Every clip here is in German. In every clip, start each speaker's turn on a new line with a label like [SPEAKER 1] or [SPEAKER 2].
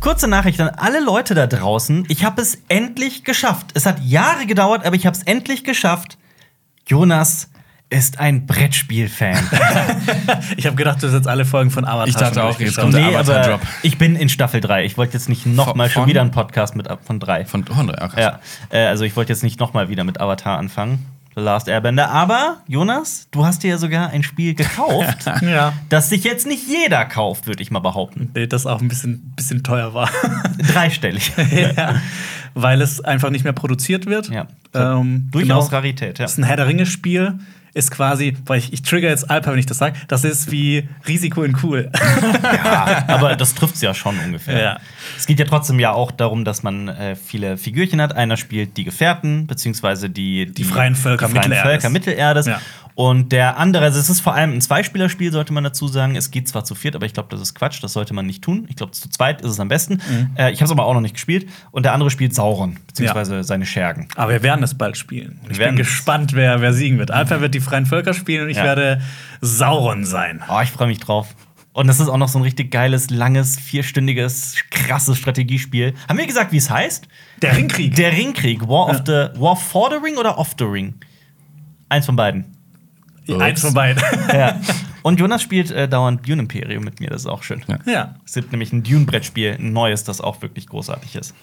[SPEAKER 1] kurze Nachricht an alle Leute da draußen. Ich habe es endlich geschafft. Es hat Jahre gedauert, aber ich habe es endlich geschafft. Jonas ist ein Brettspiel-Fan.
[SPEAKER 2] Ich habe gedacht, du hast jetzt alle Folgen von Avatar.
[SPEAKER 3] Ich dachte
[SPEAKER 2] schon
[SPEAKER 3] auch, jetzt
[SPEAKER 2] durchgeschaut.
[SPEAKER 3] kommt der Avatar-Drop.
[SPEAKER 1] ich bin in Staffel 3. Ich wollte jetzt nicht noch
[SPEAKER 3] Von-
[SPEAKER 1] mal schon
[SPEAKER 3] von?
[SPEAKER 1] wieder einen Podcast mit ab- von 3.
[SPEAKER 3] Von Honda, ja, krass.
[SPEAKER 1] Ja, äh, also ich wollte jetzt nicht noch mal wieder mit Avatar anfangen. The Last Airbender. Aber, Jonas, du hast dir ja sogar ein Spiel gekauft,
[SPEAKER 2] Ja.
[SPEAKER 1] das sich jetzt nicht jeder kauft, würde ich mal behaupten.
[SPEAKER 2] Nee, das auch ein bisschen, bisschen teuer war.
[SPEAKER 1] Dreistellig.
[SPEAKER 3] Genau.
[SPEAKER 2] ja. Weil es einfach nicht mehr produziert wird.
[SPEAKER 1] Ja.
[SPEAKER 2] Ähm,
[SPEAKER 1] Durchaus
[SPEAKER 2] genau.
[SPEAKER 1] Rarität, ja.
[SPEAKER 2] Das ist ein Herr der Ringe-Spiel. Ist quasi, weil ich, ich trigger jetzt Alper, wenn ich das sage, das ist wie Risiko in cool.
[SPEAKER 1] ja. Aber das trifft ja schon ungefähr.
[SPEAKER 2] Ja.
[SPEAKER 1] Es geht ja trotzdem ja auch darum, dass man äh, viele Figürchen hat. Einer spielt die Gefährten, beziehungsweise die, die,
[SPEAKER 2] freien Völker
[SPEAKER 1] die freien
[SPEAKER 2] Mittelerdes.
[SPEAKER 1] Völker Mittelerdes.
[SPEAKER 2] Ja.
[SPEAKER 1] Und der andere, also es ist vor allem ein Zweispielerspiel, sollte man dazu sagen. Es geht zwar zu viert, aber ich glaube, das ist Quatsch, das sollte man nicht tun. Ich glaube, zu zweit ist es am besten.
[SPEAKER 2] Mhm.
[SPEAKER 1] Äh, ich habe es aber auch noch nicht gespielt. Und der andere spielt Sauron, beziehungsweise seine Schergen.
[SPEAKER 2] Aber wir werden es bald spielen. Ich bin
[SPEAKER 1] werden es.
[SPEAKER 2] gespannt, wer, wer siegen wird. Alper wird die Freien Völker spielen und ich
[SPEAKER 1] Ja.
[SPEAKER 2] werde Sauron sein.
[SPEAKER 1] Oh, ich freue mich drauf. Und das ist auch noch so ein richtig geiles, langes, vierstündiges, krasses Strategiespiel. Haben wir gesagt, wie es heißt?
[SPEAKER 2] Der Ringkrieg.
[SPEAKER 1] Der Ringkrieg, War of the War for the Ring oder of the Ring? Eins von beiden.
[SPEAKER 2] Eins von beiden.
[SPEAKER 1] Ja. Und Jonas spielt äh, dauernd Dune Imperium mit mir, das ist auch schön.
[SPEAKER 3] Ja.
[SPEAKER 2] ja.
[SPEAKER 1] Es gibt nämlich ein Dune-Brettspiel, ein neues, das auch wirklich großartig ist.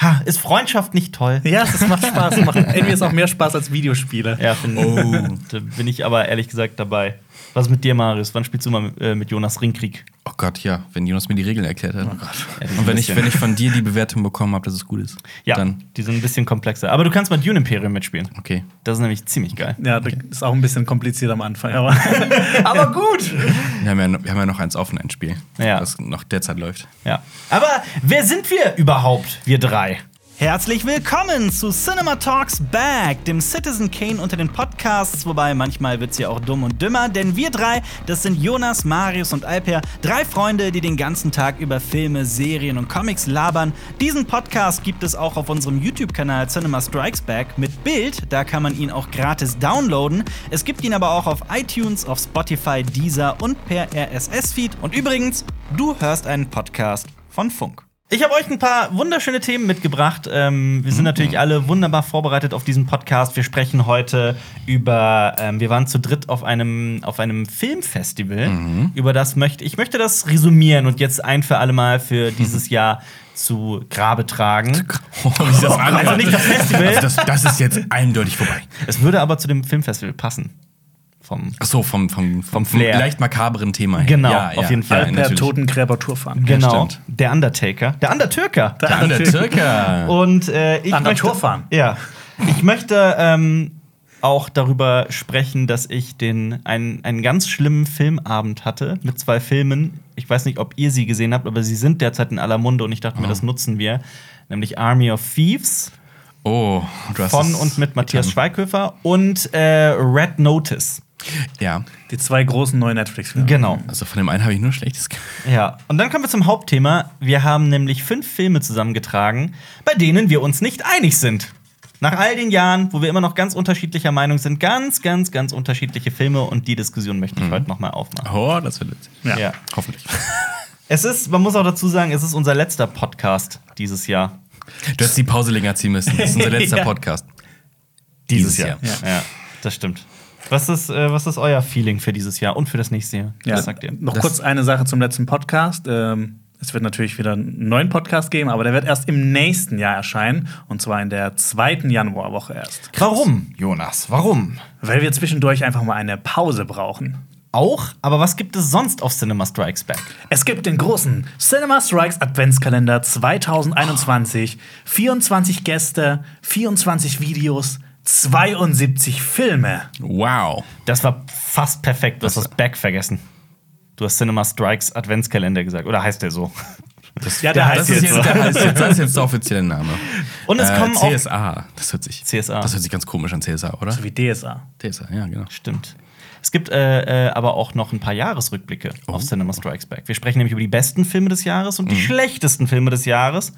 [SPEAKER 1] Ha, ist Freundschaft nicht toll?
[SPEAKER 2] Ja, es macht Spaß. Es macht irgendwie ist auch mehr Spaß als Videospiele.
[SPEAKER 1] Ja, finde
[SPEAKER 3] Oh.
[SPEAKER 1] Da bin ich aber ehrlich gesagt dabei. Was ist mit dir, Marius? Wann spielst du mal mit, äh, mit Jonas Ringkrieg?
[SPEAKER 3] Oh Gott, ja, wenn Jonas mir die Regeln erklärt
[SPEAKER 1] Oh
[SPEAKER 3] hat. Und wenn ich, wenn ich von dir die Bewertung bekommen habe, dass es gut ist,
[SPEAKER 1] Ja,
[SPEAKER 3] dann
[SPEAKER 1] die sind ein bisschen komplexer. Aber du kannst mal Dune Imperium mitspielen.
[SPEAKER 3] okay.
[SPEAKER 1] Das ist nämlich ziemlich geil.
[SPEAKER 2] Ja, das ist auch ein bisschen kompliziert am Anfang, aber, aber gut.
[SPEAKER 3] Wir haben, ja, noch- wir haben ja noch eins offen, ein Spiel,
[SPEAKER 1] Ja.
[SPEAKER 3] das noch derzeit läuft.
[SPEAKER 1] Ja. Aber wer sind wir überhaupt, wir drei? Herzlich willkommen zu Cinema Talks Back, dem Citizen Kane unter den Podcasts, wobei manchmal wird's ja auch dumm und dümmer, denn wir drei, das sind Jonas, Marius und Alper, drei Freunde, die den ganzen Tag über Filme, Serien und Comics labern. Diesen Podcast gibt es auch auf unserem YouTube-Kanal Cinema Strikes Back mit Bild, da kann man ihn auch gratis downloaden. Es gibt ihn aber auch auf iTunes, auf Spotify, Deezer und per RSS-Feed. Und übrigens, du hörst einen Podcast von Funk. Ich habe euch ein paar wunderschöne Themen mitgebracht. Ähm, wir sind natürlich alle wunderbar vorbereitet auf diesen Podcast. Wir sprechen heute über, ähm, wir waren zu dritt auf einem, auf einem Filmfestival. Über das möchte ich möchte das resümieren und jetzt ein für alle Mal für dieses Jahr zu Grabe tragen.
[SPEAKER 3] Oh, ist das
[SPEAKER 1] Also nicht das Festival.
[SPEAKER 3] Also das, das ist jetzt eindeutig vorbei.
[SPEAKER 1] Es würde aber zu dem Filmfestival passen. Vom
[SPEAKER 3] Ach so, vom, vom, vom,
[SPEAKER 1] Flair.
[SPEAKER 3] leicht makabren Thema her.
[SPEAKER 1] Genau, auf jeden Fall.
[SPEAKER 3] Ja,
[SPEAKER 2] per
[SPEAKER 3] natürlich.
[SPEAKER 2] Totengräber-Tour fahren.
[SPEAKER 1] genau
[SPEAKER 3] stimmt.
[SPEAKER 1] der Undertaker, der Undertürker.
[SPEAKER 3] Dann der Türker.
[SPEAKER 1] Und äh, ich
[SPEAKER 2] An der
[SPEAKER 1] möchte,
[SPEAKER 2] Tour fahren.
[SPEAKER 1] Ja. Ich möchte ähm, auch darüber sprechen, dass ich den, einen, einen ganz schlimmen Filmabend hatte mit zwei Filmen. Ich weiß nicht, ob ihr sie gesehen habt, aber sie sind derzeit in aller Munde und ich dachte mir,
[SPEAKER 2] Oh.
[SPEAKER 1] das nutzen wir. Nämlich Army of Thieves
[SPEAKER 3] Oh, du hast
[SPEAKER 1] von
[SPEAKER 3] es
[SPEAKER 1] und mit Matthias
[SPEAKER 3] getan.
[SPEAKER 1] Schweighöfer und äh, Red Notice.
[SPEAKER 3] Ja,
[SPEAKER 2] Die zwei großen neuen Netflix-Filme.
[SPEAKER 1] Genau.
[SPEAKER 3] also von dem einen habe ich nur Schlechtes. ge-
[SPEAKER 1] Ja, und dann kommen wir zum Hauptthema. Wir haben nämlich fünf Filme zusammengetragen, bei denen wir uns nicht einig sind. Nach all den Jahren, wo wir immer noch ganz unterschiedlicher Meinung sind, ganz, ganz, ganz unterschiedliche Filme und die Diskussion möchte ich heute nochmal aufmachen.
[SPEAKER 3] Oh, das wird witzig.
[SPEAKER 2] Ja.
[SPEAKER 1] Ja.
[SPEAKER 3] Hoffentlich.
[SPEAKER 1] Es ist, man muss auch dazu sagen, es ist unser letzter Podcast dieses Jahr.
[SPEAKER 3] Du hättest die Pause länger ziehen müssen. Das ist unser letzter
[SPEAKER 2] Ja.
[SPEAKER 3] Podcast.
[SPEAKER 1] Dieses
[SPEAKER 3] Jahr.
[SPEAKER 1] Ja, das stimmt. Was ist, äh, was ist euer Feeling für dieses Jahr und für das nächste Jahr?
[SPEAKER 2] Ja.
[SPEAKER 1] Was sagt ihr?
[SPEAKER 2] Noch
[SPEAKER 3] Das-
[SPEAKER 2] kurz eine Sache zum letzten Podcast. Ähm, es wird natürlich wieder einen neuen Podcast geben, aber der wird erst im nächsten Jahr erscheinen. Und zwar in der zweiten Januarwoche erst.
[SPEAKER 1] Warum?
[SPEAKER 3] Jonas, warum?
[SPEAKER 2] Weil wir zwischendurch einfach mal eine Pause brauchen.
[SPEAKER 1] Auch, aber was gibt es sonst auf Cinema Strikes Back?
[SPEAKER 2] Es gibt den großen Cinema Strikes Adventskalender 2021. 24 Gäste, 24 Videos, 72 Filme.
[SPEAKER 3] Wow.
[SPEAKER 1] Das war fast perfekt. Du hast das Back vergessen. Du hast Cinema Strikes Adventskalender gesagt. Oder heißt der so?
[SPEAKER 3] Das,
[SPEAKER 2] Ja, der heißt
[SPEAKER 3] das ist jetzt,
[SPEAKER 2] jetzt so.
[SPEAKER 3] der heißt jetzt, das ist jetzt der offizielle Name.
[SPEAKER 1] Und
[SPEAKER 3] Äh,
[SPEAKER 1] es kommen auch.
[SPEAKER 3] CSA, das hört sich.
[SPEAKER 1] CSA.
[SPEAKER 3] Das hört sich ganz komisch an CSA, oder?
[SPEAKER 2] So wie DSA.
[SPEAKER 3] CSA, ja, genau.
[SPEAKER 1] Stimmt. Es gibt äh, äh, aber auch noch ein paar Jahresrückblicke auf Cinema Strikes Back. Wir sprechen nämlich über die besten Filme des Jahres und die schlechtesten Filme des Jahres.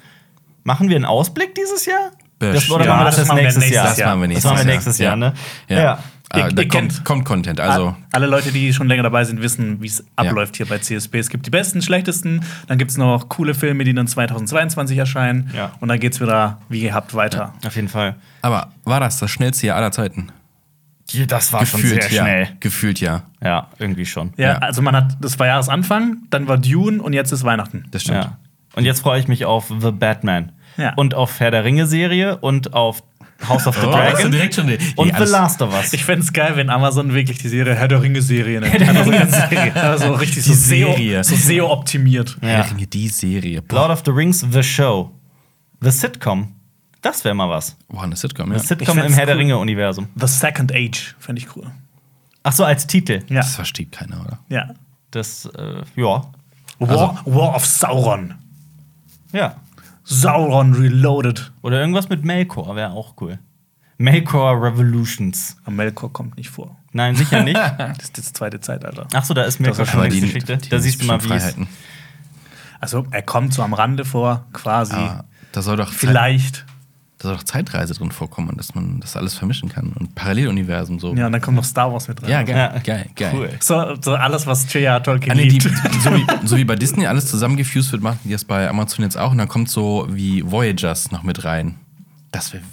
[SPEAKER 1] Machen wir einen Ausblick dieses Jahr?
[SPEAKER 3] Bestimmt.
[SPEAKER 1] oder
[SPEAKER 2] Ja,
[SPEAKER 1] machen wir das,
[SPEAKER 2] das
[SPEAKER 1] erst
[SPEAKER 2] machen wir
[SPEAKER 1] nächstes Jahr?
[SPEAKER 2] nächstes Jahr.
[SPEAKER 1] Das machen wir Ah. nächstes Jahr, ne?
[SPEAKER 3] Ja.
[SPEAKER 1] Ja.
[SPEAKER 3] Ah,
[SPEAKER 2] Ihr-
[SPEAKER 3] da
[SPEAKER 2] ihr
[SPEAKER 3] kommt,
[SPEAKER 2] kennt-
[SPEAKER 3] kommt Content. Also,
[SPEAKER 2] Alle Leute, die schon länger dabei sind, wissen, wie es abläuft hier bei CSP. Es gibt die besten, schlechtesten, dann gibt es noch coole Filme, die dann 2022 erscheinen.
[SPEAKER 1] Ja.
[SPEAKER 2] Und dann geht's wieder wie gehabt weiter.
[SPEAKER 1] Auf jeden Fall.
[SPEAKER 3] aber war das das schnellste Jahr aller Zeiten?
[SPEAKER 1] Je, Das war schon sehr
[SPEAKER 3] ja.
[SPEAKER 1] schnell.
[SPEAKER 3] Gefühlt ja.
[SPEAKER 1] Ja. irgendwie schon.
[SPEAKER 2] Ja,
[SPEAKER 3] Ja.
[SPEAKER 2] also man hat, das war Jahresanfang, dann war Dune und jetzt ist Weihnachten.
[SPEAKER 3] Das stimmt.
[SPEAKER 1] Ja. Und jetzt freue ich mich auf The Batman.
[SPEAKER 2] Ja.
[SPEAKER 1] Und auf Herr der Ringe-Serie und auf House of the
[SPEAKER 3] Oh, hast du
[SPEAKER 1] Dragon.
[SPEAKER 3] direkt schon die,
[SPEAKER 1] Und
[SPEAKER 3] Nee,
[SPEAKER 1] The
[SPEAKER 3] alles-
[SPEAKER 1] Last of Us.
[SPEAKER 2] Ich fände es geil, wenn Amazon wirklich die Serie Herr der Ringe-Serie nennt. Also, also richtig so
[SPEAKER 3] Die
[SPEAKER 2] SEO
[SPEAKER 3] Serie.
[SPEAKER 2] so SEO optimiert.
[SPEAKER 1] Ja.
[SPEAKER 3] Herr der Ringe, die Serie. Boah,
[SPEAKER 1] Lord of the Rings, The Show. The Sitcom. Das wäre mal was.
[SPEAKER 3] Boah, eine Sitcom, ja.
[SPEAKER 1] The Sitcom im
[SPEAKER 2] fänd's
[SPEAKER 1] Herr der
[SPEAKER 2] cool.
[SPEAKER 1] Ringe-Universum.
[SPEAKER 2] The Second Age fände ich cool.
[SPEAKER 1] Ach so, als Titel.
[SPEAKER 2] Ja.
[SPEAKER 3] Das versteht keiner, oder?
[SPEAKER 2] ja.
[SPEAKER 1] Das, äh, ja.
[SPEAKER 2] War, War of Sauron.
[SPEAKER 1] Ja.
[SPEAKER 2] Sauron Reloaded.
[SPEAKER 1] Oder irgendwas mit Melkor wäre auch cool. Melkor Revolutions.
[SPEAKER 2] Aber Melkor kommt nicht vor.
[SPEAKER 1] Nein, sicher nicht.
[SPEAKER 2] Das ist das zweite Zeitalter.
[SPEAKER 1] Ach so, da ist Melkor
[SPEAKER 2] Das war
[SPEAKER 1] schon
[SPEAKER 2] schon
[SPEAKER 1] in
[SPEAKER 2] die-
[SPEAKER 1] der Geschichte. Da siehst du mal, wie es
[SPEAKER 3] Freiheiten.
[SPEAKER 2] Also, er kommt so am Rande vor, quasi.
[SPEAKER 3] Ah, da soll doch Zeit,
[SPEAKER 2] Vielleicht.
[SPEAKER 3] da soll doch Zeitreise drin vorkommen und dass man das alles vermischen kann und Paralleluniversen so.
[SPEAKER 2] Ja, und dann kommt noch Star Wars mit rein.
[SPEAKER 3] Oh. Ja, geil,
[SPEAKER 1] Ja.
[SPEAKER 3] geil, geil.
[SPEAKER 1] cool.
[SPEAKER 2] So, so alles, was J.R. Tolkien
[SPEAKER 3] Ah, nee, die,
[SPEAKER 2] liebt.
[SPEAKER 3] so, wie, so wie bei Disney alles zusammengefused wird, machen die das bei Amazon jetzt auch und dann kommt so wie Voyagers noch mit rein. Das wäre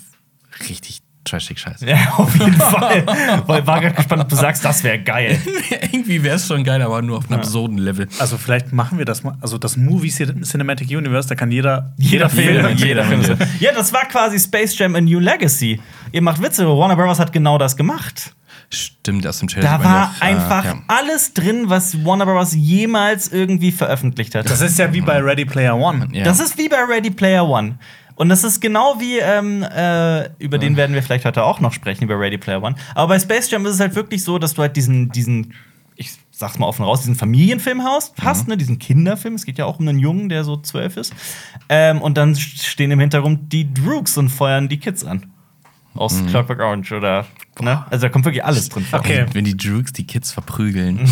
[SPEAKER 3] richtig trashig scheiße.
[SPEAKER 1] Ja, auf jeden Fall. Weil war gerade gespannt, ob du sagst, das wäre geil.
[SPEAKER 3] Irgendwie wäre es schon geil, aber nur auf einem absurden Level.
[SPEAKER 2] Also vielleicht machen wir das mal. Also das Movie Cin- Cinematic Universe, da kann jeder,
[SPEAKER 3] Film. jeder Film.
[SPEAKER 1] Film. Ja, das war quasi Space Jam A New Legacy. Ihr macht Witze, Warner Bros. hat genau das gemacht.
[SPEAKER 3] Stimmt, aus dem Trailer.
[SPEAKER 1] Da
[SPEAKER 3] sieht man
[SPEAKER 1] war
[SPEAKER 3] noch, äh,
[SPEAKER 1] einfach
[SPEAKER 3] ja.
[SPEAKER 1] alles drin, was Warner Bros. jemals irgendwie veröffentlicht hat.
[SPEAKER 2] Das ist ja wie bei Ready Player One.
[SPEAKER 3] Ja.
[SPEAKER 1] Das ist wie bei Ready Player One. Und das ist genau wie, ähm, äh, über den werden wir vielleicht heute auch noch sprechen, über Ready Player One. Aber bei Space Jam ist es halt wirklich so, dass du halt diesen, diesen ich sag's mal offen raus, diesen Familienfilm hast, hast, ne, diesen Kinderfilm. Es geht ja auch um einen Jungen, der so zwölf ist. Ähm, und dann stehen im Hintergrund die Droogs und feuern die Kids an. Aus Clockwork Orange oder, ne? Also da kommt wirklich alles drin vor.
[SPEAKER 2] Okay.
[SPEAKER 3] Wenn die Droogs die Kids verprügeln.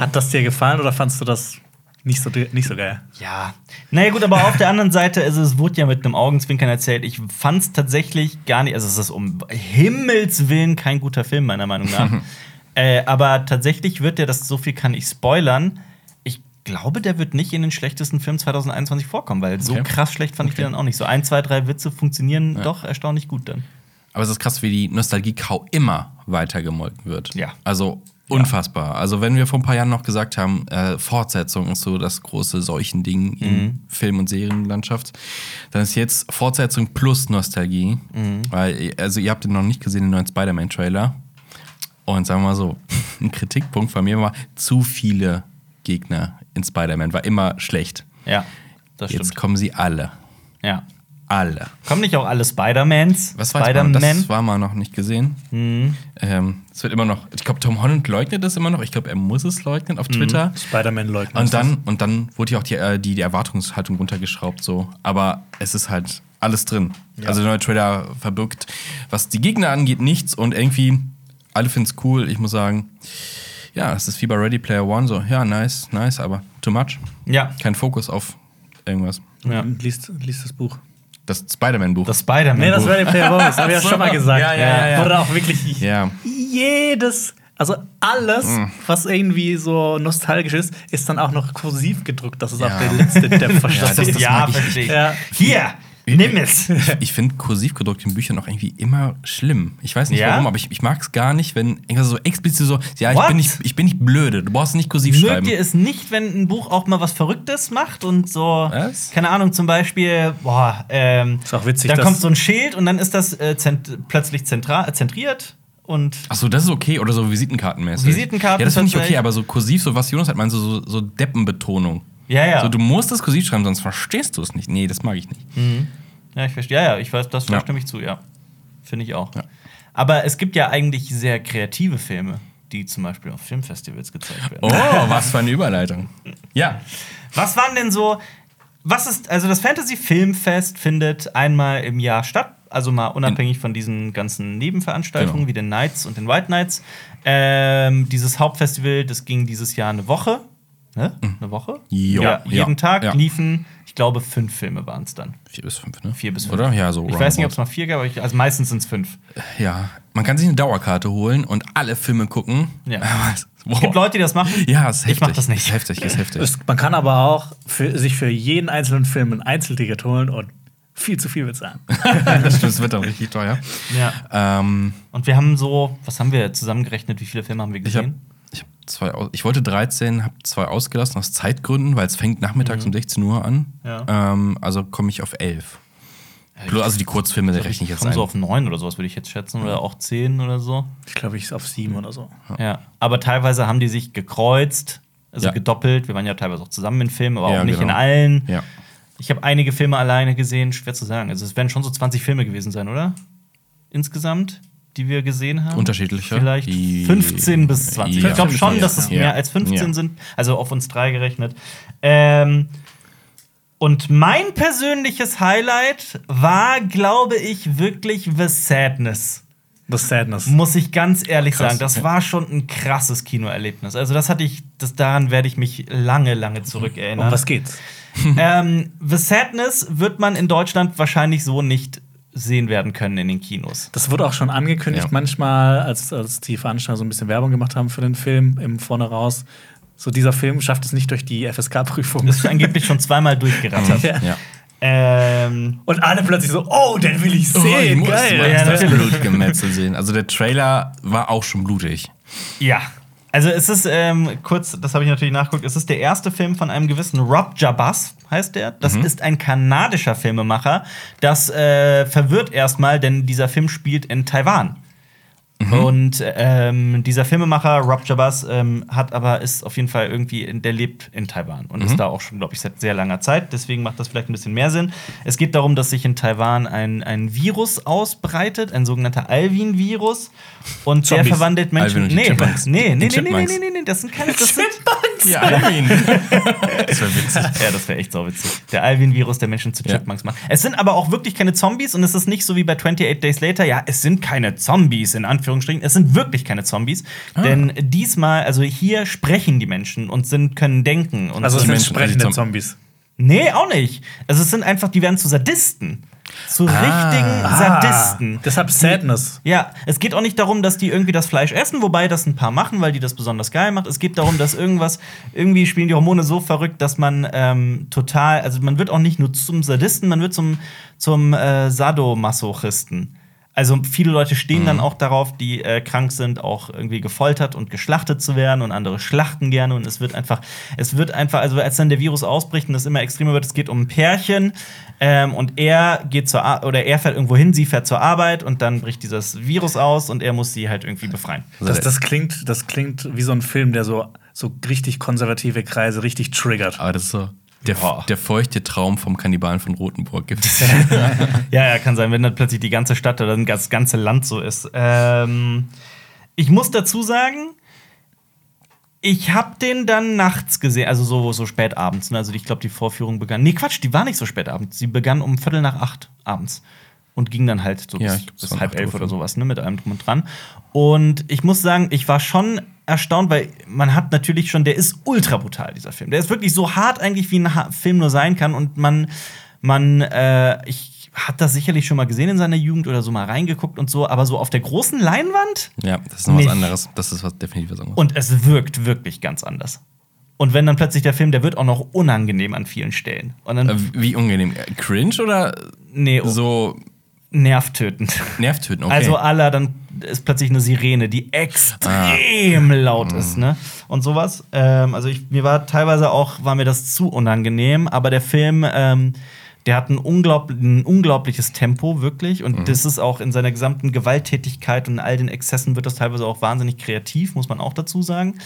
[SPEAKER 2] Hat das dir gefallen oder fandst du das nicht so, nicht so geil?
[SPEAKER 1] Ja. Naja, gut, aber auf der anderen Seite, also, es wurde ja mit einem Augenzwinkern erzählt. Ich fand es tatsächlich gar nicht, also, es ist um Himmels Willen kein guter Film, meiner Meinung nach. äh, aber tatsächlich wird der, das so viel kann ich spoilern. Ich glaube, der wird nicht in den schlechtesten Film 2021 vorkommen, weil so
[SPEAKER 3] Okay.
[SPEAKER 1] krass schlecht fand ich den dann auch nicht. So ein, zwei, drei Witze funktionieren doch erstaunlich gut dann.
[SPEAKER 3] Aber es ist krass, wie die Nostalgie-Kau immer weiter gemolken wird.
[SPEAKER 1] Ja.
[SPEAKER 3] Also unfassbar. Also, wenn wir vor ein paar Jahren noch gesagt haben, äh, Fortsetzung ist so das große Seuchending
[SPEAKER 1] Mhm.
[SPEAKER 3] in Film- und Serienlandschaft, dann ist jetzt Fortsetzung plus Nostalgie.
[SPEAKER 1] Mhm.
[SPEAKER 3] Weil, also, ihr habt den noch nicht gesehen, den neuen Spider-Man-Trailer. Und sagen wir mal so, ein Kritikpunkt von mir war, zu viele Gegner in Spider-Man war immer schlecht.
[SPEAKER 1] Ja, das
[SPEAKER 3] Jetzt
[SPEAKER 1] stimmt.
[SPEAKER 3] kommen sie alle.
[SPEAKER 1] Ja.
[SPEAKER 3] Alle.
[SPEAKER 1] Kommen nicht auch alle Spider-Mans?
[SPEAKER 3] Was war Spider-Man? Das war mal noch nicht gesehen. Ähm, es wird immer noch. Ich glaube, Tom Holland leugnet das immer noch. Ich glaube, er muss es leugnen
[SPEAKER 1] Mhm.
[SPEAKER 3] auf Twitter.
[SPEAKER 2] Spider-Man leugnet.
[SPEAKER 3] Und dann, und dann wurde ja auch die, äh, die, die Erwartungshaltung runtergeschraubt. So. Aber es ist halt alles drin. Also der neue Trailer verbirgt, was die Gegner angeht, nichts. Und irgendwie, alle finden es cool. Ich muss sagen, ja, es ist wie bei Ready Player One. So, ja, nice, nice, aber too much.
[SPEAKER 1] Ja.
[SPEAKER 3] Kein Fokus auf irgendwas.
[SPEAKER 1] ja.
[SPEAKER 2] Liest, liest das Buch.
[SPEAKER 3] Das Spider-Man-Buch.
[SPEAKER 1] Das Spider-Man.
[SPEAKER 2] Nee, das Ready Player One, das habe ich ja schon mal gesagt.
[SPEAKER 3] Ja, ja, ja, ja.
[SPEAKER 2] Wurde auch wirklich
[SPEAKER 3] Ja.
[SPEAKER 2] jedes, also alles,
[SPEAKER 3] Hm.
[SPEAKER 2] was irgendwie so nostalgisch ist, ist dann auch noch kursiv gedruckt. Das ist auch
[SPEAKER 3] Ja.
[SPEAKER 2] der letzte Depp
[SPEAKER 3] das- das-
[SPEAKER 2] verstanden.
[SPEAKER 1] ja,
[SPEAKER 3] mag ich
[SPEAKER 1] verstehe ich.
[SPEAKER 2] Ja.
[SPEAKER 1] Hier, nimm es.
[SPEAKER 3] Ich finde kursiv gedruckt in Büchern auch irgendwie immer schlimm. Ich weiß nicht
[SPEAKER 1] Ja?
[SPEAKER 3] warum, aber ich, ich mag es gar nicht, wenn irgendwas so explizit so, ja, ich
[SPEAKER 1] What?
[SPEAKER 3] bin, nicht, ich bin nicht blöde, du brauchst nicht kursiv
[SPEAKER 1] Mögt
[SPEAKER 3] schreiben.
[SPEAKER 1] ihr es nicht, wenn ein Buch auch mal was Verrücktes macht und so,
[SPEAKER 3] Was?
[SPEAKER 1] keine Ahnung, zum Beispiel, boah, ähm,
[SPEAKER 2] Ist auch witzig,
[SPEAKER 1] da
[SPEAKER 2] dass-
[SPEAKER 1] kommt so ein Schild und dann ist das äh, zent plötzlich zentra äh, zentriert und
[SPEAKER 3] Achso, das ist okay. Oder so Visitenkartenmäßig.
[SPEAKER 1] Visitenkarten
[SPEAKER 3] Ja, das finde ich okay,
[SPEAKER 1] tatsächlich.
[SPEAKER 3] aber so kursiv, so was Jonas hat, meint, so, so, so Deppenbetonung.
[SPEAKER 1] ja, ja.
[SPEAKER 3] So, du musst es kursiv schreiben, sonst verstehst du es nicht. Nee, das mag ich nicht.
[SPEAKER 1] Hm. Ja, ich verstehe. Ja, ja, ich weiß, das da
[SPEAKER 3] Ja.
[SPEAKER 1] stimme ich zu, ja. Finde ich auch.
[SPEAKER 3] Ja.
[SPEAKER 1] Aber es gibt ja eigentlich sehr kreative Filme, die zum Beispiel auf Filmfestivals gezeigt werden.
[SPEAKER 3] Oh, was für eine Überleitung. Ja.
[SPEAKER 1] Was waren denn so, was ist, also das Fantasy-Filmfest findet einmal im Jahr statt, also mal unabhängig von diesen ganzen Nebenveranstaltungen
[SPEAKER 3] Genau.
[SPEAKER 1] wie den Nights und den White Nights. Ähm, dieses Hauptfestival, das ging dieses Jahr eine Woche. ne? Eine Woche?
[SPEAKER 3] Mhm. Jo,
[SPEAKER 1] Jeden
[SPEAKER 3] ja,
[SPEAKER 1] Tag
[SPEAKER 3] ja.
[SPEAKER 1] liefen, ich glaube, fünf Filme waren es dann.
[SPEAKER 3] Vier bis fünf, ne?
[SPEAKER 1] Vier bis fünf.
[SPEAKER 3] Oder? Ja, so.
[SPEAKER 1] Ich weiß nicht, ob es
[SPEAKER 3] roundabout.
[SPEAKER 1] mal vier gab, aber ich, also meistens sind es fünf.
[SPEAKER 3] Ja. Man kann sich eine Dauerkarte holen und alle Filme gucken.
[SPEAKER 1] Ja.
[SPEAKER 3] Wow.
[SPEAKER 1] Es gibt Leute, die das machen.
[SPEAKER 3] Ja, ist heftig.
[SPEAKER 1] Ich mach das nicht.
[SPEAKER 3] Ist heftig, ist heftig.
[SPEAKER 2] Es, man kann aber auch für, sich für jeden einzelnen Film ein Einzelticket holen und viel zu viel bezahlen.
[SPEAKER 3] das stimmt, es wird dann richtig teuer.
[SPEAKER 1] Ja.
[SPEAKER 3] Ähm,
[SPEAKER 1] Und wir haben so, was haben wir zusammengerechnet? Wie viele Filme haben wir
[SPEAKER 3] ich habe
[SPEAKER 1] gesehen?
[SPEAKER 3] ich hab zwei, aus- ich wollte 13, habe zwei ausgelassen aus Zeitgründen, weil es fängt nachmittags um 16 Uhr an.
[SPEAKER 1] Ja.
[SPEAKER 3] Ähm, also komme ich auf 11. Plus, also die Kurzfilme rechne ich jetzt
[SPEAKER 1] Komm
[SPEAKER 3] ein. Mhm.
[SPEAKER 1] so auf neun oder sowas, würde ich jetzt schätzen. Oder auch zehn oder so.
[SPEAKER 2] Ich glaube, ich ist auf sieben oder so.
[SPEAKER 1] Ja. Aber teilweise haben die sich gekreuzt, also
[SPEAKER 3] Ja.
[SPEAKER 1] gedoppelt. Wir waren ja teilweise auch zusammen in Filmen, aber
[SPEAKER 3] Ja,
[SPEAKER 1] auch nicht
[SPEAKER 3] genau.
[SPEAKER 1] in allen.
[SPEAKER 3] ja.
[SPEAKER 1] Ich habe einige Filme alleine gesehen, schwer zu sagen. Also es werden schon so 20 Filme gewesen sein, oder? Insgesamt, die wir gesehen haben.
[SPEAKER 3] Unterschiedliche?
[SPEAKER 1] Vielleicht
[SPEAKER 3] I-
[SPEAKER 1] 15 bis 20.
[SPEAKER 3] Ja.
[SPEAKER 1] Ich glaube schon, dass es
[SPEAKER 3] Ja.
[SPEAKER 1] mehr als 15
[SPEAKER 3] Ja.
[SPEAKER 1] sind, also auf uns drei gerechnet. Ähm, und mein persönliches Highlight war, glaube ich, wirklich The Sadness.
[SPEAKER 2] The Sadness.
[SPEAKER 1] Muss ich ganz ehrlich
[SPEAKER 3] Krass,
[SPEAKER 1] sagen, das
[SPEAKER 3] ja.
[SPEAKER 1] war schon ein krasses Kinoerlebnis. Also das hatte ich, das daran werde ich mich lange, lange
[SPEAKER 3] ne?
[SPEAKER 1] zurückerinnern.
[SPEAKER 3] Oh,
[SPEAKER 2] Um was geht's?
[SPEAKER 1] Ähm, The Sadness wird man in Deutschland wahrscheinlich so nicht sehen werden können in den Kinos.
[SPEAKER 2] Das wurde auch schon angekündigt,
[SPEAKER 3] Ja.
[SPEAKER 2] manchmal, als, als die Veranstalter so ein bisschen Werbung gemacht haben für den Film, im Vorne raus. So, dieser Film schafft es nicht durch die FSK-Prüfung.
[SPEAKER 1] Das ist angeblich schon zweimal durchgerattert.
[SPEAKER 2] Ja.
[SPEAKER 3] ja.
[SPEAKER 1] ähm,
[SPEAKER 2] Und alle plötzlich so, oh, den will ich sehen.
[SPEAKER 3] muss mal
[SPEAKER 2] Geil.
[SPEAKER 1] Ja,
[SPEAKER 3] das
[SPEAKER 1] natürlich.
[SPEAKER 3] Blutgemetzel sehen. Also der Trailer war auch schon blutig.
[SPEAKER 1] ja. Also es ist ähm, kurz, das habe ich natürlich nachgeguckt, es ist der erste Film von einem gewissen Rob Jabas, heißt der. Das ist ein kanadischer Filmemacher. Das äh, verwirrt erstmal, denn dieser Film spielt in Taiwan. Und ähm, dieser Filmemacher Rob Jabas ähm, hat aber ist auf jeden Fall irgendwie, in, der lebt in Taiwan und ist da auch schon, glaube ich, seit sehr langer Zeit. Deswegen macht das vielleicht ein bisschen mehr Sinn. Es geht darum, dass sich in Taiwan ein, ein Virus ausbreitet, ein sogenannter Alvin-Virus. Und der
[SPEAKER 2] Zombies.
[SPEAKER 1] verwandelt Menschen.
[SPEAKER 3] Alvin und die
[SPEAKER 1] nee,
[SPEAKER 3] Chipmunks.
[SPEAKER 1] nee, nee,
[SPEAKER 3] Die
[SPEAKER 1] nee, nee, nee,
[SPEAKER 3] Chipmunks.
[SPEAKER 1] nee, nee, nee, das sind keine. Das sind,
[SPEAKER 3] Ja, Alvin. das war witzig.
[SPEAKER 1] ja, das wäre echt sauwitzig. Der Alvin-Virus, der Menschen zu
[SPEAKER 3] Ja.
[SPEAKER 1] Chipmunks macht. Es sind aber auch wirklich keine Zombies und es ist nicht so wie bei 28 Days Later, ja, es sind keine Zombies, in Anführungsstrichen. Es sind wirklich keine Zombies.
[SPEAKER 3] Ah.
[SPEAKER 1] Denn diesmal, also hier sprechen die Menschen und sind, können denken. Und
[SPEAKER 2] Also, es
[SPEAKER 1] sind,
[SPEAKER 2] sind
[SPEAKER 3] Menschen,
[SPEAKER 2] sprechende
[SPEAKER 3] also die
[SPEAKER 2] Zombies.
[SPEAKER 1] nee, auch nicht. Also es sind einfach, die werden zu Sadisten. Zu
[SPEAKER 3] Ah.
[SPEAKER 1] richtigen Sadisten.
[SPEAKER 2] Ah, deshalb Sadness.
[SPEAKER 1] Ja, es geht auch nicht darum, dass die irgendwie das Fleisch essen, wobei das ein paar machen, weil die das besonders geil macht. Es geht darum, dass irgendwas, irgendwie spielen die Hormone so verrückt, dass man ähm, total, also man wird auch nicht nur zum Sadisten, man wird zum, zum äh, Sadomasochisten. Also viele Leute stehen dann auch darauf, die äh, krank sind, auch irgendwie gefoltert und geschlachtet zu werden und andere schlachten gerne und es wird einfach, es wird einfach, also als dann der Virus ausbricht und es immer extremer wird, es geht um ein Pärchen ähm, und er geht zur Ar oder er fährt irgendwo hin, sie fährt zur Arbeit und dann bricht dieses Virus aus und er muss sie halt irgendwie befreien.
[SPEAKER 2] Das, das, klingt, das klingt wie so ein Film, der so, so richtig konservative Kreise richtig triggert.
[SPEAKER 3] Aber das ist so der,
[SPEAKER 1] Ja.
[SPEAKER 3] der feuchte Traum vom Kannibalen von Rothenburg gibt es.
[SPEAKER 1] Ja, ja, kann sein, wenn dann plötzlich die ganze Stadt oder das ganze Land so ist. Ähm, ich muss dazu sagen, ich habe den dann nachts gesehen, also so, so spät abends. Ne? Also ich glaube, die Vorführung begann. Nee, Quatsch, die war nicht so spät abends. Sie begann um Viertel nach acht abends. Und ging dann halt so
[SPEAKER 3] Ja,
[SPEAKER 1] bis,
[SPEAKER 3] ich glaub, das
[SPEAKER 1] bis
[SPEAKER 3] waren
[SPEAKER 1] halb
[SPEAKER 3] acht
[SPEAKER 1] elf
[SPEAKER 3] Uhr
[SPEAKER 1] oder
[SPEAKER 3] fünf.
[SPEAKER 1] sowas, ne, mit allem drum und dran. Und ich muss sagen, ich war schon erstaunt, weil man hat natürlich schon, der ist ultra brutal, dieser Film. Der ist wirklich so hart eigentlich, wie ein ha Film nur sein kann. Und man, man, äh, ich hab das sicherlich schon mal gesehen in seiner Jugend oder so mal reingeguckt und so, aber so auf der großen Leinwand
[SPEAKER 3] Ja, das ist noch was
[SPEAKER 1] Nicht.
[SPEAKER 3] anderes. Das ist was, definitiv was anderes.
[SPEAKER 1] und es wirkt wirklich ganz anders. Und wenn dann plötzlich der Film, der wird auch noch unangenehm an vielen Stellen. Und dann,
[SPEAKER 3] Äh, Wie unangenehm. Äh, Cringe oder
[SPEAKER 1] nee, oh,
[SPEAKER 3] so
[SPEAKER 1] nervtötend.
[SPEAKER 3] nervtöten? Okay.
[SPEAKER 1] Also aller, dann ist plötzlich eine Sirene, die extrem laut ist, ne? Und sowas. Ähm, also ich, mir war teilweise auch, war mir das zu unangenehm, aber der Film, ähm, der hat ein, unglaub, ein unglaubliches Tempo, wirklich. Und das ist auch in seiner gesamten Gewalttätigkeit und all den Exzessen wird das teilweise auch wahnsinnig kreativ, muss man auch dazu sagen.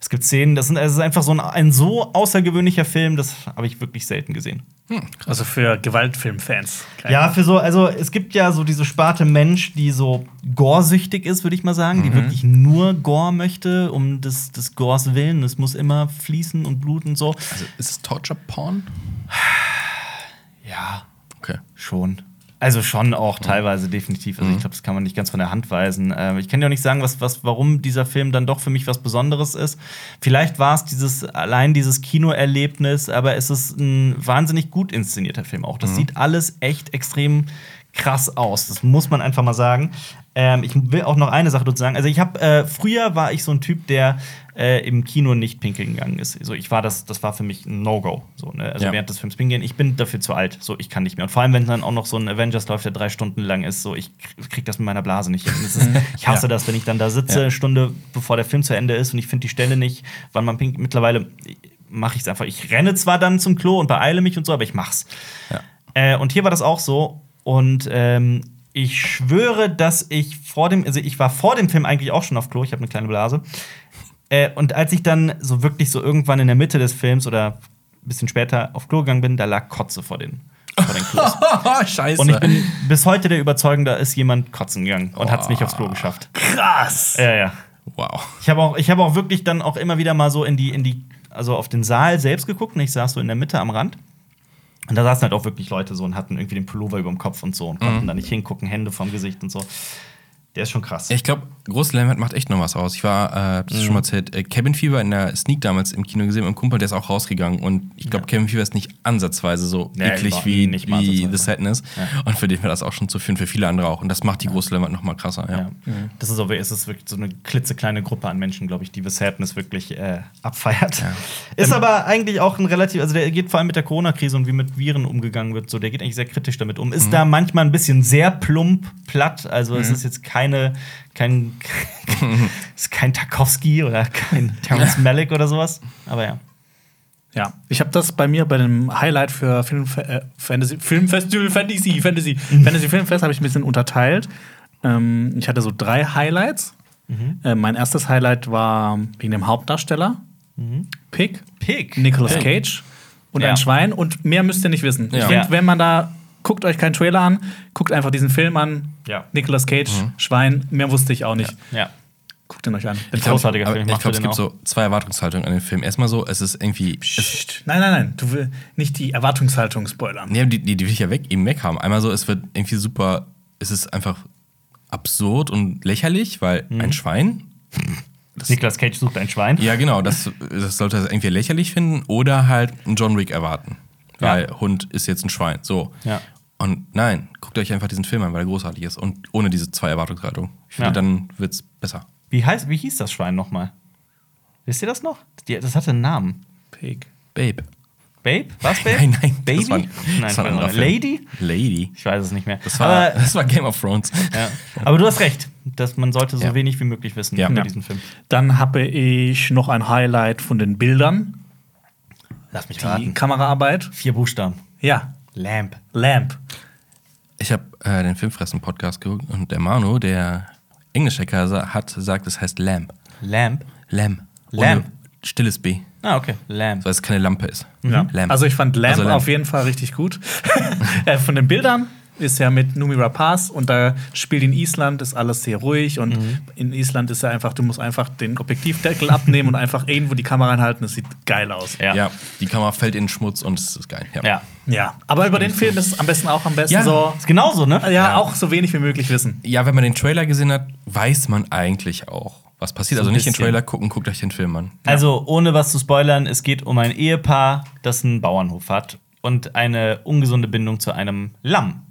[SPEAKER 1] Es gibt Szenen, das, sind, es ist einfach so ein, ein so außergewöhnlicher Film, das habe ich wirklich selten gesehen.
[SPEAKER 2] Also für Gewaltfilmfans. Kleine-
[SPEAKER 1] Ja, für so, also es gibt ja so diese Sparte Mensch, die so gorsüchtig ist, würde ich mal sagen, die wirklich nur Gore möchte, um des, des Gores willen. Es muss immer fließen und bluten und so.
[SPEAKER 3] Also, ist es Torture Porn?
[SPEAKER 1] Ja,
[SPEAKER 3] Okay.
[SPEAKER 1] schon. Also schon auch teilweise definitiv. Also ich glaube, das kann man nicht ganz von der Hand weisen. Ähm, ich kann dir auch nicht sagen, was, was, warum dieser Film dann doch für mich was Besonderes ist. Vielleicht war es dieses allein dieses Kinoerlebnis, aber es ist ein wahnsinnig gut inszenierter Film auch. Das sieht alles echt extrem krass aus. Das muss man einfach mal sagen. Ähm, ich will auch noch eine Sache dazu sagen. Also ich habe äh, früher war ich so ein Typ, der äh, im Kino nicht pinkeln gegangen ist. Also ich war das, das war für mich ein No-Go. So, ne? Also
[SPEAKER 3] Ja.
[SPEAKER 1] während des Films pinkeln. Ich bin dafür zu alt. So, ich kann nicht mehr. Und vor allem, wenn dann auch noch so ein Avengers läuft, der drei Stunden lang ist. So, ich k- krieg das mit meiner Blase nicht hin. Das ist, ich hasse das, wenn ich dann da sitze, eine Stunde bevor der Film zu Ende ist und ich finde die Stelle nicht, wann man pinkelt. Mittlerweile mache ich es einfach. Ich renne zwar dann zum Klo und beeile mich und so, aber ich mach's. Äh, und hier war das auch so. Und ähm, ich schwöre, dass ich vor dem, also ich war vor dem Film eigentlich auch schon auf Klo, ich habe eine kleine Blase. Äh, und als ich dann so wirklich so irgendwann in der Mitte des Films oder ein bisschen später auf Klo gegangen bin, da lag Kotze vor den, vor den Klos.
[SPEAKER 3] Scheiße.
[SPEAKER 1] und ich bin bis heute der Überzeugung, da ist jemand kotzen gegangen und hat es nicht aufs Klo geschafft.
[SPEAKER 2] Krass!
[SPEAKER 1] Ja, ja.
[SPEAKER 3] wow.
[SPEAKER 1] Ich habe auch, ich habe auch wirklich dann auch immer wieder mal so in die, in die, also auf den Saal selbst geguckt und ich saß so in der Mitte am Rand. Und da saßen halt auch wirklich Leute so und hatten irgendwie den Pullover über dem Kopf und so und konnten da nicht hingucken, Hände vom Gesicht und so. Der ist schon krass.
[SPEAKER 3] Ich glaube, große Leinwand macht echt noch was aus. Ich war, äh, hab das
[SPEAKER 1] Mhm.
[SPEAKER 3] schon mal erzählt, äh, Cabin Fever in der Sneak damals im Kino gesehen mit einem Kumpel, der ist auch rausgegangen. Und ich glaube, Cabin Fever ist nicht ansatzweise so
[SPEAKER 1] Nee,
[SPEAKER 3] eklig
[SPEAKER 1] überhaupt
[SPEAKER 3] wie,
[SPEAKER 1] nicht mal
[SPEAKER 3] wie
[SPEAKER 1] ansatzweise.
[SPEAKER 3] The Sadness. Und für den war das auch schon zu viel und für viele andere auch. Und das macht die große Leinwand noch mal krasser. Ja.
[SPEAKER 1] ja. Das ist aber es ist wirklich so eine klitzekleine Gruppe an Menschen, glaube ich, die The Sadness wirklich äh, abfeiert.
[SPEAKER 3] Ähm,
[SPEAKER 1] Ist aber eigentlich auch ein relativ, also der geht vor allem mit der Corona-Krise und wie mit Viren umgegangen wird, so der geht eigentlich sehr kritisch damit um.
[SPEAKER 3] Mhm.
[SPEAKER 1] Ist da manchmal ein bisschen sehr plump, platt, also es ist jetzt keine kein ist kein Tarkovsky oder kein Terrence Malick oder sowas, aber ja.
[SPEAKER 2] Ja, ich habe das bei mir bei dem Highlight für Film, äh, Fantasy, Filmfestival Fantasy, Fantasy, Fantasy Filmfest habe ich ein bisschen unterteilt. Ähm, ich hatte so drei Highlights. Äh, mein erstes Highlight war wegen dem Hauptdarsteller, Pick,
[SPEAKER 1] Pig.
[SPEAKER 2] Nicolas Cage und
[SPEAKER 1] Ja.
[SPEAKER 2] ein Schwein. Und mehr müsst ihr nicht wissen. Ich
[SPEAKER 3] Ja.
[SPEAKER 2] finde,
[SPEAKER 1] Ja.
[SPEAKER 2] wenn man da guckt euch keinen Trailer an, guckt einfach diesen Film an.
[SPEAKER 1] Ja. Mhm.
[SPEAKER 2] Nicolas Cage, Schwein, mehr wusste ich auch nicht.
[SPEAKER 1] Ja.
[SPEAKER 2] Guckt ihn euch an.
[SPEAKER 1] Ich glaub- Großartiger
[SPEAKER 3] aber
[SPEAKER 1] Film,
[SPEAKER 3] Ich
[SPEAKER 1] macht
[SPEAKER 3] glaube,
[SPEAKER 1] ihr
[SPEAKER 3] es
[SPEAKER 1] den
[SPEAKER 3] gibt so zwei Erwartungshaltungen an den Film. Erstmal so, es ist irgendwie. Es,
[SPEAKER 2] Psst. Nein, nein, nein. Du willst nicht die Erwartungshaltung spoilern.
[SPEAKER 3] nee, die, die, die will ich ja weg, eben weg haben. Einmal so, es wird irgendwie super. Es ist einfach absurd und lächerlich, weil
[SPEAKER 1] Mhm.
[SPEAKER 3] ein Schwein
[SPEAKER 1] Nicolas Cage sucht ein Schwein.
[SPEAKER 3] Ja, genau, das, das sollte er irgendwie lächerlich finden oder halt einen John Wick erwarten. Weil Hund ist jetzt ein Schwein. So.
[SPEAKER 1] Ja.
[SPEAKER 3] Und nein, guckt euch einfach diesen Film an, weil er großartig ist. Und ohne diese zwei Erwartungshaltungen. Ich finde,
[SPEAKER 1] Ja.
[SPEAKER 3] dann wird's besser.
[SPEAKER 1] Wie heißt wie hieß das Schwein nochmal? Wisst ihr das noch? Die- Das hatte einen Namen.
[SPEAKER 2] Pig.
[SPEAKER 3] Babe.
[SPEAKER 1] Babe? Was, Babe?
[SPEAKER 3] Nein, nein.
[SPEAKER 1] Baby?
[SPEAKER 3] Das war,
[SPEAKER 1] nein,
[SPEAKER 3] das war ein
[SPEAKER 1] warte mal.
[SPEAKER 3] anderer Film.
[SPEAKER 1] Lady?
[SPEAKER 3] Lady.
[SPEAKER 1] Ich weiß es nicht mehr.
[SPEAKER 3] Das war,
[SPEAKER 1] aber,
[SPEAKER 3] das war Game of Thrones.
[SPEAKER 1] ja. aber du hast recht, dass man sollte so
[SPEAKER 3] Ja.
[SPEAKER 1] wenig wie möglich wissen
[SPEAKER 3] Ja.
[SPEAKER 1] über
[SPEAKER 3] Ja.
[SPEAKER 1] diesen Film.
[SPEAKER 2] Dann habe ich noch ein Highlight von den Bildern.
[SPEAKER 1] Lass mich
[SPEAKER 2] Die Kameraarbeit.
[SPEAKER 1] Vier Buchstaben.
[SPEAKER 2] Ja,
[SPEAKER 1] Lamp.
[SPEAKER 2] Lamp.
[SPEAKER 3] Ich habe äh, den Filmfressen-Podcast geguckt und der Manu, der Englischhacker sa- hat, sagt, es heißt Lamb.
[SPEAKER 1] Lamp.
[SPEAKER 3] Lamb.
[SPEAKER 1] Lamb.
[SPEAKER 3] Ohne stilles B.
[SPEAKER 1] Ah, okay. Lamp.
[SPEAKER 3] Weil es keine Lampe ist.
[SPEAKER 2] Ja.
[SPEAKER 3] Lamb.
[SPEAKER 2] Also ich fand Lamp,
[SPEAKER 3] Also Lamp.
[SPEAKER 2] auf jeden Fall richtig gut. Äh, von den Bildern ist ja mit Numi Rapaz und da spielt in Island, ist alles sehr ruhig und in Island ist ja einfach, du musst einfach den Objektivdeckel abnehmen und einfach irgendwo die Kamera reinhalten, das sieht geil aus.
[SPEAKER 1] Ja.
[SPEAKER 3] Ja. die Kamera fällt in den Schmutz und es ist geil.
[SPEAKER 1] Ja.
[SPEAKER 2] Ja, aber über den Film ist es am besten auch am besten
[SPEAKER 3] Ja.
[SPEAKER 2] so,
[SPEAKER 1] Ist genauso, ne?
[SPEAKER 2] ja, auch so wenig wie möglich wissen.
[SPEAKER 3] ja, wenn man den Trailer gesehen hat, weiß man eigentlich auch, was passiert.
[SPEAKER 2] So
[SPEAKER 3] also
[SPEAKER 2] ein
[SPEAKER 3] nicht den
[SPEAKER 2] bisschen.
[SPEAKER 3] Trailer gucken, guckt euch den Film an.
[SPEAKER 1] Also, ohne was zu spoilern, es geht um ein Ehepaar, das einen Bauernhof hat und eine ungesunde Bindung zu einem Lamm.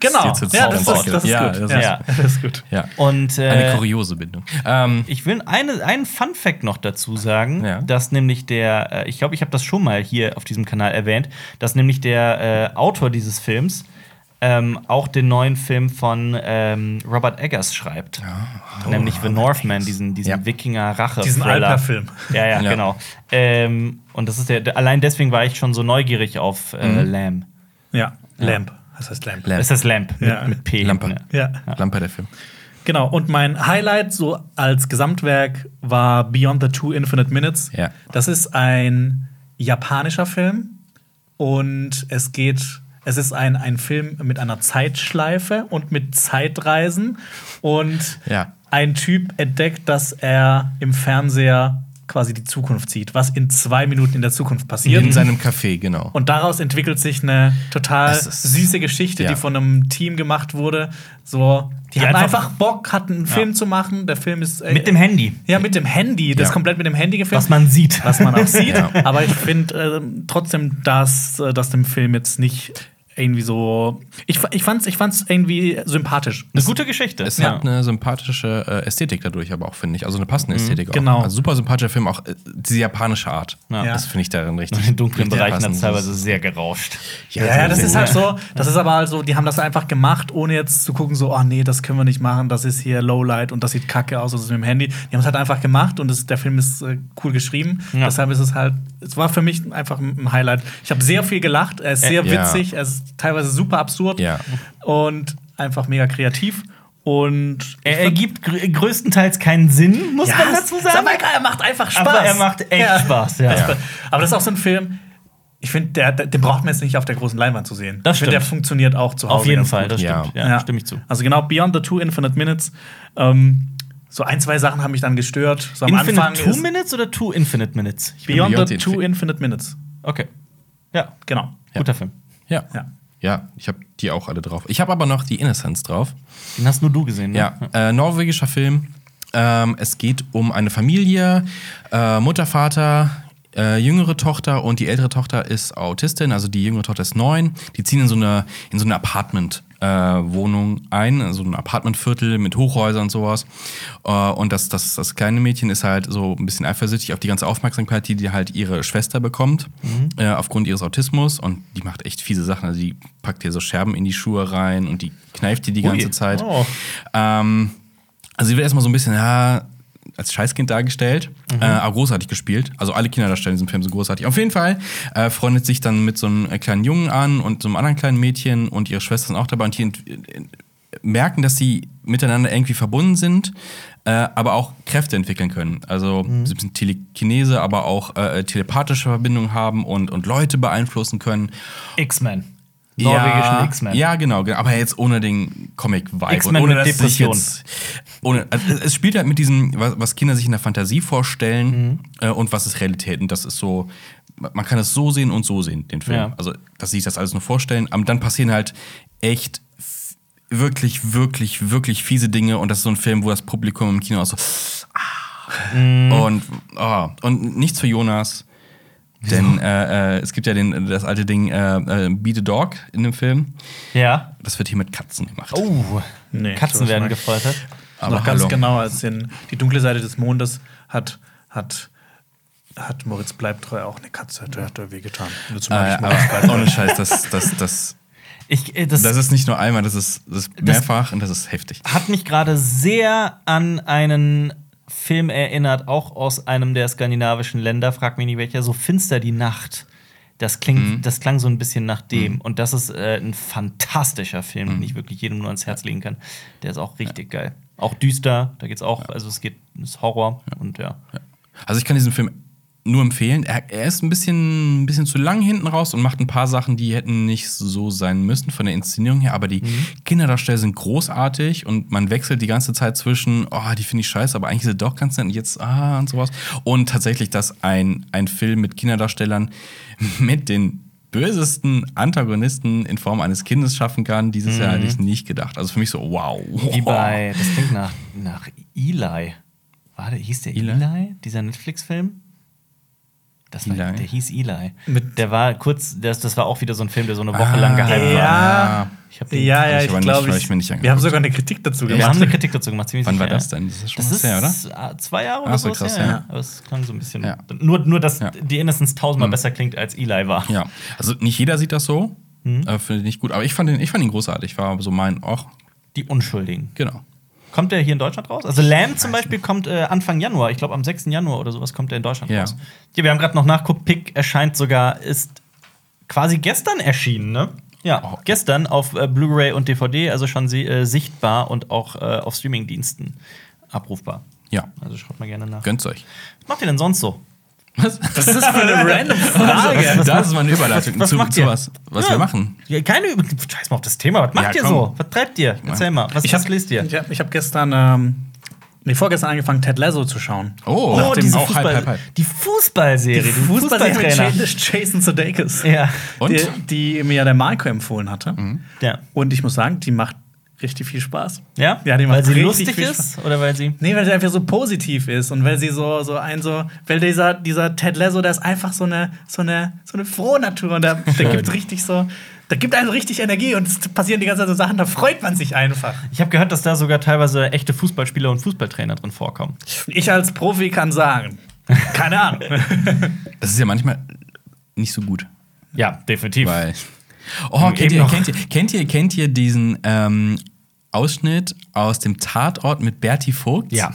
[SPEAKER 2] Genau.
[SPEAKER 3] Das ist jetzt
[SPEAKER 2] Ja,
[SPEAKER 3] ein
[SPEAKER 2] das ist,
[SPEAKER 3] Soundtrack.
[SPEAKER 2] das ist
[SPEAKER 3] Ja,
[SPEAKER 2] gut.
[SPEAKER 3] das
[SPEAKER 1] ist-
[SPEAKER 2] ja, das ist gut.
[SPEAKER 3] Ja.
[SPEAKER 1] Und, äh,
[SPEAKER 3] Eine kuriose Bindung. Ähm,
[SPEAKER 1] Ich will eine, einen Fun Fact noch dazu sagen,
[SPEAKER 3] Ja.
[SPEAKER 1] dass nämlich der, äh, ich glaube, ich habe das schon mal hier auf diesem Kanal erwähnt, dass nämlich der äh, Autor dieses Films ähm, auch den neuen Film von ähm, Robert Eggers schreibt.
[SPEAKER 3] Ah,
[SPEAKER 1] nämlich The Northman, diesen, diesen
[SPEAKER 3] oh, Ja.
[SPEAKER 1] Wikinger-Rache.
[SPEAKER 2] Diesen
[SPEAKER 1] Thriller.
[SPEAKER 2] Alper-Film.
[SPEAKER 1] Ja, ja,
[SPEAKER 3] Ja.
[SPEAKER 1] genau. Ähm, und das ist der, allein deswegen war ich schon so neugierig auf äh,
[SPEAKER 3] Mhm.
[SPEAKER 1] Lamb.
[SPEAKER 2] Ja, Lamp. Das heißt Lamp.
[SPEAKER 3] Lamp.
[SPEAKER 1] Es ist Lamp mit,
[SPEAKER 2] Ja.
[SPEAKER 1] mit P.
[SPEAKER 3] Lampe.
[SPEAKER 1] hinten,
[SPEAKER 2] Ja.
[SPEAKER 3] Lampe der Film.
[SPEAKER 2] Genau, und mein Highlight so als Gesamtwerk war Beyond the Two Infinite Minutes.
[SPEAKER 3] Ja.
[SPEAKER 2] Das ist ein japanischer Film und es geht, es ist ein, ein Film mit einer Zeitschleife und mit Zeitreisen und
[SPEAKER 3] Ja.
[SPEAKER 2] ein Typ entdeckt, dass er im Fernseher quasi die Zukunft sieht, was in zwei Minuten in der Zukunft passiert.
[SPEAKER 3] In seinem Café, genau.
[SPEAKER 2] Und daraus entwickelt sich eine total
[SPEAKER 3] Das ist-
[SPEAKER 2] süße Geschichte,
[SPEAKER 3] ja.
[SPEAKER 2] die von einem Team gemacht wurde. So,
[SPEAKER 1] Die
[SPEAKER 2] die, hatten
[SPEAKER 1] einfach-
[SPEAKER 2] einfach, Bock, hatten einen Film zu machen. Der Film ist äh,
[SPEAKER 1] Mit dem Handy,
[SPEAKER 2] ja mit dem Handy, das
[SPEAKER 3] Ja.
[SPEAKER 2] ist komplett mit dem Handy gefilmt,
[SPEAKER 1] was man sieht.
[SPEAKER 2] was man auch sieht.
[SPEAKER 3] Ja.
[SPEAKER 2] Aber ich finde ähm, trotzdem, dass äh, das dem Film jetzt nicht irgendwie so. Ich, fa- ich fand's, ich fand's irgendwie sympathisch.
[SPEAKER 1] Eine gute Geschichte.
[SPEAKER 3] Es
[SPEAKER 1] Ja.
[SPEAKER 3] hat eine sympathische äh, Ästhetik dadurch, aber auch, finde ich. Also eine passende Ästhetik auch.
[SPEAKER 2] genau.
[SPEAKER 3] Also super sympathischer Film, auch äh, diese japanische Art.
[SPEAKER 1] Ja.
[SPEAKER 3] Das finde ich darin richtig.
[SPEAKER 1] In den dunklen
[SPEAKER 3] richtig
[SPEAKER 1] Bereichen hat es
[SPEAKER 3] passend.
[SPEAKER 1] teilweise sehr gerauscht.
[SPEAKER 2] Ja, ja, das ist halt so, das ist aber halt so, die haben das einfach gemacht, ohne jetzt zu gucken, so, oh nee, das können wir nicht machen, das ist hier Lowlight und das sieht kacke aus und das ist mit dem Handy. Die haben es halt einfach gemacht und es, der Film ist äh, cool geschrieben.
[SPEAKER 1] Ja.
[SPEAKER 2] Deshalb ist es halt, es war für mich einfach ein ein Highlight. Ich habe sehr viel gelacht, er ist sehr
[SPEAKER 3] Äh, ja.
[SPEAKER 2] witzig, er ist teilweise super absurd
[SPEAKER 3] Ja.
[SPEAKER 2] und einfach mega kreativ. Und
[SPEAKER 1] Er ergibt gr größtenteils keinen Sinn, muss man dazu
[SPEAKER 2] ist
[SPEAKER 1] sagen.
[SPEAKER 2] aber egal, er macht einfach Spaß.
[SPEAKER 1] Aber er macht echt Spaß, ja.
[SPEAKER 2] Also, Aber das ist auch so ein Film, ich finde, der, der, den braucht man jetzt nicht auf der großen Leinwand zu sehen.
[SPEAKER 1] Das
[SPEAKER 2] ich
[SPEAKER 1] stimmt.
[SPEAKER 2] finde, der funktioniert auch zu Hause.
[SPEAKER 1] Auf jeden
[SPEAKER 2] ganz
[SPEAKER 1] Fall,
[SPEAKER 2] gut.
[SPEAKER 1] das
[SPEAKER 3] Ja.
[SPEAKER 1] stimmt. Ja, stimme ich zu.
[SPEAKER 2] Also genau, Beyond the Two Infinite Minutes. Ähm, so ein, zwei Sachen haben mich dann gestört. So am
[SPEAKER 1] Infinite
[SPEAKER 2] Anfang
[SPEAKER 1] Two
[SPEAKER 2] ist
[SPEAKER 1] Minutes oder Two Infinite Minutes? Ich bin-
[SPEAKER 2] Beyond,
[SPEAKER 3] Beyond
[SPEAKER 2] the
[SPEAKER 3] the
[SPEAKER 2] Two
[SPEAKER 3] Infi-
[SPEAKER 2] Infinite Minutes.
[SPEAKER 1] Okay. Ja,
[SPEAKER 2] Genau.
[SPEAKER 1] guter Film.
[SPEAKER 3] Ja.
[SPEAKER 2] Ja.
[SPEAKER 3] Ja, ich habe die auch alle drauf. Ich habe aber noch die Innocence drauf.
[SPEAKER 1] Den hast nur du gesehen, ne?
[SPEAKER 3] Ja, äh, norwegischer Film. Ähm, es geht um eine Familie, äh, Mutter, Vater, äh, jüngere Tochter und die ältere Tochter ist Autistin, also die jüngere Tochter ist neun. Die ziehen in so eine, in so eine Apartment. äh, Wohnung ein, in so ein Apartmentviertel mit Hochhäusern und sowas. Äh, Und das, das, das kleine Mädchen ist halt so ein bisschen eifersüchtig auf die ganze Aufmerksamkeit, die, die halt ihre Schwester bekommt, äh, aufgrund ihres Autismus. Und die macht echt fiese Sachen. Also die packt ihr so Scherben in die Schuhe rein und die kneift die die ganze Zeit.
[SPEAKER 1] Oh.
[SPEAKER 3] Ähm, also sie wird erstmal so ein bisschen ja, als Scheißkind dargestellt,
[SPEAKER 1] Mhm.
[SPEAKER 3] äh, aber großartig gespielt. Also alle Kinderdarsteller in diesem Film sind großartig. Auf jeden Fall äh, freundet sich dann mit so einem äh, kleinen Jungen an und so einem anderen kleinen Mädchen und ihre Schwestern auch dabei und die ent- äh, merken, dass sie miteinander irgendwie verbunden sind, äh, aber auch Kräfte entwickeln können. Also
[SPEAKER 1] Mhm.
[SPEAKER 3] so ein bisschen Telekinese, aber auch äh, telepathische Verbindungen haben und, und Leute beeinflussen können.
[SPEAKER 1] X-Men. Norwegischen
[SPEAKER 3] Ja,
[SPEAKER 1] X-Men.
[SPEAKER 3] Ja, genau, genau. aber jetzt ohne den Comic-Vibe.
[SPEAKER 1] X-Men
[SPEAKER 3] und ohne,
[SPEAKER 1] mit
[SPEAKER 3] dass sich
[SPEAKER 1] Depression.
[SPEAKER 3] Jetzt, ohne, also, es spielt halt mit diesem, was, was Kinder sich in der Fantasie
[SPEAKER 1] Mhm.
[SPEAKER 3] vorstellen äh, und was ist Realität. Und das ist so, man kann es so sehen und so sehen, den Film.
[SPEAKER 1] Ja.
[SPEAKER 3] Also, dass sie sich das alles nur vorstellen. Aber dann passieren halt echt f- wirklich, wirklich, wirklich fiese Dinge. Und das ist so ein Film, wo das Publikum im Kino auch so.
[SPEAKER 1] Mhm.
[SPEAKER 3] Ah, und, oh, und nichts für Jonas. Denn äh, äh, es gibt ja den, das alte Ding äh, äh, Beat a Dog in dem Film.
[SPEAKER 1] Ja.
[SPEAKER 3] Das wird hier mit Katzen gemacht.
[SPEAKER 1] Oh.
[SPEAKER 2] Nee,
[SPEAKER 1] Katzen
[SPEAKER 2] sowas
[SPEAKER 1] werden
[SPEAKER 2] mag ich.
[SPEAKER 1] gefoltert.
[SPEAKER 3] Aber
[SPEAKER 2] noch ganz
[SPEAKER 3] hallo.
[SPEAKER 2] genau, als in Die dunkle Seite des Mondes hat, hat, hat Moritz Bleibtreu auch eine Katze, der hat er wehgetan. Und dazu
[SPEAKER 3] Äh,
[SPEAKER 2] mag ich Moritz
[SPEAKER 3] aber ohne Scheiß, das, das, das,
[SPEAKER 1] Ich, äh, das,
[SPEAKER 3] das ist nicht nur einmal, das ist, das ist mehrfach und das ist heftig.
[SPEAKER 1] hat mich gerade sehr an einen Film erinnert, auch aus einem der skandinavischen Länder, frag mich nicht welcher, so finster die Nacht. Das, klingt, das klang so ein bisschen nach dem. Und das ist äh, ein fantastischer Film, den ich wirklich jedem nur ans Herz legen kann. Der ist auch richtig geil. Auch düster, da geht's auch, also es geht, ist Horror und ja.
[SPEAKER 3] Also ich kann diesen Film nur empfehlen. Er, er ist ein bisschen, ein bisschen zu lang hinten raus und macht ein paar Sachen, die hätten nicht so sein müssen von der Inszenierung her. Aber die
[SPEAKER 1] Mhm.
[SPEAKER 3] Kinderdarsteller sind großartig und man wechselt die ganze Zeit zwischen, oh, die finde ich scheiße, aber eigentlich sind sie doch ganz nett und jetzt, ah, und sowas. Und tatsächlich, dass ein, ein Film mit Kinderdarstellern mit den bösesten Antagonisten in Form eines Kindes schaffen kann, dieses Jahr hätte ich nicht gedacht. Also für mich so, wow.
[SPEAKER 1] Mhm. Wie bei, das klingt nach, nach Eli. Warte, hieß der Eli?
[SPEAKER 3] Eli?
[SPEAKER 1] Dieser Netflix-Film? Das war,
[SPEAKER 3] Eli?
[SPEAKER 1] der hieß Eli.
[SPEAKER 2] Mit-
[SPEAKER 1] der war kurz, das, das war auch wieder so ein Film, der so eine
[SPEAKER 3] Ah,
[SPEAKER 1] Woche lang geheim war.
[SPEAKER 2] ja,
[SPEAKER 1] Ich hab den-
[SPEAKER 2] ja,
[SPEAKER 3] hab
[SPEAKER 2] ja,
[SPEAKER 3] ich
[SPEAKER 2] ich
[SPEAKER 3] aber nicht-
[SPEAKER 2] glaube,
[SPEAKER 3] hab ich mir nicht
[SPEAKER 2] wir haben sogar eine Kritik dazu
[SPEAKER 1] Wir haben
[SPEAKER 2] gemacht.
[SPEAKER 1] eine Kritik dazu gemacht. Ziemlich
[SPEAKER 3] Wann war
[SPEAKER 1] sicher,
[SPEAKER 3] das
[SPEAKER 1] ja.
[SPEAKER 3] denn? Das ist schon
[SPEAKER 1] Das
[SPEAKER 3] was
[SPEAKER 1] ist
[SPEAKER 3] her, oder?
[SPEAKER 1] ah, zwei Jahre oder
[SPEAKER 3] Ach so,
[SPEAKER 1] sowas
[SPEAKER 3] krass,
[SPEAKER 1] her,
[SPEAKER 3] ja.
[SPEAKER 1] ja. Aber es klang so ein bisschen.
[SPEAKER 3] Ja.
[SPEAKER 1] Nur, nur, dass
[SPEAKER 3] Ja. Mhm.
[SPEAKER 1] die Innocence tausendmal besser klingt als Eli war.
[SPEAKER 3] Ja, also nicht jeder sieht das so.
[SPEAKER 1] Mhm.
[SPEAKER 3] Äh, Finde ich nicht gut. Aber ich fand ihn, ich fand ihn großartig. War so mein, ach,
[SPEAKER 1] Die Unschuldigen.
[SPEAKER 3] genau.
[SPEAKER 1] Kommt der hier in Deutschland raus? Also Lamb zum Beispiel kommt äh, Anfang Januar. Ich glaube, am 6. Januar oder sowas kommt der in Deutschland
[SPEAKER 3] Ja.
[SPEAKER 1] raus. Ja, wir haben gerade noch nachguckt. Pick erscheint sogar, ist quasi gestern erschienen, ne? Ja,
[SPEAKER 3] Oh.
[SPEAKER 1] gestern auf äh, Blu-ray und DVD, also schon sie- äh, sichtbar und auch äh, auf Streamingdiensten abrufbar.
[SPEAKER 3] Ja,
[SPEAKER 1] Also schaut mal gerne nach.
[SPEAKER 3] gönnt's euch.
[SPEAKER 1] Was macht ihr denn sonst so?
[SPEAKER 3] Was?
[SPEAKER 2] Das ist eine random
[SPEAKER 3] Also, das ist meine Überleitung
[SPEAKER 1] Was- was
[SPEAKER 3] zu,
[SPEAKER 1] macht
[SPEAKER 3] zu
[SPEAKER 1] ihr?
[SPEAKER 3] was, was
[SPEAKER 1] Ja.
[SPEAKER 3] wir machen.
[SPEAKER 1] Ja, keine Übung. Scheiß mal auf das Thema. Was macht
[SPEAKER 3] Ja,
[SPEAKER 1] ihr
[SPEAKER 3] komm.
[SPEAKER 1] so? Was treibt ihr? Erzähl mal. Was,
[SPEAKER 2] Ich hab-
[SPEAKER 1] was lest ihr?
[SPEAKER 2] Ich habe ich hab gestern ähm, nee, vorgestern angefangen, Ted Lasso zu schauen.
[SPEAKER 3] Oh,
[SPEAKER 1] Oh,
[SPEAKER 3] nach dem
[SPEAKER 1] diese
[SPEAKER 3] auch
[SPEAKER 1] Fußball
[SPEAKER 3] halb, halb, halb.
[SPEAKER 1] die Fußballserie, halt. die Fußballtrainer.
[SPEAKER 2] Fußballtrainer Jason Sudeikis.
[SPEAKER 1] Ja.
[SPEAKER 3] Und?
[SPEAKER 2] Die, die mir ja der Marco empfohlen hatte.
[SPEAKER 1] Ja.
[SPEAKER 2] Und ich muss sagen, die macht richtig viel Spaß.
[SPEAKER 1] Ja?
[SPEAKER 2] Ja, die macht
[SPEAKER 1] weil sie
[SPEAKER 2] richtig
[SPEAKER 1] lustig
[SPEAKER 2] viel
[SPEAKER 1] ist oder weil sie
[SPEAKER 2] Nee, weil sie einfach so positiv ist und weil sie so, so ein so, weil dieser, dieser Ted Lasso, der ist einfach so eine, so eine, so eine frohe Natur und da, da gibt richtig so, da gibt einem richtig Energie und es passieren die ganze Zeit so Sachen, da freut man sich einfach.
[SPEAKER 1] Ich habe gehört, dass da sogar teilweise echte Fußballspieler und Fußballtrainer drin vorkommen.
[SPEAKER 2] Ich als Profi kann sagen, keine Ahnung.
[SPEAKER 3] Das ist ja manchmal nicht so gut.
[SPEAKER 1] Ja, definitiv.
[SPEAKER 3] Weil. Oh,
[SPEAKER 1] Eben
[SPEAKER 3] kennt ihr,
[SPEAKER 1] noch.
[SPEAKER 3] kennt, ihr, kennt, ihr, kennt ihr diesen ähm, Ausschnitt aus dem Tatort mit Berti Vogt?
[SPEAKER 1] Ja.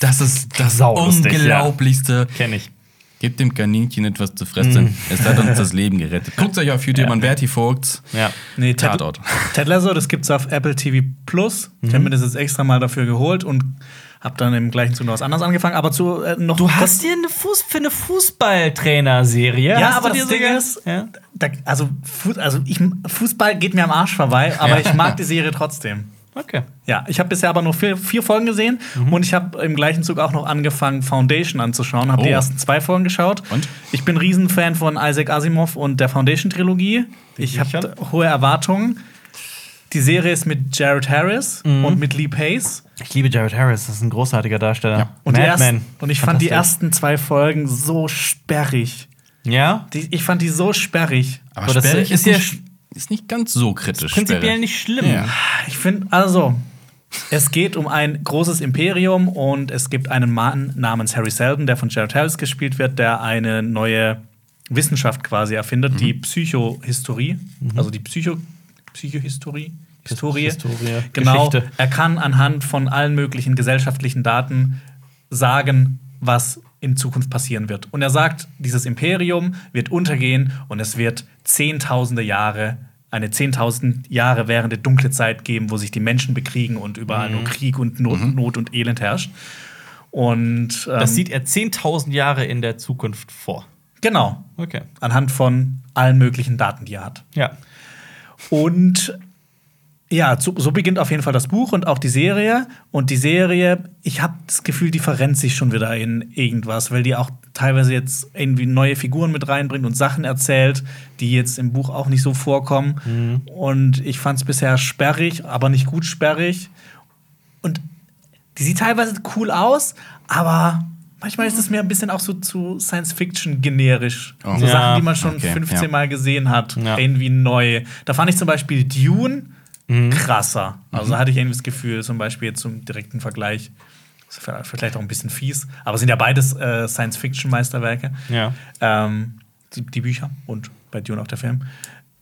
[SPEAKER 3] Das ist das
[SPEAKER 1] Saulustig,
[SPEAKER 3] Unglaublichste.
[SPEAKER 1] Kenne ich.
[SPEAKER 3] Gebt dem Kaninchen etwas zu fressen.
[SPEAKER 1] Mhm.
[SPEAKER 3] Es hat uns das Leben gerettet. Guckt euch auf YouTube an Berti Vogt.
[SPEAKER 1] Ja.
[SPEAKER 2] Nee, Ted,
[SPEAKER 3] Tatort.
[SPEAKER 2] Ted Lasso, das gibt's auf Apple TV Plus. Ich habe mir das jetzt extra mal dafür geholt und habe dann im gleichen Zug noch was anderes angefangen, aber zu äh, noch
[SPEAKER 1] Du hast dir eine Fuß für eine Fußballtrainer-Serie.
[SPEAKER 2] Ja,
[SPEAKER 1] hast
[SPEAKER 2] aber
[SPEAKER 1] du dir
[SPEAKER 2] das Ding
[SPEAKER 1] sogar-
[SPEAKER 2] ist,
[SPEAKER 1] Ja.
[SPEAKER 2] da, also, Fu also ich, Fußball geht mir am Arsch vorbei, aber
[SPEAKER 3] Ja.
[SPEAKER 2] ich mag die Serie trotzdem.
[SPEAKER 1] Okay.
[SPEAKER 2] Ja, ich habe bisher aber nur vier, vier Folgen gesehen und ich habe im gleichen Zug auch noch angefangen, Foundation anzuschauen. Habe die
[SPEAKER 3] Oh.
[SPEAKER 2] ersten zwei Folgen geschaut.
[SPEAKER 3] Und?
[SPEAKER 2] Ich bin Riesenfan von Isaac Asimov und der Foundation-Trilogie. Ich habe
[SPEAKER 1] Büchern?
[SPEAKER 2] hohe Erwartungen. Die Serie ist mit Jared Harris und mit Lee Pace.
[SPEAKER 1] Ich liebe Jared Harris, das ist ein großartiger Darsteller. Ja.
[SPEAKER 2] Und, die ersten, und ich fand die ersten zwei Folgen so sperrig.
[SPEAKER 1] Ja?
[SPEAKER 2] Die, ich fand die so sperrig.
[SPEAKER 3] Aber
[SPEAKER 1] So, das
[SPEAKER 3] sperrig
[SPEAKER 1] ist
[SPEAKER 3] ist,
[SPEAKER 1] ja
[SPEAKER 3] nicht, ist nicht ganz so kritisch.
[SPEAKER 1] Prinzipiell
[SPEAKER 3] Sperre.
[SPEAKER 1] nicht schlimm.
[SPEAKER 3] Ja.
[SPEAKER 2] Ich finde, also, es geht um ein großes Imperium und es gibt einen Mann namens Harry Seldon, der von Jared Harris gespielt wird, der eine neue Wissenschaft quasi erfindet,
[SPEAKER 1] Mhm.
[SPEAKER 2] die Psychohistorie, also die Psycho Psychohistorie. Historie.
[SPEAKER 1] Historie,
[SPEAKER 2] Genau.
[SPEAKER 1] Geschichte.
[SPEAKER 2] Er kann anhand von allen möglichen gesellschaftlichen Daten sagen, was in Zukunft passieren wird. Und er sagt, dieses Imperium wird untergehen und es wird zehntausende Jahre, eine zehntausend Jahre währende dunkle Zeit geben, wo sich die Menschen bekriegen und überall
[SPEAKER 1] Mhm.
[SPEAKER 2] nur Krieg und Not, Not und Elend herrscht. Und ähm,
[SPEAKER 1] Das sieht er 10.000 Jahre in der Zukunft vor.
[SPEAKER 2] genau
[SPEAKER 1] Okay.
[SPEAKER 2] anhand von allen möglichen Daten, die er hat.
[SPEAKER 1] Ja.
[SPEAKER 2] Und ja, so, so beginnt auf jeden Fall das Buch und auch die Serie. Und die Serie, ich habe das Gefühl, die verrennt sich schon wieder in irgendwas, weil die auch teilweise jetzt irgendwie neue Figuren mit reinbringt und Sachen erzählt, die jetzt im Buch auch nicht so vorkommen. Und ich fand es bisher sperrig, aber nicht gut sperrig. Und die sieht teilweise cool aus, aber manchmal ist es mir ein bisschen auch so zu Science-Fiction generisch.
[SPEAKER 3] Mhm. Oh.
[SPEAKER 2] So
[SPEAKER 1] Ja,
[SPEAKER 2] Sachen, die man schon
[SPEAKER 3] okay,
[SPEAKER 2] 15
[SPEAKER 3] ja.
[SPEAKER 2] Mal gesehen hat,
[SPEAKER 1] Ja.
[SPEAKER 2] irgendwie neu. Da fand ich zum Beispiel Dune
[SPEAKER 1] Mhm.
[SPEAKER 2] krasser. Also hatte ich irgendwie das Gefühl, zum Beispiel jetzt zum direkten Vergleich, ist vielleicht auch ein bisschen fies, aber es sind ja beides äh, Science-Fiction-Meisterwerke.
[SPEAKER 1] Ja.
[SPEAKER 2] Ähm, die, die Bücher und bei Dune auch der Film,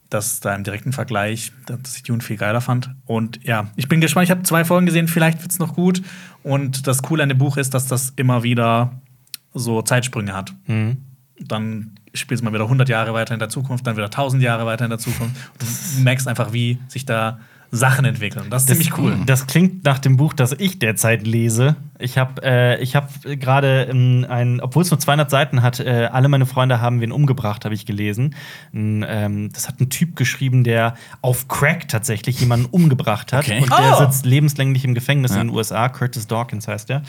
[SPEAKER 2] dass da im direkten Vergleich, dass ich Dune viel geiler fand. Und ja, ich bin gespannt. Ich habe zwei Folgen gesehen, vielleicht wird es noch gut. Und das Coole an dem Buch ist, dass das immer wieder so Zeitsprünge hat. Dann spielt es mal wieder 100 Jahre weiter in der Zukunft, dann wieder 1000 Jahre weiter in der Zukunft. Du merkst einfach, wie sich da Sachen entwickeln. Das ist ziemlich cool.
[SPEAKER 1] Das klingt nach dem Buch, das ich derzeit lese. Ich habe äh, ich hab gerade ähm, ein, obwohl es nur 200 Seiten hat, äh, alle meine Freunde haben wen umgebracht, habe ich gelesen. Ein, ähm, das hat ein Typ geschrieben, der auf Crack tatsächlich jemanden umgebracht hat.
[SPEAKER 3] Okay.
[SPEAKER 1] Und der
[SPEAKER 2] Oh!
[SPEAKER 1] sitzt lebenslänglich im Gefängnis
[SPEAKER 3] Ja.
[SPEAKER 1] in den USA. Curtis Dawkins heißt er.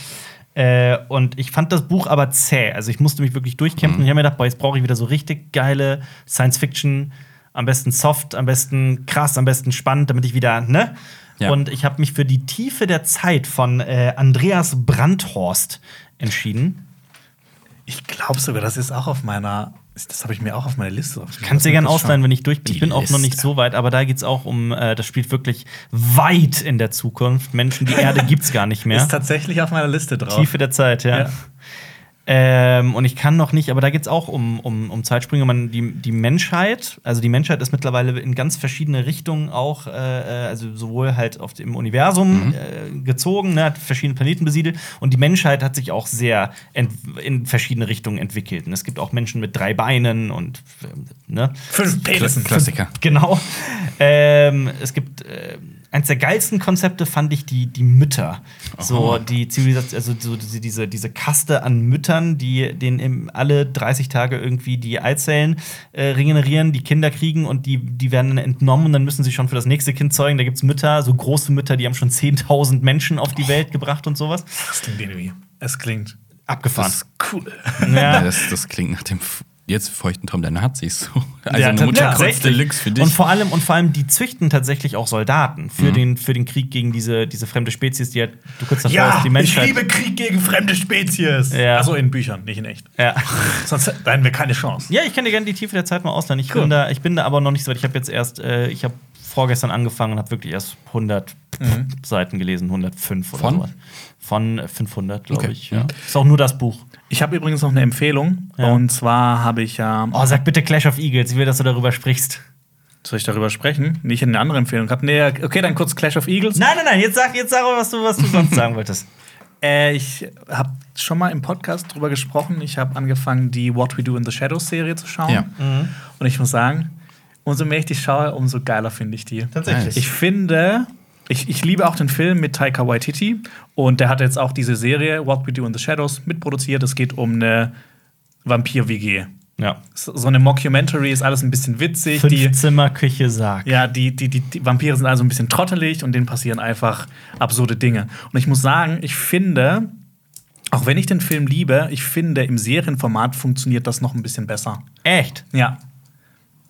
[SPEAKER 1] Äh, und ich fand das Buch aber zäh. Also ich musste mich wirklich durchkämpfen.
[SPEAKER 3] Mhm.
[SPEAKER 1] Ich habe mir gedacht, boah, jetzt brauche ich wieder so richtig geile Science-Fiction. Am besten soft, am besten krass, am besten spannend, damit ich wieder, ne?
[SPEAKER 3] Ja.
[SPEAKER 1] Und ich habe mich für die Tiefe der Zeit von äh, Andreas Brandhorst entschieden.
[SPEAKER 2] Ich glaube sogar, das ist auch auf meiner. Das habe ich mir auch auf meine Liste aufgeschrieben.
[SPEAKER 1] Kannst dir
[SPEAKER 2] Das
[SPEAKER 1] gerne
[SPEAKER 2] muss ich schauen.
[SPEAKER 1] ausleihen, wenn ich durch bin.
[SPEAKER 3] Die
[SPEAKER 1] Ich bin auch noch nicht
[SPEAKER 3] Liste.
[SPEAKER 1] so weit, aber da geht es auch um, äh, das spielt wirklich weit in der Zukunft. Menschen, die Erde gibt's gar nicht mehr.
[SPEAKER 2] Ist tatsächlich auf meiner Liste drauf.
[SPEAKER 1] Tiefe der Zeit, ja.
[SPEAKER 2] Ja.
[SPEAKER 1] Ähm, und ich kann noch nicht, aber da geht es auch um, um, um Zeitsprünge. Man, die, die Menschheit, also die Menschheit ist mittlerweile in ganz verschiedene Richtungen auch, äh, äh, also sowohl halt auf dem Universum äh, gezogen, ne, hat verschiedene Planeten besiedelt und die Menschheit hat sich auch sehr ent- in verschiedene Richtungen entwickelt. Und es gibt auch Menschen mit drei Beinen und äh, ne?
[SPEAKER 2] Fünf
[SPEAKER 3] Kla
[SPEAKER 2] Penissen.
[SPEAKER 3] Klassiker.
[SPEAKER 1] Genau. Ähm, es gibt äh, eins der geilsten Konzepte fand ich die, die Mütter. So die Zivilisation, also so diese, diese, diese Kaste an Müttern, die den im, alle 30 Tage irgendwie die Eizellen äh, regenerieren, die Kinder kriegen und die, die werden dann entnommen und dann müssen sie schon für das nächste Kind zeugen. Da gibt es Mütter, so große Mütter, die haben schon 10.000 Menschen auf die Welt gebracht und sowas.
[SPEAKER 2] Es klingt irgendwie. Es klingt.
[SPEAKER 1] Abgefahren.
[SPEAKER 3] Das ist cool.
[SPEAKER 1] Ja.
[SPEAKER 3] Ja, das, das klingt nach dem f- jetzt feuchten Traum der Nazis. So. Also
[SPEAKER 1] Ja,
[SPEAKER 3] eine Mutter
[SPEAKER 1] tatsächlich.
[SPEAKER 3] kurz Deluxe für dich.
[SPEAKER 1] Und vor allem, und vor allem, die züchten tatsächlich auch Soldaten für, den, für den Krieg gegen diese, diese fremde Spezies, die halt, du kurz davor ist, die Menschheit.
[SPEAKER 2] Krieg gegen fremde Spezies.
[SPEAKER 1] Ja.
[SPEAKER 2] Also in Büchern, nicht in echt.
[SPEAKER 1] ja.
[SPEAKER 2] Sonst hätten wir keine Chance.
[SPEAKER 1] ja, ich kann dir gerne die Tiefe der Zeit mal ausleihen. Ich,
[SPEAKER 2] Cool.
[SPEAKER 1] bin, da, ich bin da aber noch nicht so weit. Ich habe jetzt erst, äh, ich habe vorgestern angefangen und habe wirklich erst 100 Seiten gelesen, 105 oder
[SPEAKER 3] Von?
[SPEAKER 1] sowas. Von äh, 500, glaube
[SPEAKER 3] Okay.
[SPEAKER 1] ich. Ja. Ist auch nur das Buch.
[SPEAKER 2] Ich habe übrigens noch eine Empfehlung.
[SPEAKER 1] Ja.
[SPEAKER 2] Und zwar habe ich ähm, ja.
[SPEAKER 1] Oh, sag bitte Clash of Eagles, ich will, dass du darüber sprichst.
[SPEAKER 2] Soll ich darüber sprechen? Nicht eine andere Empfehlung gehabt. Nee, okay, dann kurz Clash of Eagles.
[SPEAKER 1] Nein, nein, nein, jetzt sag, jetzt sag was du, was du sonst sagen wolltest.
[SPEAKER 2] Äh, ich habe schon mal im Podcast drüber gesprochen. Ich habe angefangen, die What We Do in the Shadows Serie zu schauen.
[SPEAKER 3] Ja.
[SPEAKER 2] Und ich muss sagen, umso mehr ich die schaue, umso geiler finde ich die.
[SPEAKER 1] Tatsächlich.
[SPEAKER 2] Ich finde, ich, ich liebe auch den Film mit Taika Waititi. Und der hat jetzt auch diese Serie What We Do in the Shadows mitproduziert. Es geht um eine Vampir-WG.
[SPEAKER 1] Ja.
[SPEAKER 2] So so eine Mockumentary ist alles ein bisschen witzig. Die,
[SPEAKER 1] Fünf-Zimmer-Küche sagt.
[SPEAKER 2] ja, die, die, die, die Vampire sind also ein bisschen trottelig und denen passieren einfach absurde Dinge. Und ich muss sagen, ich finde, auch wenn ich den Film liebe, ich finde, im Serienformat funktioniert das noch ein bisschen besser.
[SPEAKER 1] Echt?
[SPEAKER 2] Ja.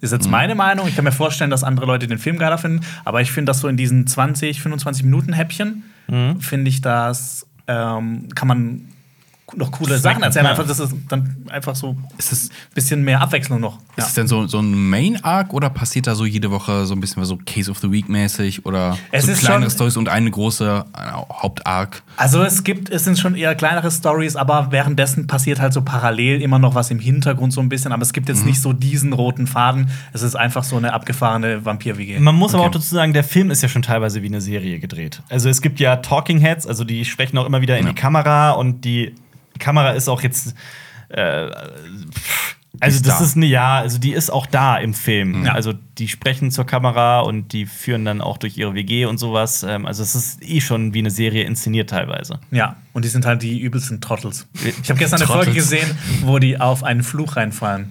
[SPEAKER 2] Ist
[SPEAKER 3] Mhm.
[SPEAKER 2] jetzt meine Meinung. Ich kann mir vorstellen, dass andere Leute den Film geiler finden, aber ich finde das so in diesen 20, 25 Minuten Häppchen,
[SPEAKER 3] Mhm.
[SPEAKER 2] finde ich das, ähm, kann man noch coole
[SPEAKER 1] Snacken,
[SPEAKER 2] Sachen erzählen.
[SPEAKER 1] ja.
[SPEAKER 2] Einfach, das ist dann einfach so ein
[SPEAKER 3] ist es, ist
[SPEAKER 2] bisschen mehr Abwechslung noch. Ja.
[SPEAKER 3] es denn so, so ein Main-Arc oder passiert da so jede Woche so ein bisschen was so Case of the Week-mäßig oder
[SPEAKER 2] Es
[SPEAKER 3] so
[SPEAKER 2] ist
[SPEAKER 3] kleinere
[SPEAKER 2] schon-
[SPEAKER 3] Stories und eine große äh, Haupt-Arc?
[SPEAKER 2] Also es gibt, es sind schon eher kleinere Stories, aber währenddessen passiert halt so parallel immer noch was im Hintergrund so ein bisschen. Aber es gibt jetzt
[SPEAKER 3] Mhm.
[SPEAKER 2] nicht so diesen roten Faden. Es ist einfach so eine abgefahrene Vampir-WG.
[SPEAKER 1] Man muss aber auch
[SPEAKER 3] Okay.
[SPEAKER 1] dazu sagen, der Film ist ja schon teilweise wie eine Serie gedreht. Also es gibt ja Talking Heads, also die sprechen auch immer wieder in
[SPEAKER 3] Ja.
[SPEAKER 1] die Kamera und die Kamera ist auch jetzt. Äh, pff, also
[SPEAKER 3] ist
[SPEAKER 1] das
[SPEAKER 3] da. Mhm.
[SPEAKER 1] ist eine ja, also die ist auch da im Film.
[SPEAKER 2] Ja.
[SPEAKER 1] Also die sprechen zur Kamera und die führen dann auch durch ihre WG und sowas. Ähm, Also es ist eh schon wie eine Serie inszeniert teilweise.
[SPEAKER 2] Ja, und die sind halt die übelsten Trottels. Ich habe gestern eine
[SPEAKER 3] Trottels.
[SPEAKER 2] Folge gesehen, wo die auf einen Fluch reinfallen.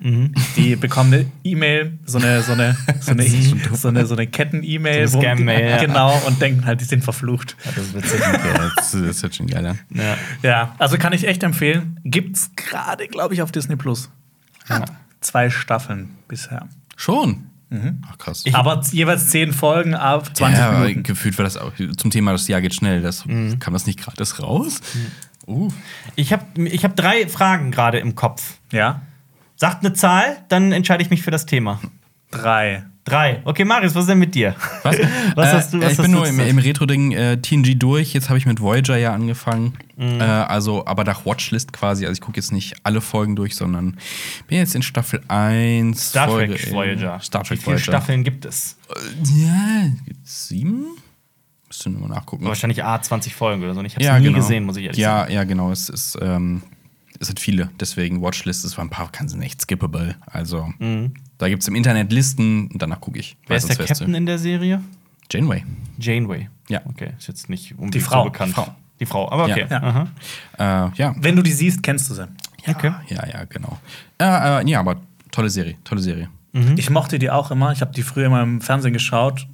[SPEAKER 1] Mhm.
[SPEAKER 2] Die bekommen eine E-Mail, so eine, so eine, so eine, E-, so eine, so eine Ketten-E-Mail,
[SPEAKER 1] So eine
[SPEAKER 2] wo-
[SPEAKER 1] Scam-Mail, ja.
[SPEAKER 2] genau, und denken halt, die sind verflucht.
[SPEAKER 1] Das ist witzig.
[SPEAKER 3] Okay, das, das hört schon geil an.
[SPEAKER 1] ja.
[SPEAKER 2] Ja, also kann ich echt empfehlen. Gibt's gerade, glaube ich, auf Disney Plus. Zwei Staffeln bisher.
[SPEAKER 3] Schon?
[SPEAKER 1] Mhm.
[SPEAKER 3] Ach krass.
[SPEAKER 2] Aber jeweils zehn Folgen ab 20
[SPEAKER 3] ja, aber
[SPEAKER 2] Minuten.
[SPEAKER 3] gefühlt war das auch zum Thema, das Jahr geht schnell. Das,
[SPEAKER 1] Mhm.
[SPEAKER 3] Kam das nicht gratis raus? Uh.
[SPEAKER 1] Ich habe ich hab drei Fragen gerade im Kopf.
[SPEAKER 2] Ja,
[SPEAKER 1] Sagt eine Zahl, dann entscheide ich mich für das Thema.
[SPEAKER 2] drei.
[SPEAKER 1] Drei. Okay, Marius, was ist denn mit dir?
[SPEAKER 3] Was?
[SPEAKER 1] Was
[SPEAKER 3] äh,
[SPEAKER 1] hast du- was
[SPEAKER 3] ich
[SPEAKER 1] hast
[SPEAKER 3] bin
[SPEAKER 1] du
[SPEAKER 3] nur im,
[SPEAKER 1] zu-
[SPEAKER 3] im Retro-Ding äh, TNG durch. Jetzt habe ich mit Voyager ja angefangen.
[SPEAKER 1] Mhm.
[SPEAKER 3] Äh, also, aber nach Watchlist quasi. Also, ich gucke jetzt nicht alle Folgen durch, sondern bin jetzt in Staffel 1.
[SPEAKER 1] Star
[SPEAKER 3] Folge
[SPEAKER 1] Trek
[SPEAKER 3] in-
[SPEAKER 1] Voyager.
[SPEAKER 3] Star Trek
[SPEAKER 1] Wie viele
[SPEAKER 3] Voyager. Äh,
[SPEAKER 1] Staffeln gibt es?
[SPEAKER 3] Ja, gibt's sieben? Müsste nur mal nachgucken. genau.
[SPEAKER 1] Wahrscheinlich A, 20 Folgen oder so. Und Ich habe es nie gesehen, muss ich ehrlich sagen.
[SPEAKER 3] ja, Ja, genau. Es ist. Ähm, es sind viele, deswegen Watchlist, es waren ein paar, kann sind echt skippable. Also, da gibt es im Internet Listen und danach gucke ich.
[SPEAKER 1] Mhm. Wer
[SPEAKER 3] Weil
[SPEAKER 1] ist der
[SPEAKER 3] sonst wär's zu-
[SPEAKER 1] Captain in der Serie?
[SPEAKER 3] Janeway.
[SPEAKER 1] Janeway.
[SPEAKER 3] Ja.
[SPEAKER 1] Okay, ist jetzt nicht unbedingt
[SPEAKER 2] Die Frau.
[SPEAKER 1] so bekannt.
[SPEAKER 3] Frau.
[SPEAKER 1] Die Frau, aber okay.
[SPEAKER 2] Ja.
[SPEAKER 1] Aha.
[SPEAKER 3] Äh, ja.
[SPEAKER 2] Wenn du die siehst, kennst du sie.
[SPEAKER 1] Okay.
[SPEAKER 3] Ja, ja, genau. Äh, äh, ja, aber tolle Serie, tolle Serie.
[SPEAKER 2] Ich mochte die auch immer. Ich habe die früher immer im Fernsehen geschaut.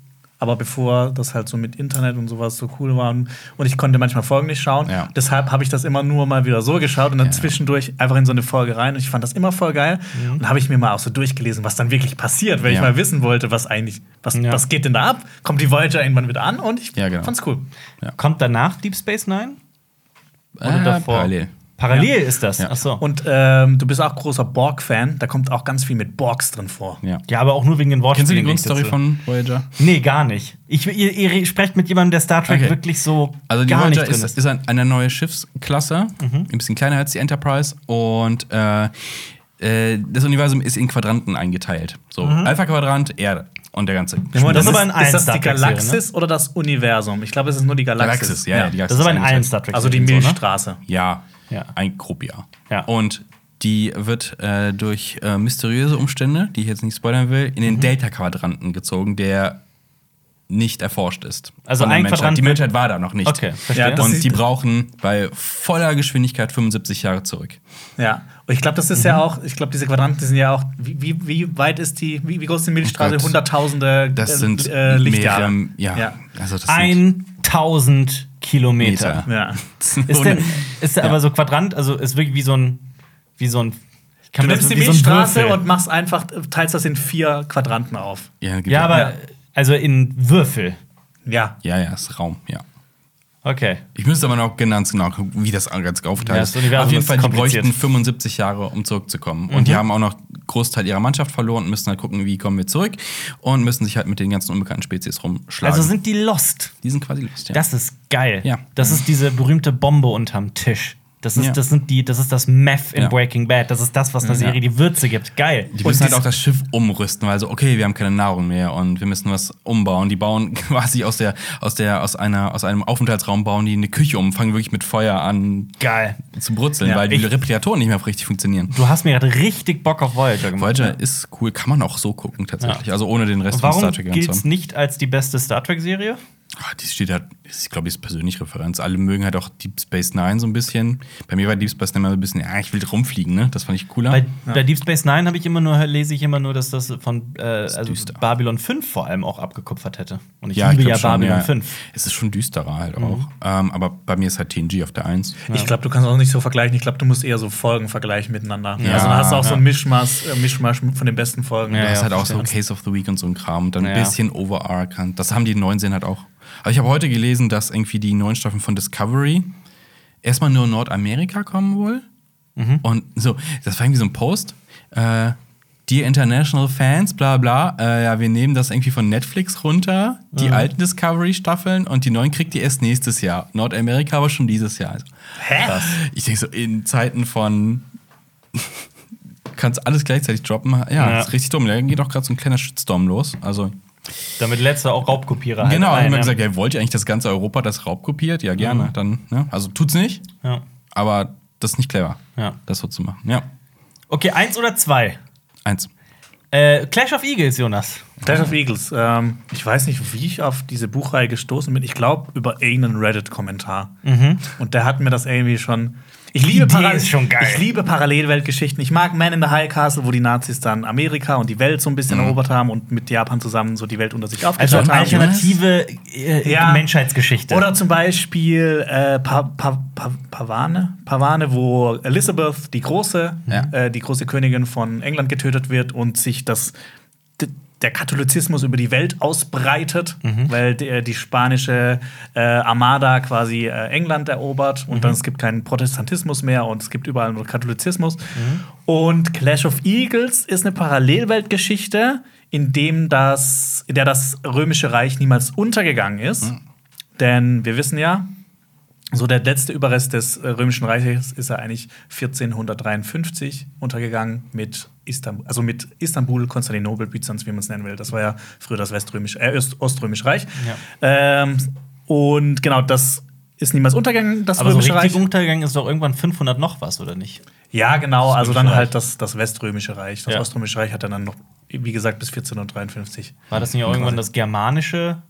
[SPEAKER 2] Aber bevor das halt so mit Internet und sowas so cool war und ich konnte manchmal Folgen nicht schauen,
[SPEAKER 3] Ja.
[SPEAKER 2] deshalb habe ich das immer nur mal wieder so geschaut und dann zwischendurch einfach in so eine Folge rein. Und ich fand das immer voll geil. Und habe ich mir mal auch so durchgelesen, was dann wirklich passiert, weil ich
[SPEAKER 3] Mhm. Ja.
[SPEAKER 2] mal wissen wollte, was eigentlich, was,
[SPEAKER 1] Ja.
[SPEAKER 2] was geht denn da ab? Kommt die Voyager irgendwann wieder an? Und ich
[SPEAKER 3] Ja, genau.
[SPEAKER 2] fand's cool.
[SPEAKER 1] Kommt danach Deep Space Nine?
[SPEAKER 3] Äh, Parallel.
[SPEAKER 1] Parallel ist das. Ach
[SPEAKER 3] Oh.
[SPEAKER 1] so.
[SPEAKER 2] Und ähm, du bist auch großer Borg-Fan, da kommt auch ganz viel mit Borgs drin vor.
[SPEAKER 3] Ja.
[SPEAKER 1] ja, aber auch nur wegen den Worten.
[SPEAKER 3] Kennst du die Grundstory von Voyager?
[SPEAKER 1] Nee, gar nicht. Ich, ihr, ihr sprecht mit jemandem, der Star Trek
[SPEAKER 3] Okay.
[SPEAKER 1] wirklich so
[SPEAKER 3] Also die
[SPEAKER 1] gar nicht
[SPEAKER 3] Voyager
[SPEAKER 1] drin
[SPEAKER 3] ist,
[SPEAKER 1] ist. Mhm.
[SPEAKER 3] ist ein, eine neue Schiffsklasse, ein bisschen kleiner als die Enterprise und äh, äh, das Universum ist in Quadranten eingeteilt. So Alpha Quadrant, Erde und der ganze.
[SPEAKER 2] Moment,
[SPEAKER 1] Mhm. Das
[SPEAKER 2] das
[SPEAKER 1] ist
[SPEAKER 2] ist,
[SPEAKER 1] aber in
[SPEAKER 2] ist das
[SPEAKER 1] allen
[SPEAKER 2] die
[SPEAKER 1] Star Trek-Serien,
[SPEAKER 2] Galaxis oder das Universum? Ich glaube, es ist nur die Galaxis.
[SPEAKER 3] ne? Galaxis, ja, ja, die
[SPEAKER 1] Das ist aber in allen Star Trek.
[SPEAKER 2] Also die
[SPEAKER 1] Serien so, ne?
[SPEAKER 2] Milchstraße.
[SPEAKER 3] Ja,
[SPEAKER 1] Ja.
[SPEAKER 3] ein Gruppjahr.
[SPEAKER 1] Ja.
[SPEAKER 3] Und die wird äh, durch äh,
[SPEAKER 1] Mhm.
[SPEAKER 3] mysteriöse Umstände, die ich jetzt nicht spoilern will, in den Delta-Quadranten gezogen, der nicht erforscht ist.
[SPEAKER 1] Also
[SPEAKER 3] von der
[SPEAKER 1] ein
[SPEAKER 3] Menschheit.
[SPEAKER 1] Quadrant-
[SPEAKER 3] Die Menschheit war da noch nicht.
[SPEAKER 1] Okay, verstehe.
[SPEAKER 2] Ja, das
[SPEAKER 3] und
[SPEAKER 2] ist-
[SPEAKER 3] die brauchen bei voller Geschwindigkeit 75 Jahre zurück.
[SPEAKER 2] Ja, und ich glaube, das ist ja
[SPEAKER 3] Mhm.
[SPEAKER 2] auch, ich glaube, diese Quadranten die sind ja auch, wie, wie, wie weit ist die, wie, wie groß ist die Milchstraße?
[SPEAKER 3] Oh Gott.
[SPEAKER 2] Hunderttausende
[SPEAKER 3] Das sind
[SPEAKER 2] äh, Lichtjahre.
[SPEAKER 3] mehrere, ja,
[SPEAKER 2] Ja.
[SPEAKER 3] Also das sind
[SPEAKER 1] 1000 Kilometer.
[SPEAKER 3] Meter.
[SPEAKER 2] ja.
[SPEAKER 1] Ist
[SPEAKER 3] ne.
[SPEAKER 1] denn, ist da aber so Quadrant, also ist wirklich wie so ein, wie so ein, ich kann
[SPEAKER 2] Du
[SPEAKER 1] mir
[SPEAKER 2] nimmst
[SPEAKER 1] das-
[SPEAKER 2] die
[SPEAKER 1] wie so ein
[SPEAKER 2] Milchstraße
[SPEAKER 1] Würfel.
[SPEAKER 2] und machst einfach, teilst das in vier Quadranten auf.
[SPEAKER 3] Ja, gibt
[SPEAKER 1] Ja, aber,
[SPEAKER 2] Ja.
[SPEAKER 1] also in Würfel.
[SPEAKER 2] Ja.
[SPEAKER 3] Ja, ja, ist Raum, ja.
[SPEAKER 1] Okay.
[SPEAKER 3] Ich müsste aber noch ganz genau gucken, wie das ganz aufgeteilt
[SPEAKER 1] Ja, das
[SPEAKER 3] ist.
[SPEAKER 1] Universum
[SPEAKER 3] Auf jeden
[SPEAKER 1] ist
[SPEAKER 3] Fall, die
[SPEAKER 1] kompliziert. Mhm.
[SPEAKER 3] bräuchten 75 Jahre, um zurückzukommen. Und die haben auch noch einen Großteil ihrer Mannschaft verloren und müssen halt gucken, wie kommen wir zurück und müssen sich halt mit den ganzen unbekannten Spezies rumschlagen.
[SPEAKER 1] Also sind die lost.
[SPEAKER 3] die sind quasi lost, ja.
[SPEAKER 1] Das ist geil.
[SPEAKER 3] Ja.
[SPEAKER 1] Das ist diese berühmte Bombe unterm Tisch. Das ist,
[SPEAKER 3] Ja.
[SPEAKER 1] das sind die, das ist das Meth in
[SPEAKER 3] Ja.
[SPEAKER 1] Breaking Bad. Das ist das, was der
[SPEAKER 3] Ja.
[SPEAKER 1] Serie die Würze gibt. Geil.
[SPEAKER 3] die
[SPEAKER 2] und
[SPEAKER 3] müssen halt
[SPEAKER 2] dies-
[SPEAKER 3] auch das Schiff umrüsten, weil so, okay, wir haben keine Nahrung mehr und wir müssen was umbauen. Die bauen quasi aus der, aus der, aus einer, aus einem Aufenthaltsraum bauen die eine Küche um, fangen wirklich mit Feuer an
[SPEAKER 1] Geil.
[SPEAKER 3] zu brutzeln,
[SPEAKER 2] Ja,
[SPEAKER 3] weil die
[SPEAKER 1] ich-
[SPEAKER 3] Replikatoren nicht mehr richtig funktionieren.
[SPEAKER 1] Du hast mir gerade richtig Bock auf Voyager gemacht.
[SPEAKER 3] Voyager ist cool, kann man auch so gucken tatsächlich. Also ohne den Rest von
[SPEAKER 1] Warum
[SPEAKER 3] Star Trek
[SPEAKER 1] gilt es nicht als die beste Star Trek-Serie?
[SPEAKER 3] Ah, die steht halt, ist, glaube ich, ist persönliche Referenz. Alle mögen halt auch Deep Space Nine so ein bisschen. Bei mir war Deep Space Nine mal ein bisschen, ah, ich will rumfliegen, ne? Das fand ich cooler.
[SPEAKER 1] Bei, bei Deep Space Nine habe ich immer nur, lese ich immer nur, dass das von äh, also
[SPEAKER 3] düster.
[SPEAKER 1] Babylon 5 vor allem auch abgekupfert hätte. Und ich liebe ja
[SPEAKER 3] glaub schon,
[SPEAKER 1] Babylon Mhm. 5.
[SPEAKER 3] Es ist schon düsterer halt auch. Ähm, aber bei mir ist halt TNG auf der 1.
[SPEAKER 2] Ich glaube, du kannst auch nicht so vergleichen. Ich glaube, du musst eher so Folgen vergleichen miteinander.
[SPEAKER 3] Ja.
[SPEAKER 2] Also dann hast du auch so ein
[SPEAKER 1] Ja.
[SPEAKER 2] Mischmasch, äh, Mischmasch von den besten Folgen.
[SPEAKER 1] Ja,
[SPEAKER 3] das
[SPEAKER 1] ja,
[SPEAKER 3] ist halt auch so
[SPEAKER 1] verstehe.
[SPEAKER 3] Case of the Week und so ein Kram. Dann ein
[SPEAKER 1] Ja.
[SPEAKER 3] bisschen Overarc. Das haben die neuen sehen halt auch. Aber ich habe heute gelesen, dass irgendwie die neuen Staffeln von Discovery erstmal nur in Nordamerika kommen wohl.
[SPEAKER 1] Hm?
[SPEAKER 3] Und so, das war irgendwie so ein Post. Äh, Dear International Fans, bla bla, äh, ja, wir nehmen das irgendwie von Netflix runter, die alten Discovery-Staffeln und die neuen kriegt ihr erst nächstes Jahr. Nordamerika aber schon dieses Jahr. Also,
[SPEAKER 2] Hä?
[SPEAKER 3] ich denke so, in Zeiten von kannst alles gleichzeitig droppen. Ja,
[SPEAKER 1] Ja.
[SPEAKER 3] ist richtig dumm. Da geht auch gerade so ein kleiner Shitstorm los. Also,
[SPEAKER 1] Damit letzte auch Raubkopierer halt
[SPEAKER 3] genau, ich
[SPEAKER 1] rein,
[SPEAKER 3] habe
[SPEAKER 1] ja.
[SPEAKER 3] gesagt, ja, wollt ihr eigentlich das ganze Europa das raubkopiert? Ja, gerne.
[SPEAKER 1] Mhm.
[SPEAKER 3] Dann, ne? Also tut's nicht,
[SPEAKER 1] ja.
[SPEAKER 3] aber das ist nicht clever,
[SPEAKER 1] Ja.
[SPEAKER 3] das so zu machen. Ja.
[SPEAKER 1] Okay, eins oder zwei?
[SPEAKER 3] Eins.
[SPEAKER 1] Äh, Clash of Eagles, Jonas.
[SPEAKER 2] Clash of Eagles. Ähm, ich weiß nicht, wie ich auf diese Buchreihe gestoßen bin. Ich glaube, über irgendeinen Reddit-Kommentar. Und der hat mir das irgendwie schon. Ich liebe,
[SPEAKER 1] Mhm. Idee
[SPEAKER 2] Paral-
[SPEAKER 1] ist schon geil.
[SPEAKER 2] ich liebe Parallelweltgeschichten. Ich mag Man in the High Castle, wo die Nazis dann Amerika und die Welt so ein bisschen erobert haben und mit Japan zusammen so die Welt unter sich
[SPEAKER 1] Mhm. Also
[SPEAKER 2] aufgeteilt haben.
[SPEAKER 1] alternative äh,
[SPEAKER 2] Ja.
[SPEAKER 1] Menschheitsgeschichte.
[SPEAKER 2] Oder zum Beispiel äh, pa pa pa Pavane, Pavane, wo Elizabeth, die große,
[SPEAKER 3] Ja.
[SPEAKER 2] äh, die große Königin von England getötet wird und sich das d- der Katholizismus über die Welt ausbreitet, weil die, die spanische äh, Armada quasi äh, England erobert und dann es gibt keinen Protestantismus mehr und es gibt überall nur Katholizismus. Und Clash of Eagles ist eine Parallelweltgeschichte, in dem das, in der das römische Reich niemals untergegangen ist. Denn wir wissen ja, so der letzte Überrest des äh, Römischen Reiches ist ja eigentlich 1453 untergegangen mit Istanbul, also mit Istanbul, Konstantinopel, Byzanz, wie man es nennen will. Das war ja früher das Weströmisch, äh, Öst Oströmische Reich. Ähm, und genau, das ist niemals untergegangen, das
[SPEAKER 1] Aber so
[SPEAKER 2] Römische
[SPEAKER 1] richtig um-
[SPEAKER 2] Reich.
[SPEAKER 1] Untergang ist doch irgendwann 500 noch was, oder nicht?
[SPEAKER 2] Ja, genau, also
[SPEAKER 1] Römische
[SPEAKER 2] dann
[SPEAKER 1] Reich.
[SPEAKER 2] halt das, das Weströmische Reich. Das
[SPEAKER 1] Ja.
[SPEAKER 2] Oströmische Reich hat dann noch, wie gesagt, bis 1453.
[SPEAKER 1] War das nicht auch irgendwann
[SPEAKER 2] Quasi.
[SPEAKER 1] das germanische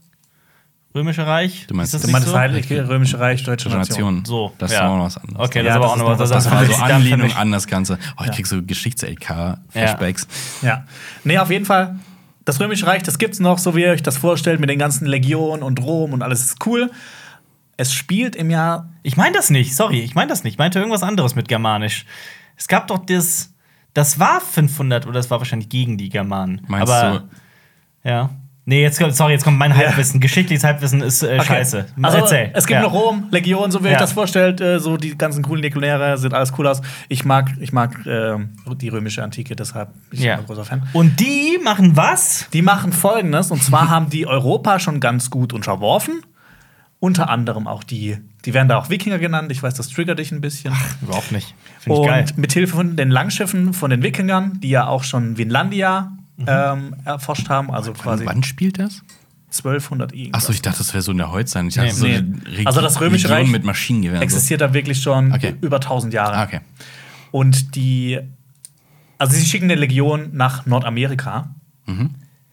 [SPEAKER 1] Römische Reich?
[SPEAKER 3] Du meinst-
[SPEAKER 1] Ist das
[SPEAKER 3] du
[SPEAKER 2] Man
[SPEAKER 1] nicht
[SPEAKER 2] das
[SPEAKER 1] so?
[SPEAKER 2] Heilige Römische Reich, Deutsche Nation.
[SPEAKER 3] Nation.
[SPEAKER 1] So,
[SPEAKER 3] Das
[SPEAKER 1] ja.
[SPEAKER 3] ist auch noch was anderes. Also
[SPEAKER 1] Okay, das
[SPEAKER 2] Ja,
[SPEAKER 1] ist aber
[SPEAKER 2] das
[SPEAKER 1] auch
[SPEAKER 2] ist
[SPEAKER 1] noch
[SPEAKER 2] noch
[SPEAKER 1] was.
[SPEAKER 2] was
[SPEAKER 1] das
[SPEAKER 3] Das
[SPEAKER 1] war
[SPEAKER 3] war so
[SPEAKER 1] sich dann
[SPEAKER 3] Anlehnung
[SPEAKER 1] vermischt.
[SPEAKER 3] an das Ganze. Oh, ich
[SPEAKER 2] Ja.
[SPEAKER 3] krieg so Geschichts-LK-Flashbacks.
[SPEAKER 2] Ja. Nee, auf jeden Fall. Das Römische Reich, das gibt's noch, so wie ihr euch das vorstellt, mit den ganzen Legionen und Rom und alles ist cool. Es spielt im Jahr.
[SPEAKER 1] Ich meine das nicht, sorry, ich meine das nicht. Ich meinte irgendwas anderes mit Germanisch. Es gab doch das. Das war 500 oder das war wahrscheinlich gegen die Germanen.
[SPEAKER 3] Meinst
[SPEAKER 1] aber, du? Ja. Nee, jetzt, kommt- sorry, jetzt kommt mein Halbwissen. Geschichtliches Halbwissen ist äh, scheiße.
[SPEAKER 2] Also,
[SPEAKER 1] Erzähl.
[SPEAKER 2] Es gibt
[SPEAKER 1] ja.
[SPEAKER 2] noch Rom, Legionen, so wie ihr
[SPEAKER 1] Ja.
[SPEAKER 2] euch das vorstellt, äh, so die ganzen coolen Legionäre sieht alles cool aus. Ich mag, ich mag äh, die römische Antike, deshalb bin ich
[SPEAKER 1] Ja.
[SPEAKER 2] ein großer Fan.
[SPEAKER 1] Und die machen was?
[SPEAKER 2] Die machen folgendes, und zwar haben die Europa schon ganz gut unterworfen. Unter anderem auch die, die werden da auch Wikinger genannt. Ich weiß, das triggert dich ein bisschen.
[SPEAKER 1] Überhaupt nicht. Finde ich
[SPEAKER 2] Und
[SPEAKER 1] geil.
[SPEAKER 2] mit Hilfe von den Langschiffen von den Wikingern, die ja auch schon Vinlandia ähm, erforscht haben, also quasi
[SPEAKER 3] Wann spielt das?
[SPEAKER 2] 1200 irgendwas.
[SPEAKER 3] Achso, ich dachte, das wäre so in der Heutzeit. Ich dachte,
[SPEAKER 1] Nee.
[SPEAKER 3] so eine
[SPEAKER 2] Nee.
[SPEAKER 3] Regi-
[SPEAKER 2] Also das Römische
[SPEAKER 3] Legion
[SPEAKER 2] Reich
[SPEAKER 3] mit Maschinengewehren. und So.
[SPEAKER 2] Existiert da wirklich schon
[SPEAKER 3] Okay.
[SPEAKER 2] über 1000 Jahre.
[SPEAKER 3] Ah, okay.
[SPEAKER 2] Und die, also sie schicken eine Legion nach Nordamerika.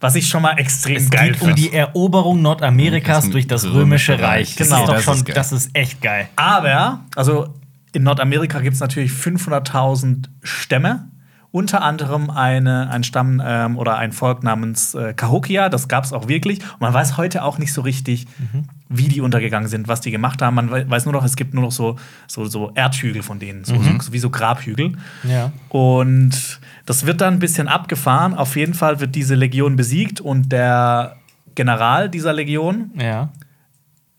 [SPEAKER 2] Was ich schon mal extrem
[SPEAKER 1] Es
[SPEAKER 2] geil
[SPEAKER 1] geht um
[SPEAKER 2] finde.
[SPEAKER 1] die Eroberung Nordamerikas
[SPEAKER 3] Das
[SPEAKER 1] durch das Römische Reich.
[SPEAKER 3] Genau.
[SPEAKER 1] das
[SPEAKER 3] Das
[SPEAKER 1] ist doch schon,
[SPEAKER 3] ist geil.
[SPEAKER 1] das ist echt geil.
[SPEAKER 2] Aber, also in Nordamerika gibt es natürlich 500.000 Stämme. Unter anderem eine, ein Stamm ähm, oder ein Volk namens äh, Cahokia, das gab es auch wirklich. Und man weiß heute auch nicht so richtig, wie die untergegangen sind, was die gemacht haben. Man we- weiß nur noch, es gibt nur noch so, so, so Erdhügel von denen, so, so, wie so Grabhügel.
[SPEAKER 1] Ja.
[SPEAKER 2] Und das wird dann ein bisschen abgefahren. Auf jeden Fall wird diese Legion besiegt und der General dieser Legion
[SPEAKER 1] Ja.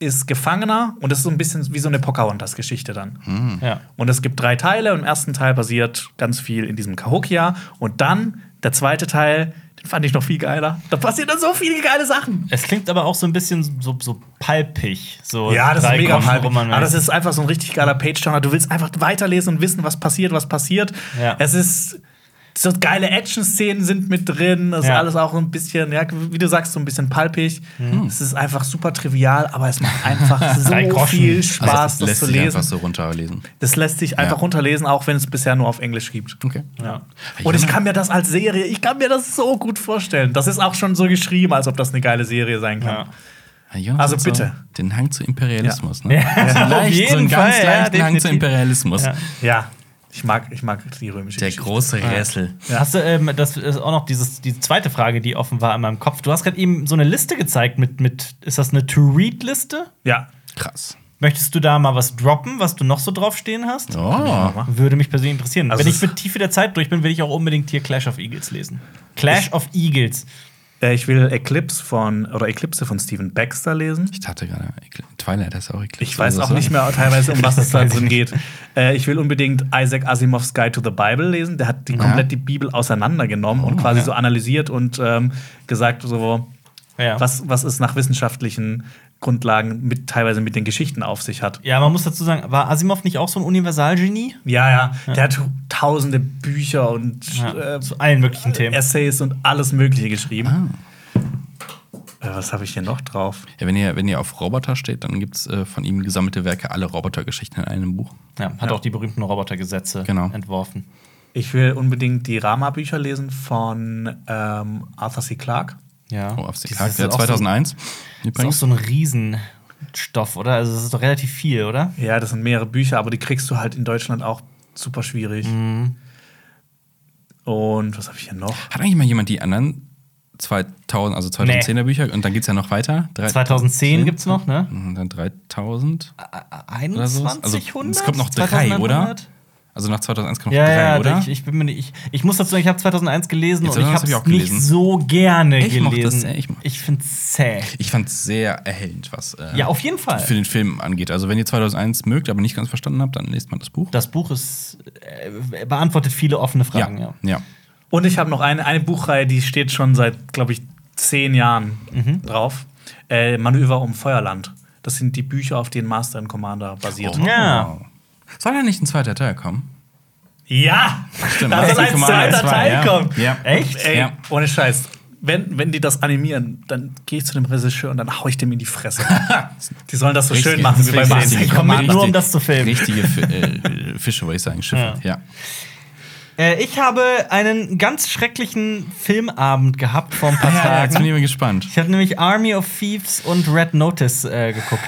[SPEAKER 2] ist Gefangener und das ist so ein bisschen wie so eine Pocahontas-Geschichte dann.
[SPEAKER 1] ja.
[SPEAKER 2] Und es gibt drei Teile und im ersten Teil basiert ganz viel in diesem Cahokia und dann der zweite Teil, den fand ich noch viel geiler. Da passieren dann so viele geile Sachen.
[SPEAKER 1] Es klingt aber auch so ein bisschen so, so palpig. So drei Groschen
[SPEAKER 2] geil.
[SPEAKER 1] Roman-
[SPEAKER 2] Aber Ah, das ist einfach so ein richtig geiler Page-Turner. Du willst einfach weiterlesen und wissen, was passiert, was passiert.
[SPEAKER 1] Ja.
[SPEAKER 2] Es ist so geile Action-Szenen sind mit drin. Das ist
[SPEAKER 1] Ja.
[SPEAKER 2] alles auch ein bisschen, ja, wie du sagst, so ein bisschen palpig.
[SPEAKER 3] Mhm.
[SPEAKER 2] Es ist einfach super trivial, aber es macht einfach
[SPEAKER 1] Drei
[SPEAKER 2] so
[SPEAKER 1] Groschen.
[SPEAKER 2] viel Spaß,
[SPEAKER 3] also,
[SPEAKER 2] das
[SPEAKER 3] lässt
[SPEAKER 2] zu
[SPEAKER 3] sich
[SPEAKER 2] lesen.
[SPEAKER 3] einfach so runterlesen.
[SPEAKER 2] Das lässt sich einfach
[SPEAKER 3] Ja.
[SPEAKER 2] runterlesen, auch wenn es bisher nur auf Englisch gibt.
[SPEAKER 3] Okay.
[SPEAKER 1] ja.
[SPEAKER 3] Ah,
[SPEAKER 2] Und ich kann mir das als Serie, ich kann mir das so gut vorstellen. Das ist auch schon so geschrieben, als ob das eine geile Serie sein kann.
[SPEAKER 1] Ja.
[SPEAKER 3] Ja, Jonas
[SPEAKER 2] Also
[SPEAKER 3] hat so
[SPEAKER 2] bitte.
[SPEAKER 3] Den Hang zu Imperialismus, ne?
[SPEAKER 1] Ja,
[SPEAKER 3] So,
[SPEAKER 1] auf
[SPEAKER 3] leicht, so
[SPEAKER 1] jeden
[SPEAKER 3] einen ganz
[SPEAKER 1] Fall, ja,
[SPEAKER 3] leichten Hang zu
[SPEAKER 1] definitiv.
[SPEAKER 3] Imperialismus.
[SPEAKER 1] Ja.
[SPEAKER 2] Ja, ich, mag, ich mag die römische
[SPEAKER 3] Der
[SPEAKER 2] Geschichte.
[SPEAKER 3] große Ressel.
[SPEAKER 1] Hast du, ähm, das ist auch noch dieses, die zweite Frage, die offen war in meinem Kopf. Du hast gerade eben so eine Liste gezeigt mit, mit ist das eine To-Read-Liste?
[SPEAKER 2] Ja.
[SPEAKER 3] Krass.
[SPEAKER 1] Möchtest du da mal was droppen, was du noch so draufstehen hast?
[SPEAKER 3] Oh.
[SPEAKER 1] Würde mich persönlich interessieren.
[SPEAKER 2] Also
[SPEAKER 1] Wenn ich
[SPEAKER 2] es-
[SPEAKER 1] mit Tiefe der Zeit durch bin, will ich auch unbedingt hier Clash of Eagles lesen. Clash of Eagles.
[SPEAKER 2] Äh, ich will Eclipse von, oder Eclipse von Steven Baxter lesen.
[SPEAKER 3] Ich hatte gerade Ekl- Twilight, das ist auch Eclipse.
[SPEAKER 2] Ich weiß
[SPEAKER 3] oder
[SPEAKER 2] auch
[SPEAKER 3] so.
[SPEAKER 2] nicht mehr teilweise, um was es da drin geht. Äh, ich will unbedingt Isaac Asimov's Guide to the Bible lesen. Der hat die komplett die Bibel auseinandergenommen und quasi so analysiert und ähm, gesagt, so,
[SPEAKER 1] Ja.
[SPEAKER 2] was, was es nach wissenschaftlichen Grundlagen mit, teilweise mit den Geschichten auf sich hat.
[SPEAKER 1] ja, man muss dazu sagen, war Asimov nicht auch so ein Universalgenie?
[SPEAKER 2] Ja, ja, der hat tausende Bücher und
[SPEAKER 1] Ja,
[SPEAKER 2] äh,
[SPEAKER 1] zu allen möglichen Themen.
[SPEAKER 2] Essays und alles Mögliche geschrieben. Äh, was habe ich hier noch drauf?
[SPEAKER 3] Ja, wenn, ihr, wenn ihr auf Roboter steht, dann gibt es äh, von ihm gesammelte Werke, alle Robotergeschichten in einem Buch.
[SPEAKER 1] Ja, hat auch die berühmten Robotergesetze
[SPEAKER 3] Genau.
[SPEAKER 1] entworfen.
[SPEAKER 2] Ich will unbedingt die Rama-Bücher lesen von ähm, Arthur C. Clarke.
[SPEAKER 1] Ja.
[SPEAKER 3] Oh, auf sich
[SPEAKER 1] Dieses
[SPEAKER 3] Tag,
[SPEAKER 1] ist
[SPEAKER 3] der
[SPEAKER 1] auch so-
[SPEAKER 3] 2001.
[SPEAKER 1] Das ist auch so ein Riesenstoff, oder? Also, das ist doch relativ viel, oder?
[SPEAKER 2] Ja, das sind mehrere Bücher, aber die kriegst du halt in Deutschland auch super schwierig. Und was habe ich hier noch?
[SPEAKER 3] Hat eigentlich mal jemand die anderen 2000, also 2010er Bücher? Und dann geht es ja noch weiter. Drei-
[SPEAKER 1] 2010 gibt's noch, ne?
[SPEAKER 3] Und dann 3000 oder so.
[SPEAKER 1] 2100?
[SPEAKER 3] es kommt noch drei,
[SPEAKER 1] 2100?
[SPEAKER 3] oder? Also nach 2001 kommt noch
[SPEAKER 1] Ja,
[SPEAKER 3] drei,
[SPEAKER 1] ja,
[SPEAKER 3] oder?
[SPEAKER 1] Ich, ich, bin mir nicht, ich, ich muss dazu sagen, ich habe 2001 gelesen
[SPEAKER 3] Jetzt
[SPEAKER 1] und ich
[SPEAKER 3] hab
[SPEAKER 1] habe
[SPEAKER 3] ich
[SPEAKER 1] es
[SPEAKER 3] auch
[SPEAKER 1] nicht
[SPEAKER 3] gelesen.
[SPEAKER 1] so gerne
[SPEAKER 3] Ich mochte
[SPEAKER 1] gelesen.
[SPEAKER 3] es, ich mochte
[SPEAKER 1] ich finde es zäh.
[SPEAKER 3] Ich fand es sehr erhellend, was äh,
[SPEAKER 1] Ja, auf jeden Fall.
[SPEAKER 3] für den Film angeht. Also wenn ihr 2001 mögt, aber nicht ganz verstanden habt, dann lest mal das Buch.
[SPEAKER 1] Das Buch ist, äh, beantwortet viele offene Fragen, ja.
[SPEAKER 3] ja.
[SPEAKER 2] Und ich habe noch eine, eine Buchreihe, die steht schon seit, glaube ich, zehn Jahren drauf. Äh, Manöver um Feuerland. Das sind die Bücher, auf denen Master and Commander basiert.
[SPEAKER 3] Oh.
[SPEAKER 1] Ja.
[SPEAKER 3] Soll ja nicht ein zweiter Teil kommen?
[SPEAKER 2] Ja!
[SPEAKER 3] Stimmt,
[SPEAKER 2] das ist
[SPEAKER 3] Master and
[SPEAKER 2] ein
[SPEAKER 3] Commander
[SPEAKER 2] zweiter
[SPEAKER 3] 2,
[SPEAKER 2] Teil
[SPEAKER 3] ja.
[SPEAKER 2] kommt.
[SPEAKER 3] Ja.
[SPEAKER 1] Echt?
[SPEAKER 2] Ey,
[SPEAKER 3] Ja.
[SPEAKER 2] ohne Scheiß. Wenn, wenn die das animieren, dann gehe ich zu dem Regisseur und dann hau ich dem in die Fresse. die sollen das so schön
[SPEAKER 3] Richtig,
[SPEAKER 2] machen wie bei
[SPEAKER 3] richtig,
[SPEAKER 2] Master and
[SPEAKER 3] richtig,
[SPEAKER 2] Commander.
[SPEAKER 1] Nur um das zu filmen.
[SPEAKER 3] Richtige Fi- äh, Fische, wollte ich sagen, Schiffe. Ja.
[SPEAKER 1] Äh, ich habe einen ganz schrecklichen Filmabend gehabt vor ein paar
[SPEAKER 3] ja.
[SPEAKER 1] Tagen.
[SPEAKER 3] Jetzt bin ich mal gespannt.
[SPEAKER 1] Ich habe nämlich Army of Thieves und Red Notice äh, geguckt.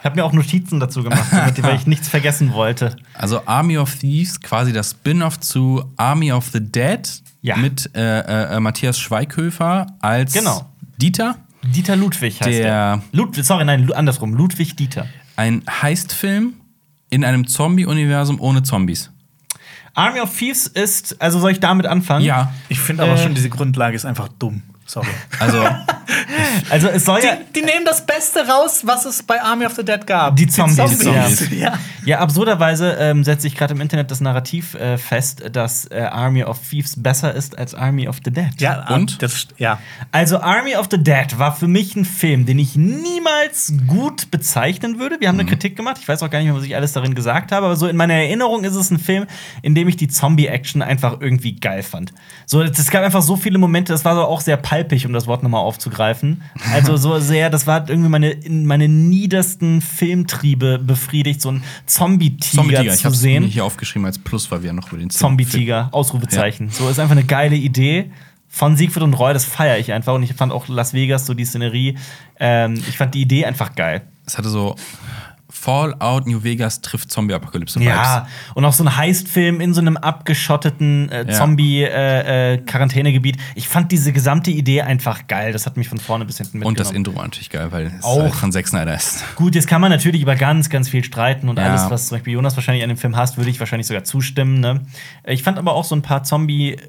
[SPEAKER 1] Ich habe mir auch Notizen dazu gemacht, damit- weil ich nichts vergessen wollte.
[SPEAKER 3] Also Army of Thieves, quasi das Spin-off zu Army of the Dead
[SPEAKER 1] Ja.
[SPEAKER 3] mit äh, äh, Matthias Schweighöfer als
[SPEAKER 1] Genau.
[SPEAKER 3] Dieter.
[SPEAKER 1] Dieter Ludwig heißt
[SPEAKER 3] Der-
[SPEAKER 1] er. Ludwig, sorry, nein, Lu- andersrum. Ludwig Dieter.
[SPEAKER 3] Ein Heistfilm in einem Zombie-Universum ohne Zombies.
[SPEAKER 1] Army of Thieves ist, also soll ich damit anfangen?
[SPEAKER 3] Ja,
[SPEAKER 2] Ich finde aber
[SPEAKER 1] Äh.
[SPEAKER 2] schon, diese Grundlage ist einfach dumm. Sorry.
[SPEAKER 3] also
[SPEAKER 1] Also es soll ja.
[SPEAKER 2] Die, die nehmen das Beste raus, was es bei Army of the Dead gab.
[SPEAKER 1] Die Zombies,
[SPEAKER 3] die Zombies.
[SPEAKER 2] Ja.
[SPEAKER 1] Ja, absurderweise ähm, setze ich gerade im Internet das Narrativ äh, fest, dass äh, Army of Thieves besser ist als Army of the Dead.
[SPEAKER 2] Ja, ah,
[SPEAKER 3] Und?
[SPEAKER 2] Das, ja.
[SPEAKER 1] Also Army of the Dead war für mich ein Film, den ich niemals gut bezeichnen würde. Wir haben eine Kritik gemacht. Ich weiß auch gar nicht mehr, was ich alles darin gesagt habe, aber so in meiner Erinnerung ist es ein Film, in dem ich die Zombie-Action einfach irgendwie geil fand. So, es gab einfach so viele Momente. Das war so auch sehr palpig, um das Wort nochmal aufzugreifen. Also so sehr, das war irgendwie meine in meine niedersten Filmtriebe befriedigt, so ein Zombie-Tiger
[SPEAKER 3] Zombie-Tiger. Ich
[SPEAKER 1] zu
[SPEAKER 3] habe
[SPEAKER 1] sehen.
[SPEAKER 3] hier aufgeschrieben als Plus, weil wir noch über den Film-
[SPEAKER 1] Zombie-Tiger, Ausrufezeichen. So ist einfach eine geile Idee. von Siegfried und Roy, das feiere ich einfach. Und ich fand auch Las Vegas, so die Szenerie, ähm, ich fand die Idee einfach geil.
[SPEAKER 3] Es hatte so Fallout New Vegas trifft Zombie-Apokalypse
[SPEAKER 1] Ja, und auch so ein Heist-Film in so einem abgeschotteten äh,
[SPEAKER 3] Ja.
[SPEAKER 1] Zombie-Quarantänegebiet. ich fand diese gesamte Idee einfach geil. Das hat mich von vorne bis hinten mitgenommen.
[SPEAKER 3] Und das Intro war natürlich geil, weil es
[SPEAKER 1] Genau. Auch.
[SPEAKER 3] halt von Zack Snyder ist.
[SPEAKER 1] Gut, jetzt kann man natürlich über ganz, ganz viel streiten und
[SPEAKER 3] Ja.
[SPEAKER 1] alles, was zum Beispiel Jonas wahrscheinlich an dem Film hasst, würde ich wahrscheinlich sogar zustimmen. Ne? Ich fand aber auch so ein paar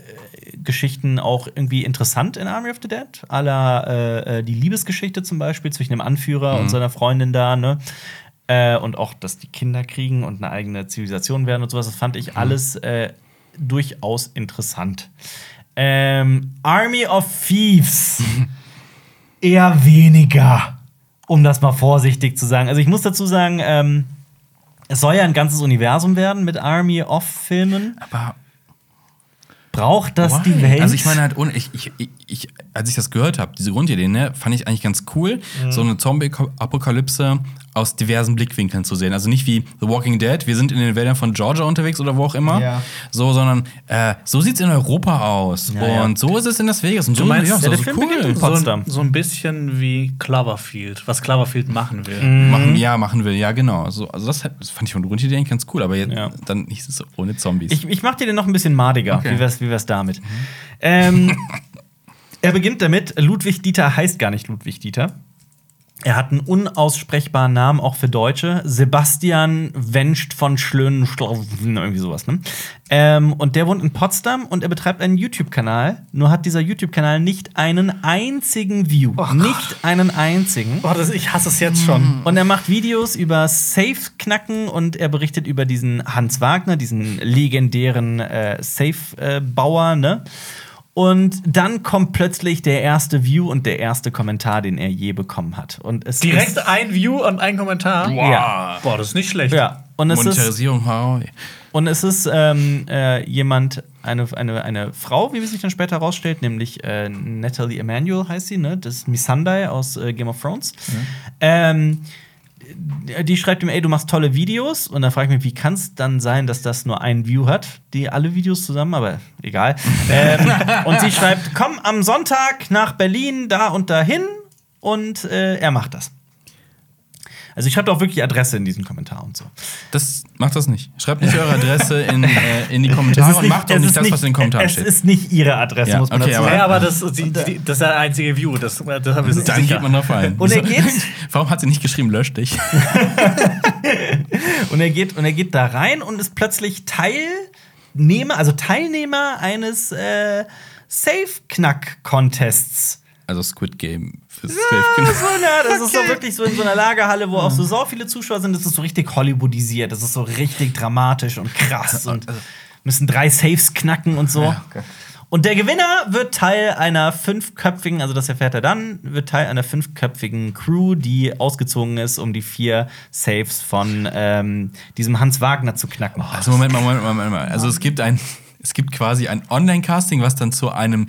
[SPEAKER 1] Zombie-Geschichten auch irgendwie interessant in Army of the Dead. A la äh, äh, die Liebesgeschichte zum Beispiel zwischen dem Anführer und seiner Freundin da. Ne? Äh, und auch, dass die Kinder kriegen und eine eigene Zivilisation werden und sowas. Das fand ich alles äh, durchaus interessant. Ähm, Army of Thieves eher weniger, um das mal vorsichtig zu sagen. Also ich muss dazu sagen, ähm, es soll ja ein ganzes Universum werden mit Army of Filmen.
[SPEAKER 3] Aber
[SPEAKER 1] Braucht das
[SPEAKER 3] Why?
[SPEAKER 1] die Welt?
[SPEAKER 3] Also ich meine halt, ohne, ich, ich, ich- ich, als ich das gehört habe, diese Grundidee, ne, fand ich eigentlich ganz cool,
[SPEAKER 1] Mhm.
[SPEAKER 3] so eine Zombie-Apokalypse aus diversen Blickwinkeln zu sehen. Also nicht wie The Walking Dead, wir sind in den Wäldern von Georgia unterwegs oder wo auch immer,
[SPEAKER 1] Ja.
[SPEAKER 3] so, sondern äh, so sieht's in Europa aus
[SPEAKER 1] ja.
[SPEAKER 3] und so ist es in Las Vegas und so ja,
[SPEAKER 1] der
[SPEAKER 3] so, so
[SPEAKER 1] Film beginnt in
[SPEAKER 3] cool.
[SPEAKER 2] So,
[SPEAKER 1] Potsdam.
[SPEAKER 2] ein- so ein bisschen wie Cloverfield, was Cloverfield machen will.
[SPEAKER 1] Mhm.
[SPEAKER 3] Machen, ja, machen will, ja, genau. So, also das, hat- das fand ich von der Grundidee eigentlich ganz cool, aber jetzt,
[SPEAKER 1] Ja.
[SPEAKER 3] dann hieß es ohne Zombies.
[SPEAKER 1] Ich, ich mach dir den noch ein bisschen madiger.
[SPEAKER 3] Okay.
[SPEAKER 1] Wie wär's, wie wär's damit? Ähm, er beginnt damit, Ludwig Dieter heißt gar nicht Ludwig Dieter. Er hat einen unaussprechbaren Namen, auch für Deutsche. Sebastian Wenscht von Schlönen, irgendwie sowas, ne? Ähm, und der wohnt in Potsdam und er betreibt einen YouTube-Kanal. Nur hat dieser YouTube-Kanal nicht einen einzigen View. nicht einen einzigen.
[SPEAKER 2] Boah, das, ich hasse es jetzt schon.
[SPEAKER 1] Und er macht Videos über Safe-Knacken und er berichtet über diesen Hans Wagner, diesen legendären äh, Safe-Bauer, ne? Und dann kommt plötzlich der erste View und der erste Kommentar, den er je bekommen hat. Und es
[SPEAKER 2] Direkt
[SPEAKER 1] Ist,
[SPEAKER 2] ein View und ein Kommentar.
[SPEAKER 1] Ja.
[SPEAKER 2] Boah, das ist nicht schlecht.
[SPEAKER 1] ja. Und es ist,
[SPEAKER 3] Monetarisierung, wow.
[SPEAKER 1] und es ist ähm, äh, jemand, eine, eine, eine Frau, wie sich dann später herausstellt, nämlich äh, Natalie Emanuel heißt sie, ne? Das ist Missandei aus äh, Game of Thrones. Ähm, die schreibt ihm, ey, du machst tolle Videos. Und dann frage ich mich, wie kann es dann sein, dass das nur ein View hat, die alle Videos zusammen, aber egal. ähm, und sie schreibt, komm am Sonntag nach Berlin, da und dahin. Und äh, er macht das. Also ich habe auch wirklich Adresse in diesem Kommentar und so.
[SPEAKER 3] Das macht das nicht. Schreibt nicht eure Adresse in, äh, in die Kommentare und macht doch
[SPEAKER 1] es
[SPEAKER 3] nicht
[SPEAKER 1] ist
[SPEAKER 3] das, was in den Kommentaren
[SPEAKER 1] es
[SPEAKER 3] steht.
[SPEAKER 1] ist nicht ihre Adresse,
[SPEAKER 3] Ja,
[SPEAKER 1] muss man
[SPEAKER 3] okay,
[SPEAKER 1] dazu
[SPEAKER 3] aber-
[SPEAKER 1] sagen.
[SPEAKER 2] Ja, aber das, die, die, das ist der einzige View. Das, deshalb ist es
[SPEAKER 3] Dann
[SPEAKER 2] sicher.
[SPEAKER 3] geht man drauf ein.
[SPEAKER 1] Und er geht-
[SPEAKER 3] Warum hat sie nicht geschrieben, lösch dich?
[SPEAKER 1] Und er geht und er geht da rein und ist plötzlich Teilnehmer, also Teilnehmer eines äh, Safe-Knack-Contests.
[SPEAKER 3] Also Squid Game fürs Safe.
[SPEAKER 1] So, na, das ist so wirklich so in so einer Lagerhalle, wo auch so, so viele Zuschauer sind. Das ist so richtig Hollywoodisiert. Das ist so richtig dramatisch und krass. Und müssen drei Saves knacken und so. Und der Gewinner wird Teil einer fünfköpfigen, also das erfährt er dann, wird Teil einer fünfköpfigen Crew, die ausgezogen ist, um die vier Saves von ähm, diesem Hans Wagner zu knacken.
[SPEAKER 3] Also Moment mal, Moment mal, Moment mal. Also es gibt ein, es gibt quasi ein Online-Casting, was dann zu einem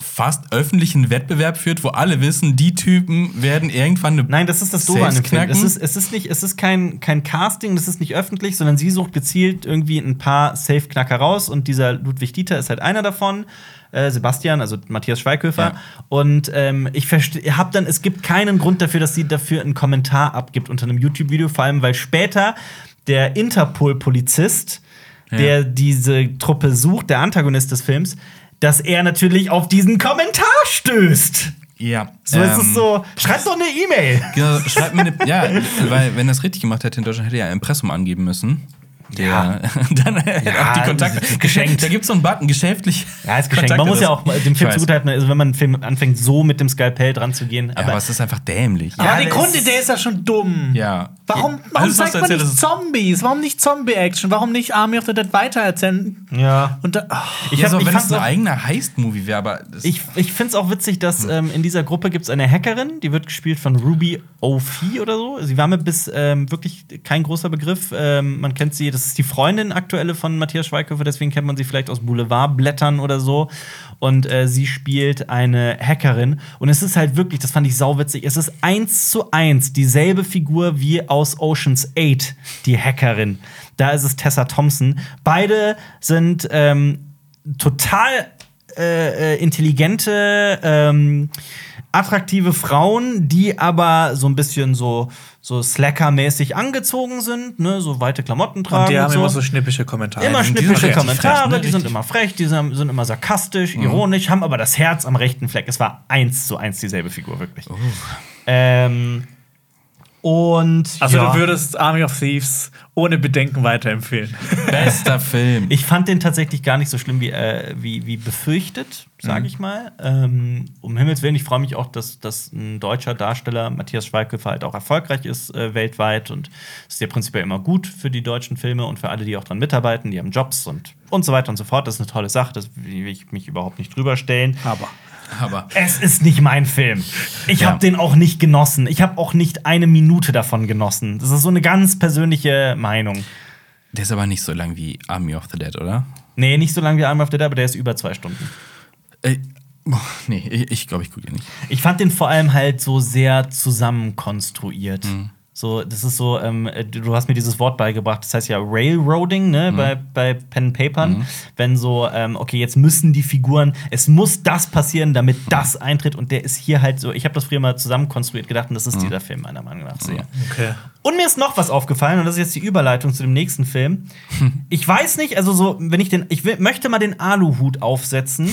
[SPEAKER 3] fast öffentlichen Wettbewerb führt, wo alle wissen, die Typen werden irgendwann eine.
[SPEAKER 1] Nein, das ist das Doofe an
[SPEAKER 3] Saves
[SPEAKER 1] dem Film.
[SPEAKER 3] knacken?
[SPEAKER 1] Es ist, es ist, nicht, es ist kein, kein Casting, das ist nicht öffentlich, sondern sie sucht gezielt irgendwie ein paar Safe-Knacker raus und dieser Ludwig Dieter ist halt einer davon. Äh, Sebastian, also Matthias Schweighöfer.
[SPEAKER 3] Ja.
[SPEAKER 1] Und ähm, ich verstehe, hab dann, es gibt keinen Grund dafür, dass sie dafür einen Kommentar abgibt unter einem YouTube-Video, vor allem, weil später der Interpol-Polizist, der diese Truppe sucht, der Antagonist des Films, dass er natürlich auf diesen Kommentar stößt.
[SPEAKER 3] ja.
[SPEAKER 1] So ist es
[SPEAKER 3] Ähm,
[SPEAKER 1] so, schreibt doch eine E-Mail.
[SPEAKER 3] Genau, schreibt mir eine. Ja, weil wenn das richtig gemacht hätte in Deutschland, hätte er ja Impressum angeben müssen. Der,
[SPEAKER 1] Ja.
[SPEAKER 3] dann hätte er auch die Kontakte.
[SPEAKER 1] geschenkt.
[SPEAKER 3] Da gibt es so einen Button, geschäftlich.
[SPEAKER 1] Ja, ist geschenkt. Man
[SPEAKER 3] Kontakte,
[SPEAKER 1] muss ja
[SPEAKER 3] das-
[SPEAKER 1] auch dem
[SPEAKER 3] Ich
[SPEAKER 1] Film
[SPEAKER 3] weiß.
[SPEAKER 1] zugutehalten, also wenn man einen Film anfängt, so mit dem Skalpell dran zu gehen.
[SPEAKER 3] Ja,
[SPEAKER 1] Aber
[SPEAKER 3] aber es ist einfach dämlich.
[SPEAKER 1] Ja,
[SPEAKER 2] aber die
[SPEAKER 1] das-
[SPEAKER 2] Grundidee ist ja schon dumm.
[SPEAKER 3] Ja.
[SPEAKER 2] Warum, warum
[SPEAKER 3] Alles, was
[SPEAKER 2] zeigt
[SPEAKER 3] du
[SPEAKER 2] man
[SPEAKER 3] erzählt
[SPEAKER 2] nicht
[SPEAKER 3] hast,
[SPEAKER 2] Zombies? Warum nicht Zombie-Action? Warum nicht Army of the Dead weitererzählen?
[SPEAKER 1] ja.
[SPEAKER 2] Und da,
[SPEAKER 1] Ich,
[SPEAKER 3] Ja,
[SPEAKER 1] hab,
[SPEAKER 3] so,
[SPEAKER 1] ich,
[SPEAKER 3] wenn es
[SPEAKER 1] fand's
[SPEAKER 3] ein
[SPEAKER 1] auch,
[SPEAKER 3] eigener Heist-Movie wäre, aber das
[SPEAKER 1] ich, ich finde es auch witzig, dass ähm, in dieser Gruppe gibt es eine Hackerin, die wird gespielt von Ruby O'Fee oder so. Sie war mir bis ähm, wirklich kein großer Begriff. Ähm, man kennt sie, das ist die Freundin aktuelle von Matthias Schweighöfer, deswegen kennt man sie vielleicht aus Boulevardblättern oder so. Und äh, sie spielt eine Hackerin. Und es ist halt wirklich, das fand ich sauwitzig, es ist eins zu eins dieselbe Figur wie aus Oceans 8, die Hackerin. Da ist es Tessa Thompson. Beide sind ähm, total äh, äh, intelligente, ähm, attraktive Frauen, die aber so ein bisschen so, so Slacker-mäßig angezogen sind, ne? so weite Klamotten tragen.
[SPEAKER 2] Und die haben
[SPEAKER 1] so.
[SPEAKER 2] immer so schnippische Kommentare.
[SPEAKER 1] Immer
[SPEAKER 3] die sind
[SPEAKER 1] schnippische
[SPEAKER 3] richtig
[SPEAKER 1] Kommentare,
[SPEAKER 3] frech, ne?
[SPEAKER 1] die sind
[SPEAKER 3] Richtig.
[SPEAKER 1] immer frech, die sind, sind immer sarkastisch,
[SPEAKER 2] Mhm.
[SPEAKER 1] ironisch, haben aber das Herz am rechten Fleck. Es war eins zu eins dieselbe Figur,
[SPEAKER 2] Oh.
[SPEAKER 1] wirklich. Ähm, und
[SPEAKER 2] Also
[SPEAKER 1] ja,
[SPEAKER 2] du würdest Army of Thieves ohne Bedenken weiterempfehlen.
[SPEAKER 3] Bester Film.
[SPEAKER 1] ich fand den tatsächlich gar nicht so schlimm wie, äh, wie, wie befürchtet, sage ich mal. Ähm, um Himmels Willen, ich freue mich auch, dass, dass ein deutscher Darsteller, Matthias Schweighöfer, halt auch erfolgreich ist äh, weltweit. Und es ist ja prinzipiell immer gut für die deutschen Filme und für alle, die auch dran mitarbeiten, die haben Jobs und, und so weiter und so fort. Das ist eine tolle Sache, das will ich mich überhaupt nicht drüber stellen.
[SPEAKER 2] Aber.
[SPEAKER 3] Aber
[SPEAKER 1] Es ist nicht mein Film. Ich
[SPEAKER 3] Ja.
[SPEAKER 1] habe den auch nicht genossen. Ich habe auch nicht eine Minute davon genossen. Das ist so eine ganz persönliche Meinung.
[SPEAKER 3] der ist aber nicht so lang wie Army of the Dead, oder?
[SPEAKER 1] Nee, nicht so lange wie Arm of the Dead, aber der ist über zwei Stunden.
[SPEAKER 3] Äh, boah, nee, ich, ich glaube, ich gucke ihn nicht.
[SPEAKER 1] Ich fand den vor allem halt so sehr zusammenkonstruiert. So, das ist so, ähm, du du hast mir dieses Wort beigebracht, das heißt ja Railroading, ne, bei, bei Pen and Papern. Wenn so, ähm, okay, jetzt müssen die Figuren, es muss das passieren, damit das eintritt. Und der ist hier halt so, ich habe das früher mal zusammenkonstruiert gedacht, und das ist dieser Film meiner Meinung nach sehr.
[SPEAKER 2] Okay.
[SPEAKER 1] Und mir ist noch was aufgefallen, und das ist jetzt die Überleitung zu dem nächsten Film. Ich weiß nicht, also so, wenn ich den, ich will, möchte mal den Aluhut aufsetzen.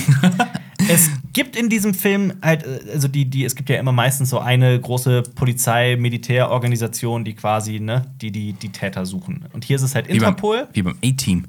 [SPEAKER 1] es gibt in diesem Film halt, äh, also die, die, es gibt ja immer meistens so eine große Polizei-Militärorganisation, die quasi, ne, die, die, die Täter suchen. Und hier ist es halt
[SPEAKER 3] Wie beim,
[SPEAKER 1] Interpol
[SPEAKER 3] wie beim A-Team.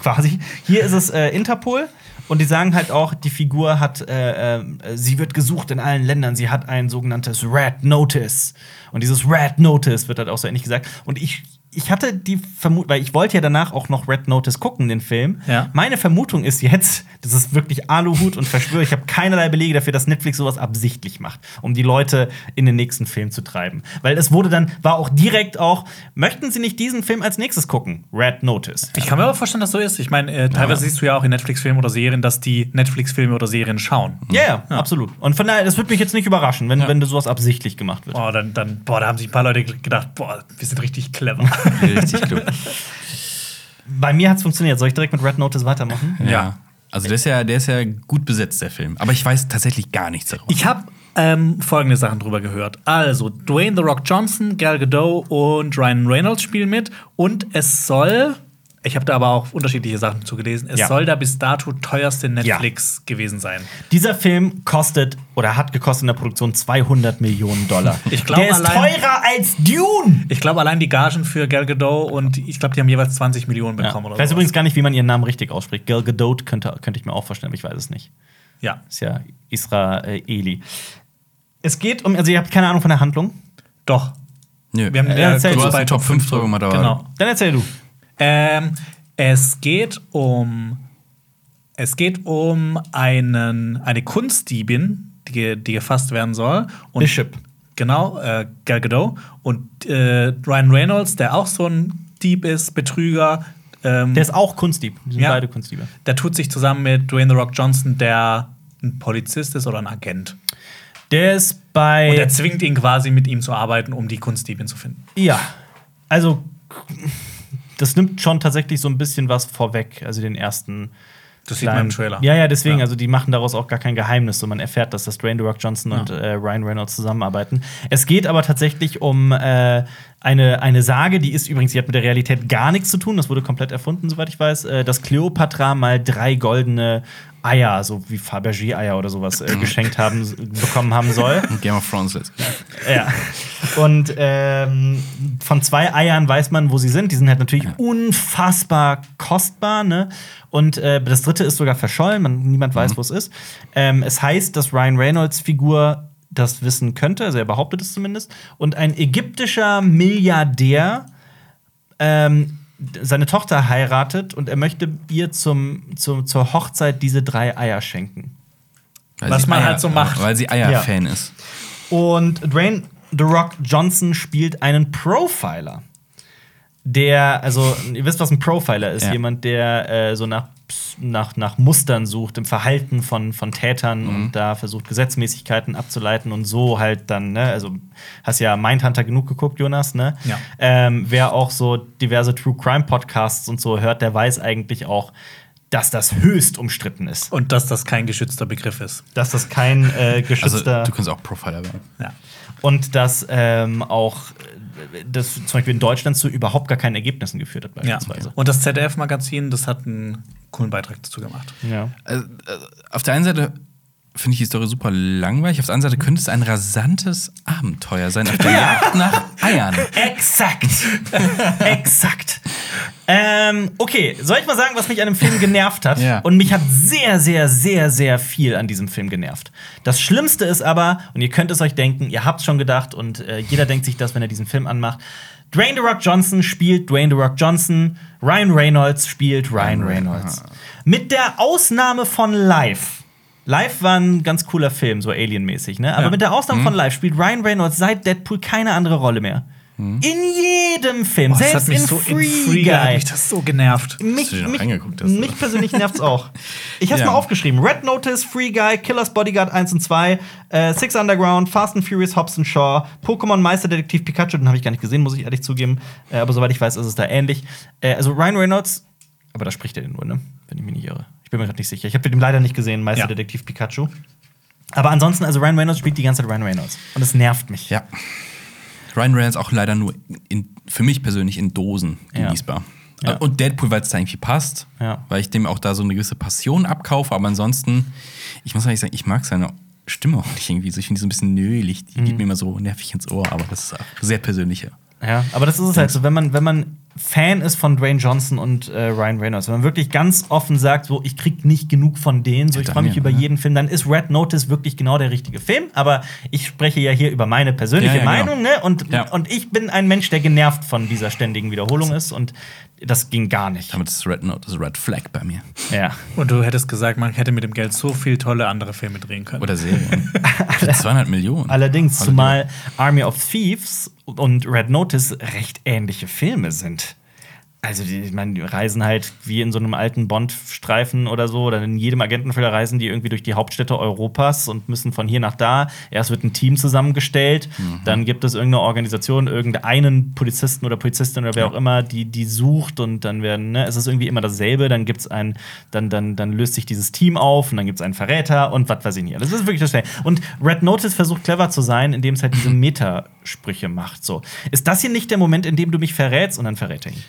[SPEAKER 1] quasi. Hier ist es äh, Interpol und die sagen halt auch, die Figur hat, äh, äh, sie wird gesucht in allen Ländern. Sie hat ein sogenanntes Red Notice und dieses Red Notice wird halt auch so ähnlich gesagt. Und ich ich hatte die Vermutung, weil ich wollte ja danach auch noch Red Notice gucken, den Film.
[SPEAKER 2] Ja.
[SPEAKER 1] Meine Vermutung ist jetzt, das ist wirklich Aluhut und Verschwöre, ich habe keinerlei Belege dafür, dass Netflix sowas absichtlich macht, um die Leute in den nächsten Film zu treiben. Weil es wurde dann, war auch direkt auch, möchten Sie nicht diesen Film als nächstes gucken? Red Notice.
[SPEAKER 2] Ich kann mir aber vorstellen, dass so ist. Ich meine, äh, teilweise siehst du ja auch in Netflix-Filmen oder Serien, dass die Netflix-Filme oder Serien schauen.
[SPEAKER 1] Ja, ja, absolut. Und von daher, das würde mich jetzt nicht überraschen, wenn, wenn sowas absichtlich gemacht wird.
[SPEAKER 2] Boah, dann, dann, boah, da haben sich ein paar Leute gedacht, boah, wir sind richtig clever.
[SPEAKER 3] Richtig klug.
[SPEAKER 1] Bei mir hat es funktioniert. Soll ich direkt mit Red Notice weitermachen?
[SPEAKER 3] Ja. Also der ist ja, der ist ja gut besetzt, der Film. Aber ich weiß tatsächlich gar nichts darüber.
[SPEAKER 2] Ich habe ähm, folgende Sachen drüber gehört. Also, Dwayne The Rock Johnson, Gal Gadot und Ryan Reynolds spielen mit. Und es soll, ich habe da aber auch unterschiedliche Sachen zugelesen, es
[SPEAKER 1] Ja.
[SPEAKER 2] soll der bis dato teuerste Netflix gewesen sein.
[SPEAKER 1] Dieser Film kostet oder hat gekostet in der Produktion 200 Millionen Dollar.
[SPEAKER 2] Ich glaub,
[SPEAKER 1] der ist
[SPEAKER 2] allein-
[SPEAKER 1] teurer als Dune.
[SPEAKER 2] Ich glaube, allein die Gagen für Gal Gadot und ich glaube, die haben jeweils 20 Millionen
[SPEAKER 1] Ja.
[SPEAKER 2] bekommen
[SPEAKER 1] Ich
[SPEAKER 2] oder
[SPEAKER 1] weiß
[SPEAKER 2] so.
[SPEAKER 1] übrigens gar nicht, wie man ihren Namen richtig ausspricht. Gal Gadot könnte, könnte ich mir auch vorstellen, aber ich weiß es nicht.
[SPEAKER 2] Ja.
[SPEAKER 1] Ist ja Israeli. Es geht um, also ihr habt keine Ahnung von der Handlung.
[SPEAKER 2] Doch.
[SPEAKER 3] Nö.
[SPEAKER 2] Wir haben
[SPEAKER 1] Ja,
[SPEAKER 2] äh,
[SPEAKER 1] erzähl
[SPEAKER 3] du
[SPEAKER 1] jetzt
[SPEAKER 3] hast
[SPEAKER 2] bei
[SPEAKER 3] die Top 5 drüber gemacht, aber
[SPEAKER 2] Genau.
[SPEAKER 1] Dann erzähl du.
[SPEAKER 2] Ähm, es geht um es geht um einen eine Kunstdiebin, die, ge- die gefasst werden soll. Und
[SPEAKER 1] Bishop.
[SPEAKER 2] Genau, äh, Gal Gadot und äh, Ryan Reynolds, der auch so ein Dieb ist, Betrüger. Ähm,
[SPEAKER 1] Der ist auch Kunstdieb. Die sind
[SPEAKER 2] Ja.
[SPEAKER 1] beide Kunstdiebe.
[SPEAKER 2] der tut sich zusammen mit Dwayne The Rock Johnson, der ein Polizist ist oder ein Agent.
[SPEAKER 1] Der ist bei.
[SPEAKER 2] Und er zwingt ihn quasi mit ihm zu arbeiten, um die Kunstdiebin zu finden.
[SPEAKER 1] Ja, also das nimmt schon tatsächlich so ein bisschen was vorweg, also den ersten.
[SPEAKER 2] Das sieht man
[SPEAKER 1] kleinen-
[SPEAKER 2] im Trailer.
[SPEAKER 1] Ja, ja, deswegen,
[SPEAKER 2] Ja.
[SPEAKER 1] also die machen daraus auch gar kein Geheimnis. So, man erfährt, dass das Dwayne The Rock Johnson und äh, Ryan Reynolds zusammenarbeiten. Es geht aber tatsächlich um äh, eine, eine Sage, die ist übrigens, die hat mit der Realität gar nichts zu tun, das wurde komplett erfunden, soweit ich weiß, äh, dass Cleopatra mal drei goldene Eier, so wie Fabergé-Eier oder sowas, äh, geschenkt haben, bekommen haben soll.
[SPEAKER 3] Game of Thrones let's go.
[SPEAKER 1] Ja. Und ähm, von zwei Eiern weiß man, wo sie sind. Die sind halt natürlich unfassbar kostbar. Ne? Und äh, das dritte ist sogar verschollen. Man, niemand weiß, wo es ist. Ähm, es heißt, dass Ryan Reynolds Figur das wissen könnte. Also er behauptet es zumindest. Und ein ägyptischer Milliardär ähm, d- seine Tochter heiratet und er möchte ihr zum, zum, zur Hochzeit diese drei Eier schenken.
[SPEAKER 3] Weil
[SPEAKER 2] Was
[SPEAKER 3] sie
[SPEAKER 2] man
[SPEAKER 3] Eier,
[SPEAKER 2] halt so macht.
[SPEAKER 3] Weil sie Eier-Fan ist.
[SPEAKER 1] Und Dwayne The Rock Johnson spielt einen Profiler. Der, also, ihr wisst, was ein Profiler ist.
[SPEAKER 3] Ja.
[SPEAKER 1] Jemand, der äh, so nach, Ps- nach, nach Mustern sucht, im Verhalten von, von Tätern und da versucht, Gesetzmäßigkeiten abzuleiten und so halt dann, ne? Also, hast ja Mindhunter genug geguckt, Jonas, ne?
[SPEAKER 2] Ja.
[SPEAKER 1] Ähm, wer auch so diverse True Crime Podcasts und so hört, der weiß eigentlich auch, dass das höchst umstritten ist.
[SPEAKER 2] Und dass das kein geschützter Begriff ist.
[SPEAKER 1] Dass das kein äh,
[SPEAKER 3] Also,
[SPEAKER 1] geschützter
[SPEAKER 3] du kannst auch Profiler werden.
[SPEAKER 2] Ja.
[SPEAKER 1] und dass ähm, auch äh, das zum Beispiel in Deutschland zu überhaupt gar keinen Ergebnissen geführt hat,
[SPEAKER 2] ja.
[SPEAKER 1] beispielsweise.
[SPEAKER 2] Und das ZDF-Magazin, das hat einen coolen Beitrag dazu gemacht.
[SPEAKER 1] Ja.
[SPEAKER 3] Also, äh, auf der einen Seite finde ich die Story super langweilig, auf der anderen Seite könnte es ein rasantes Abenteuer sein, auf der Jagd nach Eiern.
[SPEAKER 1] Exakt. Exakt. Ähm, okay, soll ich mal sagen, was mich an dem Film genervt hat?
[SPEAKER 3] Ja.
[SPEAKER 1] Und mich hat sehr, sehr, sehr, sehr viel an diesem Film genervt. Das Schlimmste ist aber, und ihr könnt es euch denken, ihr habt schon gedacht und äh, jeder denkt sich das, wenn er diesen Film anmacht. Dwayne The Rock Johnson spielt Dwayne The Rock Johnson, Ryan Reynolds spielt Ryan Reynolds. Mit der Ausnahme von Live. Live war ein ganz cooler Film, so alienmäßig, ne? Aber
[SPEAKER 2] Ja.
[SPEAKER 1] mit der Ausnahme von Live spielt Ryan Reynolds seit Deadpool keine andere Rolle mehr. In jedem Film,
[SPEAKER 2] Boah, Oh, das
[SPEAKER 1] selbst in Free,
[SPEAKER 2] hat
[SPEAKER 1] Guy.
[SPEAKER 2] mich das so genervt.
[SPEAKER 1] Mich,
[SPEAKER 3] Hast du den noch
[SPEAKER 1] mich,
[SPEAKER 3] angeguckt hast,
[SPEAKER 1] mich
[SPEAKER 3] oder?
[SPEAKER 1] persönlich nervt's auch. Ich hab's
[SPEAKER 3] Ja.
[SPEAKER 1] mal aufgeschrieben. Red Notice, Free Guy, Killers Bodyguard 1 und 2, äh, Six Underground, Fast and Furious, Hobbs and Shaw, Pokémon Meisterdetektiv Pikachu, den habe ich gar nicht gesehen, muss ich ehrlich zugeben. Äh, aber soweit ich weiß, ist es da ähnlich. Äh, also Ryan Reynolds, aber da spricht er den nur, ne? Wenn ich mich nicht irre. Ich bin mir gerade nicht sicher. Ich habe den leider nicht gesehen, Meisterdetektiv Pikachu. Aber ansonsten, also Ryan Reynolds spielt die ganze Zeit Ryan Reynolds. Und es nervt mich.
[SPEAKER 3] Ja. Ryan Reynolds auch leider nur in, für mich persönlich in Dosen
[SPEAKER 1] Ja.
[SPEAKER 3] genießbar.
[SPEAKER 1] Ja.
[SPEAKER 3] Und Deadpool, weil es da irgendwie passt,
[SPEAKER 1] Ja.
[SPEAKER 3] weil ich dem auch da so eine gewisse Passion abkaufe, aber ansonsten, ich muss ehrlich sagen, ich mag seine Stimme auch nicht irgendwie so. Ich finde die so ein bisschen nölig, die
[SPEAKER 1] Mhm.
[SPEAKER 3] geht mir immer so nervig ins Ohr, aber das ist auch sehr persönlicher.
[SPEAKER 1] Ja, aber das ist es halt so, wenn man, wenn man Fan ist von Dwayne Johnson und äh, Ryan Reynolds, wenn man wirklich ganz offen sagt, so ich krieg nicht genug von denen, so ich
[SPEAKER 3] dann
[SPEAKER 1] freue mich
[SPEAKER 3] ja,
[SPEAKER 1] über
[SPEAKER 3] ja.
[SPEAKER 1] jeden Film, dann ist Red Notice wirklich genau der richtige Film. Aber ich spreche ja hier über meine persönliche
[SPEAKER 3] Ja, ja, genau.
[SPEAKER 1] Meinung, ne? Und,
[SPEAKER 3] Ja.
[SPEAKER 1] und ich bin ein Mensch, der genervt von dieser ständigen Wiederholung ist und das ging gar nicht.
[SPEAKER 3] Damit ist Red Note, das ist Red Flag bei mir.
[SPEAKER 1] Ja.
[SPEAKER 2] Und du hättest gesagt, man hätte mit dem Geld so viel tolle andere Filme drehen können.
[SPEAKER 3] Oder Serien. Für 200 Millionen.
[SPEAKER 1] Allerdings, zumal Army of Thieves und Red Notice recht ähnliche Filme sind. Also, die, ich meine, die reisen halt wie in so einem alten Bond-Streifen oder so, oder in jedem Agentenfilter reisen die irgendwie durch die Hauptstädte Europas und müssen von hier nach da. Erst wird ein Team zusammengestellt, dann gibt es irgendeine Organisation, irgendeinen Polizisten oder Polizistin oder wer auch immer, die, die sucht und dann werden, ne, es ist irgendwie immer dasselbe, dann gibt's ein, dann, dann, dann löst sich dieses Team auf und dann gibt's einen Verräter und was weiß ich nicht. alles. Das ist wirklich das Schnell. Und Red Notice versucht clever zu sein, indem es halt diese Metasprüche macht. So. Ist das hier nicht der Moment, in dem du mich verrätst und dann verrät er ihn?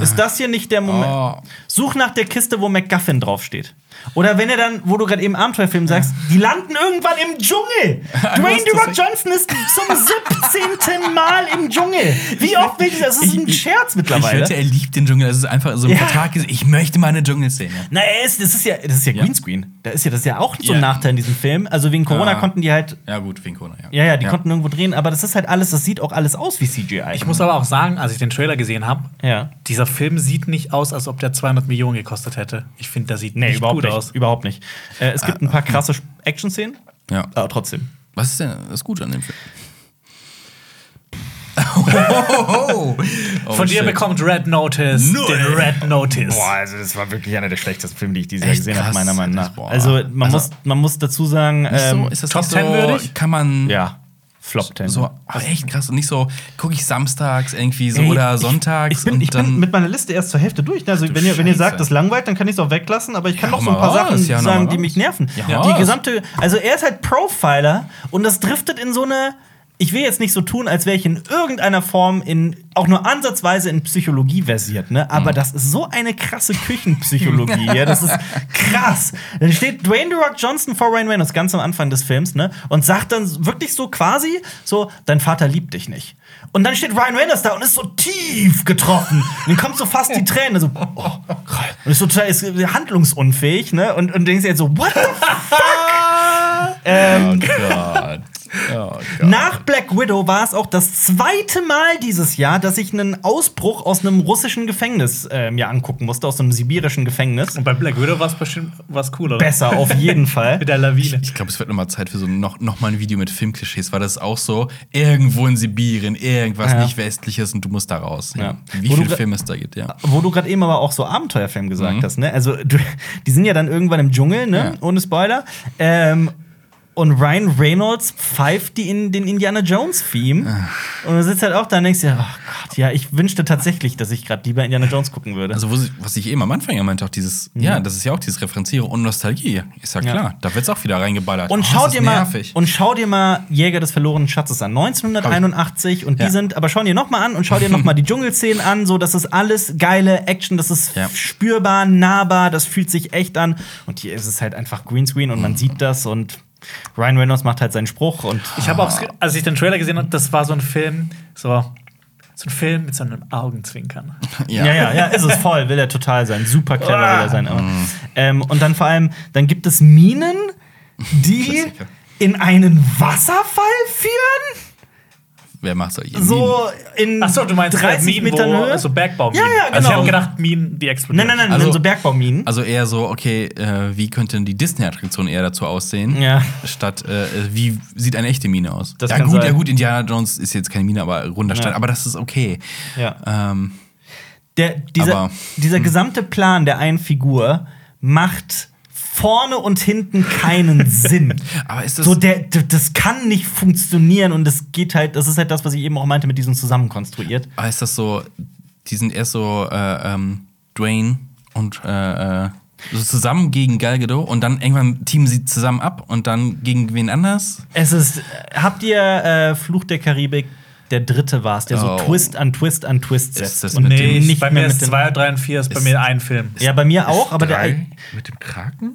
[SPEAKER 1] Ist das hier nicht der Moment?
[SPEAKER 3] Oh.
[SPEAKER 1] Such nach der Kiste, wo MacGuffin draufsteht. Oder wenn er dann, wo du gerade eben Abenteuerfilm sagst, die landen irgendwann im Dschungel. Dwayne The Rock Johnson ist zum 17. Mal im Dschungel. Wie oft will ich das? Das ist ein Scherz
[SPEAKER 3] Ich
[SPEAKER 1] mittlerweile.
[SPEAKER 3] hörte, er liebt den Dschungel. Das ist einfach so ein
[SPEAKER 1] Ja.
[SPEAKER 3] Vertrag. Ich möchte meine Dschungelszene.
[SPEAKER 1] Na, er ist, das ist ja, das ist ja,
[SPEAKER 3] Ja.
[SPEAKER 1] Greenscreen. Da ist ja, das ist ja auch so ein
[SPEAKER 3] Ja.
[SPEAKER 1] Nachteil in diesem Film. Also wegen Corona
[SPEAKER 3] Ja.
[SPEAKER 1] konnten die halt,
[SPEAKER 3] Ja, gut, wegen Corona, ja.
[SPEAKER 1] ja, ja, die konnten irgendwo drehen, aber das ist halt alles, das sieht auch alles aus wie CGI.
[SPEAKER 2] Ich muss aber auch sagen, als ich den Trailer gesehen habe,
[SPEAKER 1] Ja.
[SPEAKER 2] dieser Film sieht nicht aus, als ob der 200 Millionen gekostet hätte. Ich finde, der sieht
[SPEAKER 1] Nee,
[SPEAKER 2] nicht
[SPEAKER 1] überhaupt
[SPEAKER 2] gut
[SPEAKER 1] nicht.
[SPEAKER 2] aus.
[SPEAKER 1] Überhaupt nicht. Äh, es gibt ein paar krasse Sch- Action-Szenen,
[SPEAKER 3] Ja.
[SPEAKER 1] aber trotzdem.
[SPEAKER 3] Was ist denn das Gute an dem Film? Oh,
[SPEAKER 2] Von dir bekommt Red Notice
[SPEAKER 3] Null.
[SPEAKER 2] den Red Notice.
[SPEAKER 1] Oh, Boah, also das war wirklich einer der schlechtesten Filme, die ich dieses Jahr
[SPEAKER 3] Echt
[SPEAKER 1] gesehen habe,
[SPEAKER 3] krass.
[SPEAKER 1] meiner Meinung nach.
[SPEAKER 3] Boah.
[SPEAKER 1] Also man,
[SPEAKER 3] Also-
[SPEAKER 1] muss, man muss dazu sagen, ähm,
[SPEAKER 3] so, ist das
[SPEAKER 2] Top
[SPEAKER 3] nicht so,
[SPEAKER 2] 10 würdig?
[SPEAKER 3] Kann man.
[SPEAKER 1] ja, Flop 10.
[SPEAKER 3] So, oh, echt krass. Und nicht so, gucke ich samstags irgendwie so
[SPEAKER 1] Ey,
[SPEAKER 3] oder sonntags.
[SPEAKER 1] Ich bin,
[SPEAKER 3] und
[SPEAKER 1] ich
[SPEAKER 3] dann,
[SPEAKER 1] bin mit meiner Liste erst zur Hälfte durch. ne? Also, wenn ihr, wenn ihr
[SPEAKER 3] Scheiße.
[SPEAKER 1] sagt, das langweilt, dann kann ich es auch weglassen, aber ich kann
[SPEAKER 3] Ja,
[SPEAKER 1] noch so ein
[SPEAKER 3] hau
[SPEAKER 1] paar
[SPEAKER 3] mal raus,
[SPEAKER 1] Sachen
[SPEAKER 3] ja, hau mal
[SPEAKER 1] sagen, die
[SPEAKER 3] raus.
[SPEAKER 1] mich nerven.
[SPEAKER 3] Ja,
[SPEAKER 1] die
[SPEAKER 3] raus.
[SPEAKER 1] gesamte, also er ist halt Profiler und das driftet in so eine. Ich will jetzt nicht so tun, als wäre ich in irgendeiner Form in auch nur ansatzweise in Psychologie versiert, ne? Aber das ist so eine krasse Küchenpsychologie, ja, das ist krass. Dann steht Dwayne The Rock Johnson vor Ryan Reynolds ganz am Anfang des Films, ne? Und sagt dann wirklich so quasi so, dein Vater liebt dich nicht. Und dann steht Ryan Reynolds da und ist so tief getroffen. Und dann kommt so fast die Tränen, also oh, krass. und ist so total ist handlungsunfähig, ne? Und und denkst dir jetzt so, what the
[SPEAKER 3] oh Gott. Oh Gott.
[SPEAKER 1] Nach Black Widow war es auch das zweite Mal dieses Jahr, dass ich einen Ausbruch aus einem russischen Gefängnis äh, mir angucken musste, aus einem sibirischen Gefängnis.
[SPEAKER 2] Und bei Black Widow war es bestimmt was cooler.
[SPEAKER 1] Besser auf jeden Fall.
[SPEAKER 2] Mit der Lawine.
[SPEAKER 3] Ich glaube, es wird nochmal Zeit für so noch, noch mal ein Video mit Filmklischees, weil das ist auch so irgendwo in Sibirien, irgendwas
[SPEAKER 1] Ja.
[SPEAKER 3] nicht Westliches und du musst da raus. Ja.
[SPEAKER 1] Ja.
[SPEAKER 3] Wie
[SPEAKER 1] Wo du
[SPEAKER 3] viele
[SPEAKER 1] gra-
[SPEAKER 3] Filme es da gibt, ja.
[SPEAKER 1] Wo du gerade eben aber auch so Abenteuerfilm gesagt hast, ne? Also, du, die sind ja dann irgendwann im Dschungel, ne?
[SPEAKER 3] Ja.
[SPEAKER 1] Ohne Spoiler. Ähm, Und Ryan Reynolds pfeift die in den Indiana Jones-Theme. Und du sitzt halt auch da und denkst dir, ach Gott, ja, ich wünschte tatsächlich, dass ich gerade lieber Indiana Jones gucken würde.
[SPEAKER 3] Also, wo sie- was ich eben am Anfang ja meinte, auch dieses,
[SPEAKER 1] Mhm.
[SPEAKER 3] ja, das ist ja auch dieses Referenziere und Nostalgie. Ist ja klar. Da wird's auch wieder reingeballert.
[SPEAKER 1] Und
[SPEAKER 3] Oh,
[SPEAKER 1] schau,
[SPEAKER 3] ist
[SPEAKER 1] dir mal,
[SPEAKER 3] nervig.
[SPEAKER 1] und schau dir mal Jäger des verlorenen Schatzes an. 1981 und die
[SPEAKER 3] Ja.
[SPEAKER 1] sind, aber schau dir noch mal an und schau dir noch mal die Dschungelszenen an. So, das ist alles geile Action, das ist
[SPEAKER 3] Ja.
[SPEAKER 1] spürbar, nahbar, das fühlt sich echt an. Und hier ist es halt einfach Greenscreen und man sieht das und Ryan Reynolds macht halt seinen Spruch und
[SPEAKER 2] Ich habe auch, als ich den Trailer gesehen habe, das war so ein Film, so, so ein Film mit so einem Augenzwinkern.
[SPEAKER 3] ja.
[SPEAKER 1] Ja, ja, ja, ist es voll, will er total sein. Super clever will er sein. Aber.
[SPEAKER 3] Ah.
[SPEAKER 1] Ähm, und dann vor allem, dann gibt es Minen, die
[SPEAKER 3] Klassiker.
[SPEAKER 1] in einen Wasserfall führen?
[SPEAKER 3] Wer macht solche Minen?
[SPEAKER 1] So in
[SPEAKER 2] Ach so, du meinst
[SPEAKER 1] 30
[SPEAKER 2] Minen,
[SPEAKER 1] Metern
[SPEAKER 2] wo-
[SPEAKER 1] Höhe?
[SPEAKER 2] Also Bergbauminen.
[SPEAKER 1] Ja, ja,
[SPEAKER 2] Also ich
[SPEAKER 1] genau.
[SPEAKER 2] habe gedacht, Minen, die explodieren.
[SPEAKER 1] nein, nein, nein,
[SPEAKER 3] Also-
[SPEAKER 1] also, so Bergbauminen.
[SPEAKER 3] Also eher so, okay, äh, wie könnte denn die Disney-Attraktion eher dazu aussehen?
[SPEAKER 1] Ja.
[SPEAKER 3] Statt, äh, wie sieht eine echte Mine aus?
[SPEAKER 1] Das
[SPEAKER 3] ja,
[SPEAKER 1] kann
[SPEAKER 3] gut,
[SPEAKER 1] sein.
[SPEAKER 3] ja, gut, Indiana Jones ist jetzt keine Mine, aber runder Stein,
[SPEAKER 1] Ja.
[SPEAKER 3] aber das ist okay.
[SPEAKER 1] ja.
[SPEAKER 3] Ähm,
[SPEAKER 1] Der, dieser,
[SPEAKER 3] Aber- Hm.
[SPEAKER 1] dieser gesamte Plan der einen Figur macht vorne und hinten keinen Sinn.
[SPEAKER 3] aber ist das.
[SPEAKER 1] So, der, d- das kann nicht funktionieren und das geht halt, das ist halt das, was ich eben auch meinte mit diesem Zusammenkonstruiert.
[SPEAKER 3] Ah, ist das so, die sind erst so äh, ähm, Dwayne und äh, äh, so zusammen gegen Gal Gadot und dann irgendwann teamen sie zusammen ab und dann gegen wen anders?
[SPEAKER 1] Es ist. Habt ihr äh, Fluch der Karibik? Der dritte war es, der so
[SPEAKER 3] Oh.
[SPEAKER 1] Twist an Twist an Twist setzt.
[SPEAKER 3] das
[SPEAKER 1] Und
[SPEAKER 3] mit
[SPEAKER 2] Nee,
[SPEAKER 1] dem-
[SPEAKER 2] ich, bei mir
[SPEAKER 1] mit
[SPEAKER 2] ist
[SPEAKER 1] dem-
[SPEAKER 2] 2, 3 und 4 ist bei
[SPEAKER 3] Ist-
[SPEAKER 2] mir ein Film.
[SPEAKER 1] Ja, bei mir auch, aber der,
[SPEAKER 3] mit dem Kraken?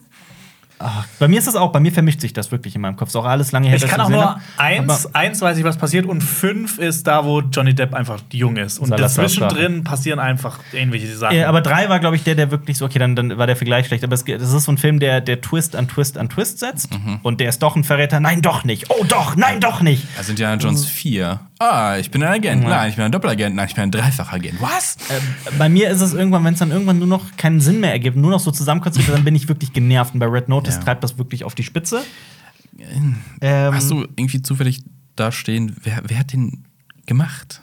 [SPEAKER 1] bei mir ist das auch. Bei mir vermischt sich das wirklich in meinem Kopf. Ist auch alles lange her.
[SPEAKER 2] Ich
[SPEAKER 1] dass
[SPEAKER 2] kann
[SPEAKER 1] ich's
[SPEAKER 2] auch
[SPEAKER 1] gesehen
[SPEAKER 2] nur
[SPEAKER 1] hab.
[SPEAKER 2] eins, eins weiß ich, was passiert, und fünf ist da, wo Johnny Depp einfach jung ist. Und
[SPEAKER 1] Salazar
[SPEAKER 2] dazwischendrin passieren einfach irgendwelche Sachen.
[SPEAKER 1] Äh, aber drei war, glaube ich, der, der wirklich so, okay, dann, dann war der Vergleich schlecht. Aber es, ge- das ist so ein Film, der, der Twist an Twist an Twist setzt.
[SPEAKER 3] Mhm.
[SPEAKER 1] Und der ist doch ein Verräter. Nein, doch nicht. Oh, doch. Nein, doch nicht.
[SPEAKER 3] Also Indiana Jones 4. Ah, ich bin ein Agent. Nein, ich bin ein Doppelagent. Nein, ich bin ein Dreifachagent. Was?
[SPEAKER 1] Ähm. Bei mir ist es irgendwann, wenn es dann irgendwann nur noch keinen Sinn mehr ergibt, nur noch so zusammenkonstruiert, dann bin ich wirklich genervt. Und bei Red Notice
[SPEAKER 3] Ja.
[SPEAKER 1] treibt das wirklich auf die Spitze. Ähm,
[SPEAKER 3] Hast du irgendwie zufällig da stehen, wer, wer hat den gemacht?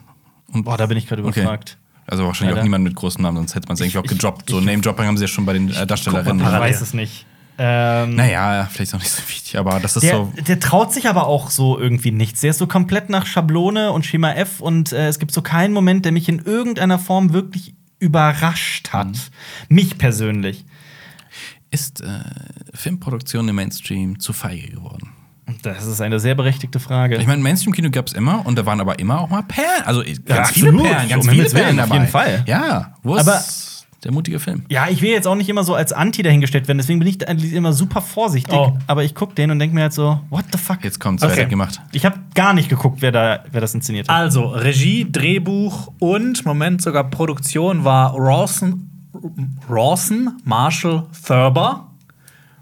[SPEAKER 3] Und
[SPEAKER 1] Boah, da bin ich gerade
[SPEAKER 3] Okay.
[SPEAKER 1] überfragt.
[SPEAKER 3] Also wahrscheinlich
[SPEAKER 1] Leider.
[SPEAKER 3] auch niemand mit großen Namen, sonst hätte man es eigentlich auch gedroppt. So Name-Dropping haben sie ja schon bei den äh, Darstellerinnen.
[SPEAKER 2] guck mal
[SPEAKER 1] Ich
[SPEAKER 2] parallel.
[SPEAKER 1] weiß es nicht. Ähm,
[SPEAKER 3] Naja, vielleicht auch nicht so wichtig, aber das ist
[SPEAKER 1] der,
[SPEAKER 3] so.
[SPEAKER 1] der traut sich aber auch so irgendwie nichts. Der ist so komplett nach Schablone und Schema F und äh, es gibt so keinen Moment, der mich in irgendeiner Form wirklich überrascht hat. Mich persönlich.
[SPEAKER 3] Ist äh, Filmproduktion im Mainstream zu feige geworden?
[SPEAKER 1] Das ist eine sehr berechtigte Frage.
[SPEAKER 3] Ich meine, Mainstream-Kino gab es immer und da waren aber immer auch mal Perlen. Also äh, ganz viele
[SPEAKER 1] absolut.
[SPEAKER 3] Perlen,
[SPEAKER 1] Um
[SPEAKER 3] ganz viele
[SPEAKER 1] Himmels Willen,
[SPEAKER 3] Perlen
[SPEAKER 1] auf
[SPEAKER 3] dabei.
[SPEAKER 1] jeden Fall.
[SPEAKER 3] Ja, wo ist
[SPEAKER 1] Aber-
[SPEAKER 3] der mutige Film?
[SPEAKER 1] ja, ich will jetzt auch nicht immer so als Anti dahingestellt werden, deswegen bin ich da immer super vorsichtig.
[SPEAKER 2] Oh.
[SPEAKER 1] Aber ich gucke den und denke mir halt so, what the fuck?
[SPEAKER 3] Jetzt kommt's, wer
[SPEAKER 2] Okay.
[SPEAKER 3] hat den gemacht?
[SPEAKER 1] Ich habe gar nicht geguckt, wer, da, wer das inszeniert hat.
[SPEAKER 2] Also, Regie, Drehbuch und Moment sogar Produktion war Rawson, Rawson Marshall Thurber.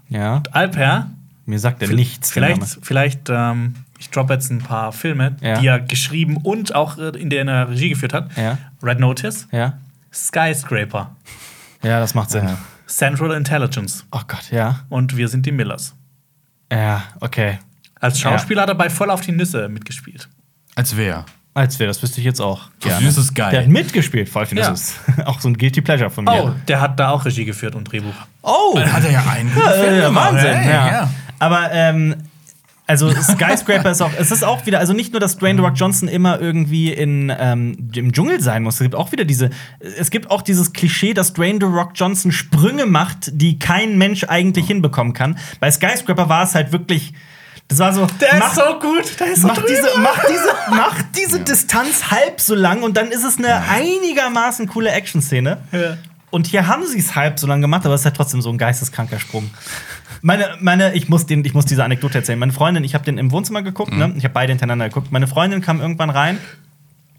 [SPEAKER 1] Ja,
[SPEAKER 2] Alper,
[SPEAKER 1] mir sagt er nichts. der
[SPEAKER 2] vielleicht,
[SPEAKER 1] Name.
[SPEAKER 2] vielleicht ähm, ich droppe jetzt ein paar Filme,
[SPEAKER 1] Ja.
[SPEAKER 2] die er geschrieben und auch äh, in der er Regie geführt hat.
[SPEAKER 1] Ja.
[SPEAKER 2] Red Notice,
[SPEAKER 1] Ja.
[SPEAKER 2] Skyscraper,
[SPEAKER 1] ja, das macht Sinn.
[SPEAKER 2] Central Intelligence
[SPEAKER 1] Oh Gott, ja.
[SPEAKER 2] und Wir sind die Millers.
[SPEAKER 1] Ja, okay.
[SPEAKER 2] Als Schauspieler hat er bei Voll auf die Nüsse mitgespielt.
[SPEAKER 3] Als wer?
[SPEAKER 1] Als wäre, das wüsste ich jetzt auch. Gerne.
[SPEAKER 3] Das ist geil.
[SPEAKER 1] ne? Der hat mitgespielt, Five
[SPEAKER 2] Ja.
[SPEAKER 1] Minutes. Auch so ein Guilty Pleasure von
[SPEAKER 2] Oh,
[SPEAKER 1] mir.
[SPEAKER 2] der hat da auch Regie geführt und Drehbuch.
[SPEAKER 1] Oh!
[SPEAKER 3] Dann hat er ja einen guten Film
[SPEAKER 1] Äh,
[SPEAKER 3] gemacht,
[SPEAKER 1] Wahnsinn,
[SPEAKER 3] ey,
[SPEAKER 1] ja. Aber, ähm, also Skyscraper ist auch, es ist auch wieder, also nicht nur, dass Dwayne The Rock Johnson immer irgendwie in, ähm, im Dschungel sein muss, es gibt auch wieder diese, es gibt auch dieses Klischee, dass Dwayne The Rock Johnson Sprünge macht, die kein Mensch eigentlich hinbekommen kann. Bei Skyscraper war es halt wirklich, das war so, mach-
[SPEAKER 2] gut, der
[SPEAKER 1] Mach diese, mach diese, mach diese Distanz halb so lang und dann ist es eine einigermaßen coole Action-Szene.
[SPEAKER 2] Ja.
[SPEAKER 1] Und hier haben sie es halb so lang gemacht, aber es ist ja trotzdem so ein geisteskranker Sprung. Meine, meine, ich muss, den, ich muss diese Anekdote erzählen. Meine Freundin, ich habe den im Wohnzimmer geguckt, ne? ich habe beide hintereinander geguckt. Meine Freundin kam irgendwann rein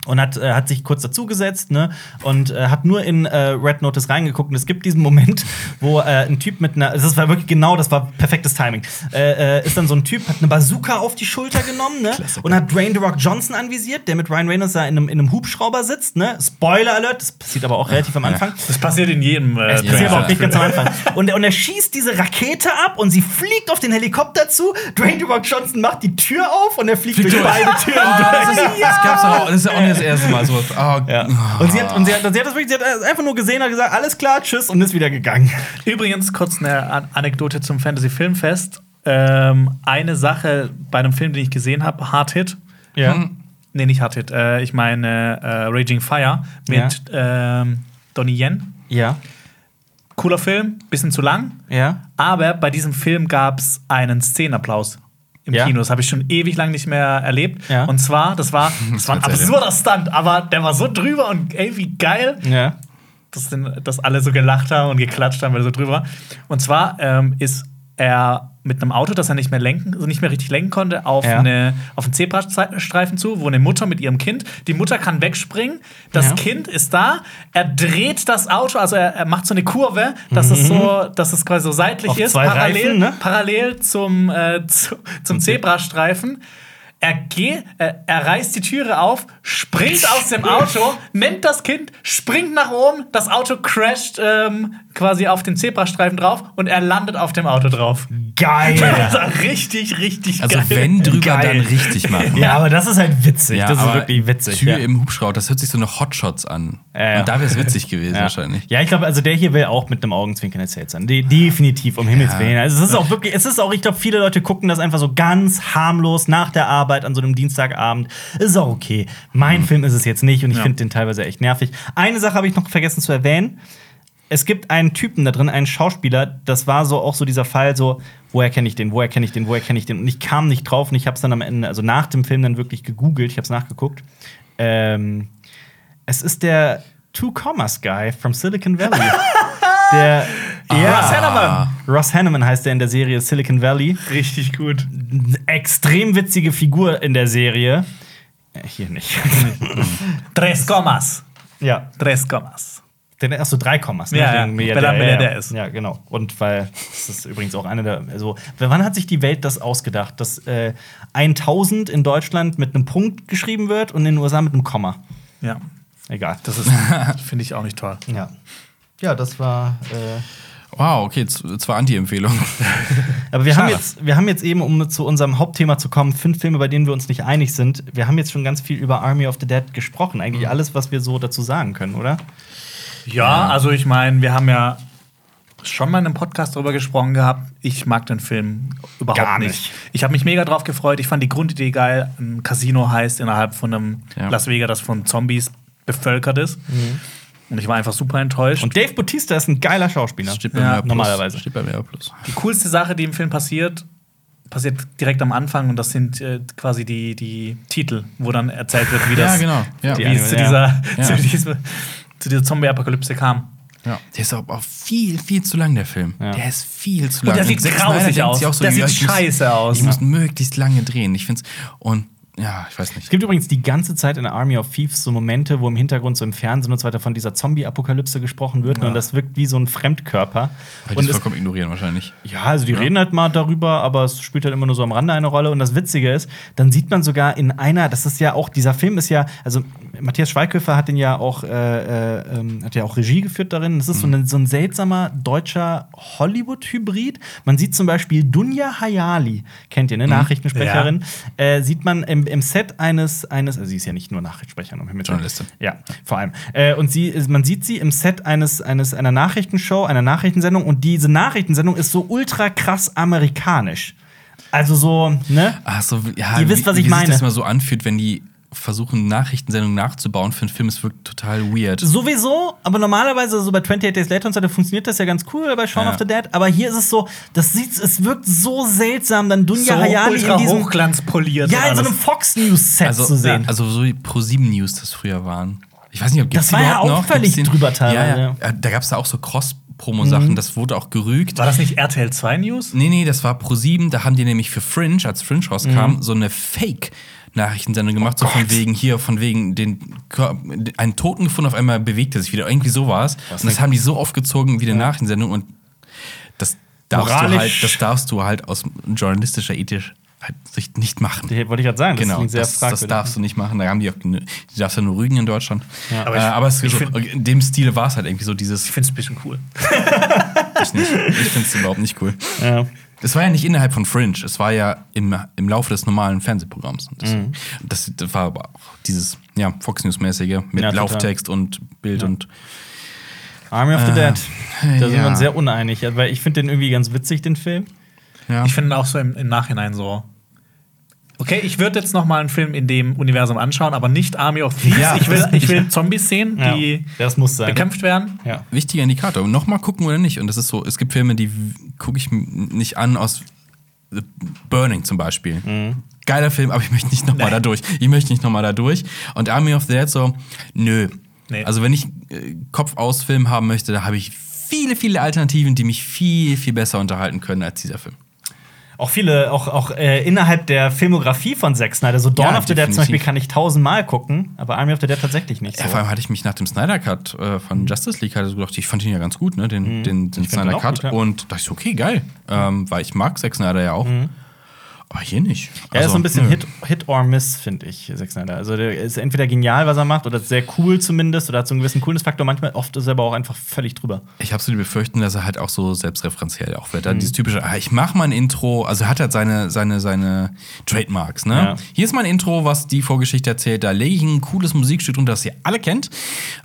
[SPEAKER 1] und hat, äh, hat sich kurz dazugesetzt ne? und äh, hat nur in äh, Red Notice reingeguckt. Und es gibt diesen Moment, wo äh, ein Typ mit einer, das war wirklich genau, das war perfektes Timing, äh, äh, ist dann so ein Typ, hat eine Bazooka auf die Schulter genommen ne? und hat Dwayne The Rock Johnson anvisiert, der mit Ryan Reynolds da in einem, in einem Hubschrauber sitzt. Ne? Spoiler Alert, das passiert aber auch relativ am Anfang.
[SPEAKER 2] Das passiert in jedem. Äh,
[SPEAKER 1] Das passiert
[SPEAKER 3] Ja.
[SPEAKER 1] aber auch nicht ganz am Anfang. Und, und er schießt diese Rakete ab und sie fliegt auf den Helikopter zu. Dwayne The Rock Johnson macht die Tür auf und er fliegt, durch
[SPEAKER 3] durch.
[SPEAKER 1] beide Türen durch.
[SPEAKER 3] Ah, Das, ist, das gab's auch, das ist ja auch nicht das erste Mal sowas. Oh,
[SPEAKER 1] Ja. Und sie hat, und sie hat, sie hat das wirklich, sie hat einfach nur gesehen, hat gesagt, alles klar, tschüss und ist wieder gegangen.
[SPEAKER 2] Übrigens, kurz eine An- Anekdote zum Fantasy Filmfest. ähm, eine Sache bei einem Film, den ich gesehen habe, Hard Hit.
[SPEAKER 4] Ja.
[SPEAKER 3] Hm.
[SPEAKER 2] Nee, nicht Hard Hit. Äh, ich meine äh, Raging Fire mit ähm, Donnie Yen.
[SPEAKER 4] Ja.
[SPEAKER 2] Cooler Film, bisschen zu lang.
[SPEAKER 4] Ja.
[SPEAKER 2] Aber bei diesem Film gab es einen Szenenapplaus im
[SPEAKER 4] Ja.
[SPEAKER 2] Kino. Das habe ich schon ewig lang nicht mehr erlebt.
[SPEAKER 4] Ja.
[SPEAKER 2] Und zwar, das war, das war ein
[SPEAKER 3] wird's
[SPEAKER 2] absurder Stunt, aber der war so drüber und ey, wie geil,
[SPEAKER 4] Ja.
[SPEAKER 2] dass, denn, dass alle so gelacht haben und geklatscht haben, weil er so drüber war. Und zwar ähm, ist er mit einem Auto, das er nicht mehr lenken, also nicht mehr richtig lenken konnte, auf,
[SPEAKER 4] Ja.
[SPEAKER 2] eine, auf einen Zebrastreifen zu, wo eine Mutter mit ihrem Kind, die Mutter kann wegspringen, das
[SPEAKER 4] Ja.
[SPEAKER 2] Kind ist da, er dreht das Auto, also er, er macht so eine Kurve, dass
[SPEAKER 4] Mhm.
[SPEAKER 2] es so, dass es quasi so seitlich
[SPEAKER 4] Auf
[SPEAKER 2] ist,
[SPEAKER 4] zwei
[SPEAKER 2] parallel,
[SPEAKER 4] Reifen, ne?
[SPEAKER 2] parallel zum, äh, zu, zum Zebrastreifen. Er, geht, äh, er reißt die Türe auf, springt aus dem Auto, nimmt das Kind, springt nach oben, das Auto crasht ähm, quasi auf den Zebrastreifen drauf und er landet auf dem Auto drauf.
[SPEAKER 1] Geil.
[SPEAKER 2] Das war richtig, richtig
[SPEAKER 3] Also
[SPEAKER 2] geil.
[SPEAKER 3] wenn drüber,
[SPEAKER 1] Geil.
[SPEAKER 3] dann richtig machen.
[SPEAKER 1] ja, aber das ist halt witzig. das ist
[SPEAKER 3] aber
[SPEAKER 1] wirklich witzig. ja.
[SPEAKER 3] Tür im Hubschrauber, das hört sich so nach Hotshots an.
[SPEAKER 1] Ja, ja.
[SPEAKER 3] Und da wäre es witzig gewesen
[SPEAKER 1] Ja.
[SPEAKER 3] wahrscheinlich.
[SPEAKER 1] Ja, ich glaube, also der hier will auch mit einem Augenzwinkern erzählt sein. De definitiv, um Himmels
[SPEAKER 3] Ja.
[SPEAKER 1] Willen. Also, es ist auch wirklich, es ist auch, ich glaube, viele Leute gucken das einfach so ganz harmlos nach der Arbeit an so einem Dienstagabend. Ist auch okay. Mein
[SPEAKER 3] Hm.
[SPEAKER 1] Film ist es jetzt nicht und ich
[SPEAKER 2] Ja.
[SPEAKER 1] finde den teilweise echt nervig. Eine Sache habe ich noch vergessen zu erwähnen. Es gibt einen Typen da drin, einen Schauspieler, das war so auch so dieser Fall so, woher kenne ich den, woher kenne ich den, woher kenne ich den? Und ich kam nicht drauf und ich habe es dann am Ende, also nach dem Film dann wirklich gegoogelt, ich habe es nachgeguckt. Ähm, es ist der Two Commas Guy from Silicon Valley. der Ah.
[SPEAKER 2] Ross Hanneman.
[SPEAKER 1] Ross Hanneman heißt er in der Serie Silicon Valley.
[SPEAKER 2] Richtig gut.
[SPEAKER 1] Extrem witzige Figur in der Serie. Äh, Hier nicht.
[SPEAKER 2] Tres Commas.
[SPEAKER 1] ja.
[SPEAKER 2] Tres Commas.
[SPEAKER 1] Den, achso, drei Kommas, ne?
[SPEAKER 2] Ja,
[SPEAKER 1] Den
[SPEAKER 2] ja.
[SPEAKER 1] Milliardär,
[SPEAKER 2] Weil er
[SPEAKER 1] ja,
[SPEAKER 2] Milliardär
[SPEAKER 1] ja.
[SPEAKER 2] ist.
[SPEAKER 1] Ja, genau. Und weil, das ist übrigens auch eine der, also, wann hat sich die Welt das ausgedacht, dass äh, 1000 in Deutschland mit einem Punkt geschrieben wird und in den USA mit einem Komma?
[SPEAKER 2] Ja,
[SPEAKER 1] Egal.
[SPEAKER 2] das ist, finde ich auch nicht toll.
[SPEAKER 1] ja. Ja, das war. äh,
[SPEAKER 3] Wow, okay, z- zwar Anti-Empfehlung.
[SPEAKER 1] Aber wir haben,
[SPEAKER 3] Schade.
[SPEAKER 1] jetzt, wir haben jetzt eben, um zu unserem Hauptthema zu kommen, fünf Filme, bei denen wir uns nicht einig sind. Wir haben jetzt schon ganz viel über Army of the Dead gesprochen. Eigentlich alles, was wir so dazu sagen können, oder?
[SPEAKER 2] Ja, also ich meine, wir haben ja schon mal in einem Podcast darüber gesprochen gehabt. Ich mag den Film überhaupt
[SPEAKER 1] Gar
[SPEAKER 2] nicht. Ich habe mich mega drauf gefreut. Ich fand die Grundidee geil. Ein Casino heißt innerhalb von einem
[SPEAKER 3] Ja. Mhm.
[SPEAKER 2] Las Vegas, das von Zombies bevölkert ist. Und ich war einfach super enttäuscht.
[SPEAKER 1] Und Dave Bautista ist ein geiler Schauspieler.
[SPEAKER 3] Das Steht bei
[SPEAKER 2] Ja,
[SPEAKER 3] mir plus.
[SPEAKER 1] normalerweise.
[SPEAKER 3] Steht bei mir plus.
[SPEAKER 2] die coolste Sache, die im Film passiert, passiert direkt am Anfang und das sind äh, quasi die, die Titel, wo dann erzählt wird, wie das
[SPEAKER 3] ja, genau. Ja.
[SPEAKER 2] wie es zu dieser,
[SPEAKER 3] Ja.
[SPEAKER 2] zu diesem- zu dieser Zombie-Apokalypse kam.
[SPEAKER 3] Ja. Der ist aber auch viel, viel zu lang, der Film.
[SPEAKER 1] Ja.
[SPEAKER 3] Der ist viel zu
[SPEAKER 2] Und
[SPEAKER 3] lang.
[SPEAKER 2] der sieht
[SPEAKER 3] Zack
[SPEAKER 2] grausig
[SPEAKER 3] Snyder denkt
[SPEAKER 2] aus.
[SPEAKER 3] sich Auch so,
[SPEAKER 2] Der
[SPEAKER 3] ja,
[SPEAKER 2] sieht
[SPEAKER 3] ich muss-
[SPEAKER 2] scheiße aus.
[SPEAKER 3] Ich muss möglichst lange drehen. Ich finde es. Und ja, ich weiß
[SPEAKER 1] Es
[SPEAKER 3] nicht.
[SPEAKER 1] gibt übrigens die ganze Zeit in Army of Thieves so Momente, wo im Hintergrund so im Fernsehen und so weiter von dieser Zombie-Apokalypse gesprochen wird. Und das wirkt wie so ein Fremdkörper.
[SPEAKER 3] Weil die
[SPEAKER 1] Und
[SPEAKER 3] es
[SPEAKER 1] es,
[SPEAKER 3] vollkommen ignorieren wahrscheinlich.
[SPEAKER 1] ja, also die reden halt mal darüber, aber es spielt halt immer nur so am Rande eine Rolle. Und das Witzige ist, dann sieht man sogar in einer, das ist ja auch, dieser Film ist ja, also Matthias Schweighöfer hat den ja auch, äh, äh, ähm, hat ja auch Regie geführt darin. Das ist so, ein- so ein seltsamer deutscher Hollywood-Hybrid. Man sieht zum Beispiel Dunja Hayali, kennt ihr, ne? Nachrichtensprecherin. Äh, sieht man im, im Set eines, eines, also sie ist ja nicht nur Nachrichtensprecherin, um Himmels Willen.
[SPEAKER 3] Journalistin.
[SPEAKER 1] Ja, vor allem. Äh, und sie, man sieht sie im Set eines, eines, einer Nachrichtenshow, einer Nachrichtensendung. Und diese Nachrichtensendung ist so ultra krass amerikanisch. Also so, ne?
[SPEAKER 3] Ach so, ja,
[SPEAKER 1] Ihr wisst,
[SPEAKER 3] wie-
[SPEAKER 1] was ich
[SPEAKER 3] wie
[SPEAKER 1] meine.
[SPEAKER 3] Sich das mal so anfühlt, wenn die versuchen, Nachrichtensendungen nachzubauen für einen Film, es wirkt total weird.
[SPEAKER 1] Sowieso, aber normalerweise so bei 28 Days Later und so weiter funktioniert das ja ganz cool bei Shaun
[SPEAKER 3] Ja.
[SPEAKER 1] of the Dead. Aber hier ist es so, das sieht, es wirkt so seltsam, dann Dunja
[SPEAKER 2] so
[SPEAKER 1] Hayali
[SPEAKER 2] ultra
[SPEAKER 1] in diesem,
[SPEAKER 2] Hochglanz poliert.
[SPEAKER 1] ja, in
[SPEAKER 2] und
[SPEAKER 1] so
[SPEAKER 2] alles.
[SPEAKER 1] einem Fox News Set
[SPEAKER 3] also,
[SPEAKER 1] zu sehen.
[SPEAKER 3] also so wie Pro7 News das früher waren. Ich weiß nicht, ob gibt's
[SPEAKER 1] Das war ja
[SPEAKER 3] überhaupt
[SPEAKER 1] auch
[SPEAKER 3] noch?
[SPEAKER 1] völlig
[SPEAKER 3] Gibt's den-
[SPEAKER 1] drüber teilweise, Mhm.
[SPEAKER 3] Ja, ja. Da gab es da auch so Cross-Promo-Sachen, das wurde auch gerügt.
[SPEAKER 2] War das nicht RTL 2 News?
[SPEAKER 3] Nee, nee, das war Pro7, da haben die nämlich für Fringe, als Fringe rauskam,
[SPEAKER 1] Mhm.
[SPEAKER 3] so eine Fake. Nachrichtensendung gemacht,
[SPEAKER 1] Oh
[SPEAKER 3] so von wegen hier, von wegen den Kör- einen Toten gefunden, auf einmal bewegt er sich wieder. Irgendwie so war's. Und das haben die so aufgezogen wie eine Nachrichtensendung und das darfst, du
[SPEAKER 1] Moralisch.
[SPEAKER 3] halt, das darfst du halt aus journalistischer Ethik halt sich nicht machen.
[SPEAKER 1] Hier wollte ich gerade sagen,
[SPEAKER 3] Genau,
[SPEAKER 1] klingt sehr
[SPEAKER 3] das, das
[SPEAKER 1] fragwürdig.
[SPEAKER 3] darfst du nicht machen. Da haben die auch, genü- die darfst du nur rügen in Deutschland.
[SPEAKER 2] Aber
[SPEAKER 3] Aber,
[SPEAKER 2] ich-
[SPEAKER 3] äh, aber es,
[SPEAKER 2] ich
[SPEAKER 3] so,
[SPEAKER 2] find-
[SPEAKER 3] in dem Stil war es halt irgendwie so dieses.
[SPEAKER 2] Ich find's ein bisschen cool.
[SPEAKER 3] Ich, nicht. ich finde es überhaupt nicht cool.
[SPEAKER 1] Ja.
[SPEAKER 3] Es war ja nicht innerhalb von Fringe, es war ja im, im Laufe des normalen Fernsehprogramms. Und Das, das, das war aber auch dieses ja, Fox News-mäßige mit
[SPEAKER 1] Ja, total.
[SPEAKER 3] Lauftext und Bild und.
[SPEAKER 1] Army of the Dead. Da sind
[SPEAKER 3] ja.
[SPEAKER 1] wir uns sehr uneinig, weil ich finde den irgendwie ganz witzig, den Film.
[SPEAKER 3] Ja.
[SPEAKER 2] Ich finde auch so im, im Nachhinein so. Okay, ich würde jetzt noch mal einen Film in dem Universum anschauen, aber nicht Army of Thieves.
[SPEAKER 1] Ja.
[SPEAKER 2] ich will, ich will Zombies sehen,
[SPEAKER 1] Ja,
[SPEAKER 2] die
[SPEAKER 1] das muss sein.
[SPEAKER 2] bekämpft werden.
[SPEAKER 1] Ja.
[SPEAKER 3] Wichtiger Indikator. Nochmal gucken oder nicht. Und das ist so, es gibt Filme, die gucke ich m- nicht an aus The Burning zum Beispiel. Geiler Film, aber ich möchte nicht nochmal da durch. Ich möchte nicht nochmal da durch. Und Army of the Dead so, nö.
[SPEAKER 2] Nee.
[SPEAKER 3] Also wenn ich äh, Kopf aus Film haben möchte, da habe ich viele, viele Alternativen, die mich viel, viel besser unterhalten können als dieser Film.
[SPEAKER 1] Auch viele, auch, auch äh, innerhalb der Filmografie von Zack Snyder. So Dawn
[SPEAKER 3] Ja,
[SPEAKER 1] of the Dead zum
[SPEAKER 3] definitiv.
[SPEAKER 1] Beispiel kann ich tausendmal gucken, aber Army of the Dead tatsächlich nicht. So. Mhm.
[SPEAKER 3] Ja, vor allem hatte ich mich nach dem Snyder Cut äh, von Justice League hatte so gedacht, ich fand ihn ja ganz gut, ne? Den, den, den
[SPEAKER 1] Ich find den
[SPEAKER 3] Snyder
[SPEAKER 1] auch
[SPEAKER 3] Cut.
[SPEAKER 1] gut, ja.
[SPEAKER 3] Und dachte ich, so, okay, geil. Ähm, weil ich mag Zack Snyder ja auch. Aber hier nicht.
[SPEAKER 1] Mhm.
[SPEAKER 3] Also,
[SPEAKER 1] Er ist so ein bisschen
[SPEAKER 3] nö.
[SPEAKER 1] Hit, Hit or Miss, finde ich, Zack Snyder. Also, der ist entweder genial, was er macht, oder sehr cool zumindest, oder hat so einen gewissen Coolness-Faktor. Manchmal, oft ist er aber auch einfach völlig drüber.
[SPEAKER 3] Ich habe so die Befürchtung, dass er halt auch so selbstreferenziell auch
[SPEAKER 1] Mhm.
[SPEAKER 3] wird. Dann Dieses typische, ah, ich mache mein Intro, also er hat halt seine, seine, seine Trademarks, ne?
[SPEAKER 1] Ja.
[SPEAKER 3] Hier ist mein Intro, was die Vorgeschichte erzählt, da lege ich ein cooles Musikstück drunter, das ihr alle kennt.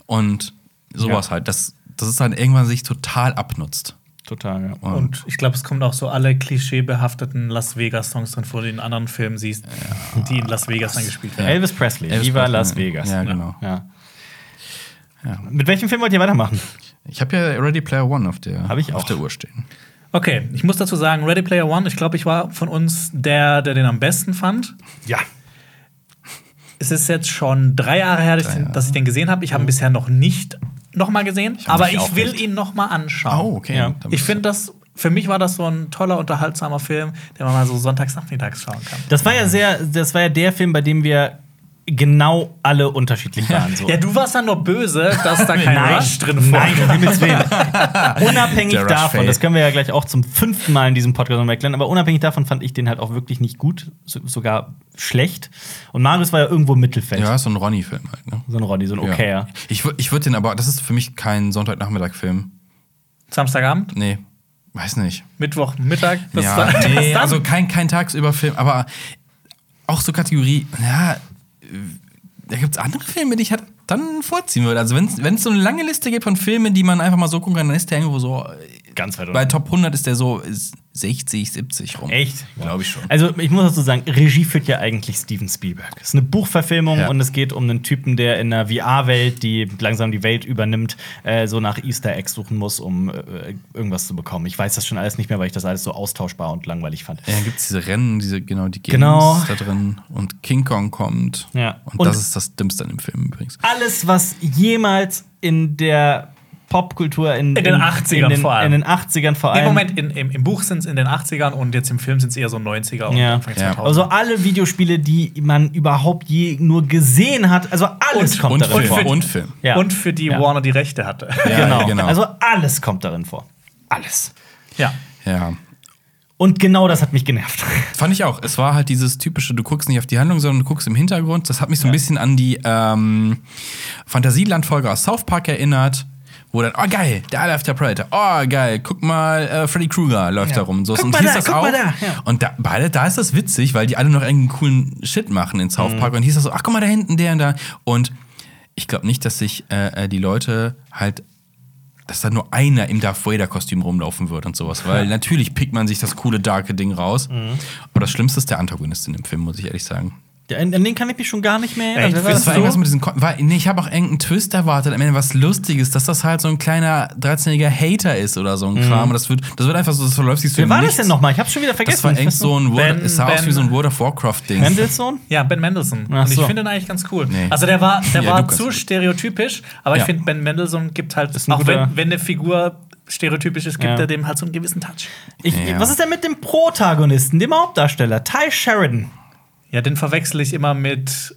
[SPEAKER 3] Und sowas halt. Das, das ist dann irgendwann sich total abnutzt.
[SPEAKER 1] Total, ja.
[SPEAKER 2] Und ich glaube, es kommen auch so alle klischeebehafteten Las Vegas-Songs drin vor, die du in anderen Filmen siehst, die in Las Vegas dann gespielt werden.
[SPEAKER 1] Elvis Presley,
[SPEAKER 3] Elvis
[SPEAKER 1] Viva
[SPEAKER 3] Presley,
[SPEAKER 1] Las
[SPEAKER 3] ja.
[SPEAKER 1] Vegas. ne?
[SPEAKER 3] Ja, genau.
[SPEAKER 1] Ja. Mit welchem Film wollt ihr weitermachen?
[SPEAKER 3] Ich habe ja Ready Player One auf der,
[SPEAKER 1] Hab ich auch.
[SPEAKER 3] Auf der Uhr stehen.
[SPEAKER 2] Okay, ich muss dazu sagen, Ready Player One, ich glaube, ich war von uns der, der den am besten fand.
[SPEAKER 1] Ja.
[SPEAKER 2] Es ist jetzt schon drei Jahre her, dass ich den- dass ich den gesehen habe. Ich
[SPEAKER 3] Mhm.
[SPEAKER 2] habe ihn bisher noch nicht nochmal gesehen, aber
[SPEAKER 3] mich auch
[SPEAKER 2] ich will
[SPEAKER 3] nicht. Oh,
[SPEAKER 2] ihn nochmal anschauen.
[SPEAKER 3] okay.
[SPEAKER 1] Ja.
[SPEAKER 3] Dann-
[SPEAKER 2] Ich finde das, für mich war das so ein toller, unterhaltsamer Film, den man mal so sonntags nachmittags schauen kann.
[SPEAKER 1] Das war ja sehr, das war ja der Film, bei dem wir genau alle unterschiedlich waren. So.
[SPEAKER 2] Ja, du warst dann nur böse, dass da kein
[SPEAKER 1] Nein,
[SPEAKER 2] Rush drin vorkommt.
[SPEAKER 1] Nein, um Himmels Willen. unabhängig
[SPEAKER 3] Der Rush
[SPEAKER 1] davon,
[SPEAKER 3] Fail.
[SPEAKER 1] das können wir ja gleich auch zum fünften Mal in diesem Podcast nochmal erklären, aber unabhängig davon fand ich den halt auch wirklich nicht gut, so, sogar schlecht. Und Marius war ja irgendwo im Mittelfeld.
[SPEAKER 3] Ja, ist so ein Ronny-Film halt, ne?
[SPEAKER 1] So ein Roddy, so ein Okayer.
[SPEAKER 3] Ja. Ich, wür- ich würde den aber, das ist für mich kein Sonntagnachmittag-Film.
[SPEAKER 2] Samstagabend,
[SPEAKER 3] Nee, weiß nicht.
[SPEAKER 2] Mittwoch, Mittag. das
[SPEAKER 3] ja,
[SPEAKER 2] war- das
[SPEAKER 3] nee,
[SPEAKER 2] dann-
[SPEAKER 3] also kein, kein Tagsüberfilm, aber auch so Kategorie, ja, äh, da gibt es andere Filme, die ich halt dann vorziehen würde. Also wenn es so eine lange Liste gibt von Filmen, die man einfach mal so gucken kann, dann ist der irgendwo so, äh,
[SPEAKER 1] Ganz weit
[SPEAKER 3] bei
[SPEAKER 1] unten.
[SPEAKER 3] Top 100 ist der so äh, 60, 70 rum.
[SPEAKER 1] Echt?
[SPEAKER 3] Glaube ich schon.
[SPEAKER 1] Also, ich muss dazu sagen, Regie führt ja eigentlich Steven Spielberg. Es ist eine Buchverfilmung
[SPEAKER 3] Ja.
[SPEAKER 1] und es geht um einen Typen, der in einer VR-Welt, die langsam die Welt übernimmt, äh, so nach Easter Eggs suchen muss, um äh, irgendwas zu bekommen. Ich weiß das schon alles nicht mehr, weil ich das alles so austauschbar und langweilig fand.
[SPEAKER 3] Ja, dann gibt es diese Rennen, diese, genau, die Games
[SPEAKER 1] Genau.
[SPEAKER 3] da drin und King Kong kommt.
[SPEAKER 1] Ja.
[SPEAKER 3] Und,
[SPEAKER 1] Und-
[SPEAKER 3] das ist das Dümmste an dem Film übrigens.
[SPEAKER 1] alles, was jemals in der Popkultur in,
[SPEAKER 2] In den 80ern
[SPEAKER 1] in den,
[SPEAKER 2] vor allem.
[SPEAKER 1] In den 80ern vor allem.
[SPEAKER 2] Nee, Moment, in, im, im Buch sind es in den 80ern und jetzt im Film sind es eher so 90er und
[SPEAKER 1] Ja.
[SPEAKER 2] Anfang
[SPEAKER 3] Ja.
[SPEAKER 2] 2000.
[SPEAKER 1] Also alle Videospiele, die man überhaupt je nur gesehen hat, also alles
[SPEAKER 2] Und-
[SPEAKER 1] kommt
[SPEAKER 3] Und
[SPEAKER 1] darin
[SPEAKER 3] Film.
[SPEAKER 1] vor.
[SPEAKER 2] für-
[SPEAKER 3] und Film.
[SPEAKER 1] Ja.
[SPEAKER 2] Und für die
[SPEAKER 1] Ja.
[SPEAKER 2] Warner die Rechte hatte.
[SPEAKER 3] Ja,
[SPEAKER 1] genau.
[SPEAKER 3] genau.
[SPEAKER 1] Also alles kommt darin vor. Alles.
[SPEAKER 2] ja.
[SPEAKER 3] Ja.
[SPEAKER 1] Und genau das hat mich genervt.
[SPEAKER 3] Fand ich auch. Es war halt dieses typische, du guckst nicht auf die Handlung, sondern du guckst im Hintergrund. Das hat mich so ein bisschen an die ähm, Fantasieland-Folge aus South Park erinnert. Wo dann, oh geil, da läuft der Predator. Oh geil, guck mal, äh, Freddy Krueger läuft da rum. So,
[SPEAKER 1] Guck
[SPEAKER 3] und
[SPEAKER 1] mal
[SPEAKER 3] hieß
[SPEAKER 1] da,
[SPEAKER 3] das
[SPEAKER 1] guck
[SPEAKER 3] auch.
[SPEAKER 1] mal da, ja.
[SPEAKER 3] Und da, beide, da ist das witzig, weil die alle noch irgendeinen coolen Shit machen in
[SPEAKER 1] Mhm.
[SPEAKER 3] South Park. Und hieß das so, ach guck mal da hinten, der und da. Und ich glaube nicht, dass sich äh, äh, die Leute halt dass da nur einer im Darth Vader-Kostüm rumlaufen wird und sowas. Weil natürlich pickt man sich das coole, darke Ding raus. Aber das Schlimmste ist der Antagonist in dem Film, muss ich ehrlich sagen.
[SPEAKER 1] An an den kann ich mich schon gar nicht mehr erinnern.
[SPEAKER 2] Echt?
[SPEAKER 1] Wer war
[SPEAKER 3] Das
[SPEAKER 1] das?
[SPEAKER 3] war irgendwas mit diesem. Ko war, nee, ich habe auch irgendeinen Twist erwartet, am Ende was Lustiges, dass das halt so ein kleiner 13-jähriger Hater ist oder so ein Kram. Und Das wird, das wird einfach so, das verläuft sich so.
[SPEAKER 1] Wer
[SPEAKER 3] im
[SPEAKER 1] war das
[SPEAKER 3] Nichts.
[SPEAKER 1] denn nochmal? Ich hab's schon wieder vergessen.
[SPEAKER 3] Das war irgend so ein World,
[SPEAKER 2] Ben-
[SPEAKER 3] es sah aus wie
[SPEAKER 2] Ben-
[SPEAKER 3] so ein World of Warcraft-Ding.
[SPEAKER 1] Mendelssohn?
[SPEAKER 2] Ja, Ben Mendelssohn.
[SPEAKER 1] Ach
[SPEAKER 2] Und ich
[SPEAKER 1] so.
[SPEAKER 2] finde ihn eigentlich ganz cool.
[SPEAKER 3] Nee.
[SPEAKER 2] Also der war, der
[SPEAKER 3] Ja, du
[SPEAKER 2] war
[SPEAKER 3] kannst
[SPEAKER 2] zu
[SPEAKER 3] ihn.
[SPEAKER 2] stereotypisch, aber ich
[SPEAKER 3] Ja.
[SPEAKER 2] finde, Ben Mendelssohn gibt halt,
[SPEAKER 1] ein
[SPEAKER 2] auch
[SPEAKER 1] guter-
[SPEAKER 2] wenn, wenn eine Figur stereotypisch ist, gibt
[SPEAKER 1] Ja.
[SPEAKER 2] er dem halt so einen gewissen Touch.
[SPEAKER 1] Ich,
[SPEAKER 3] Ja.
[SPEAKER 1] Was ist denn mit dem Protagonisten, dem Hauptdarsteller? Ty Sheridan.
[SPEAKER 2] Ja, den verwechsel ich immer mit,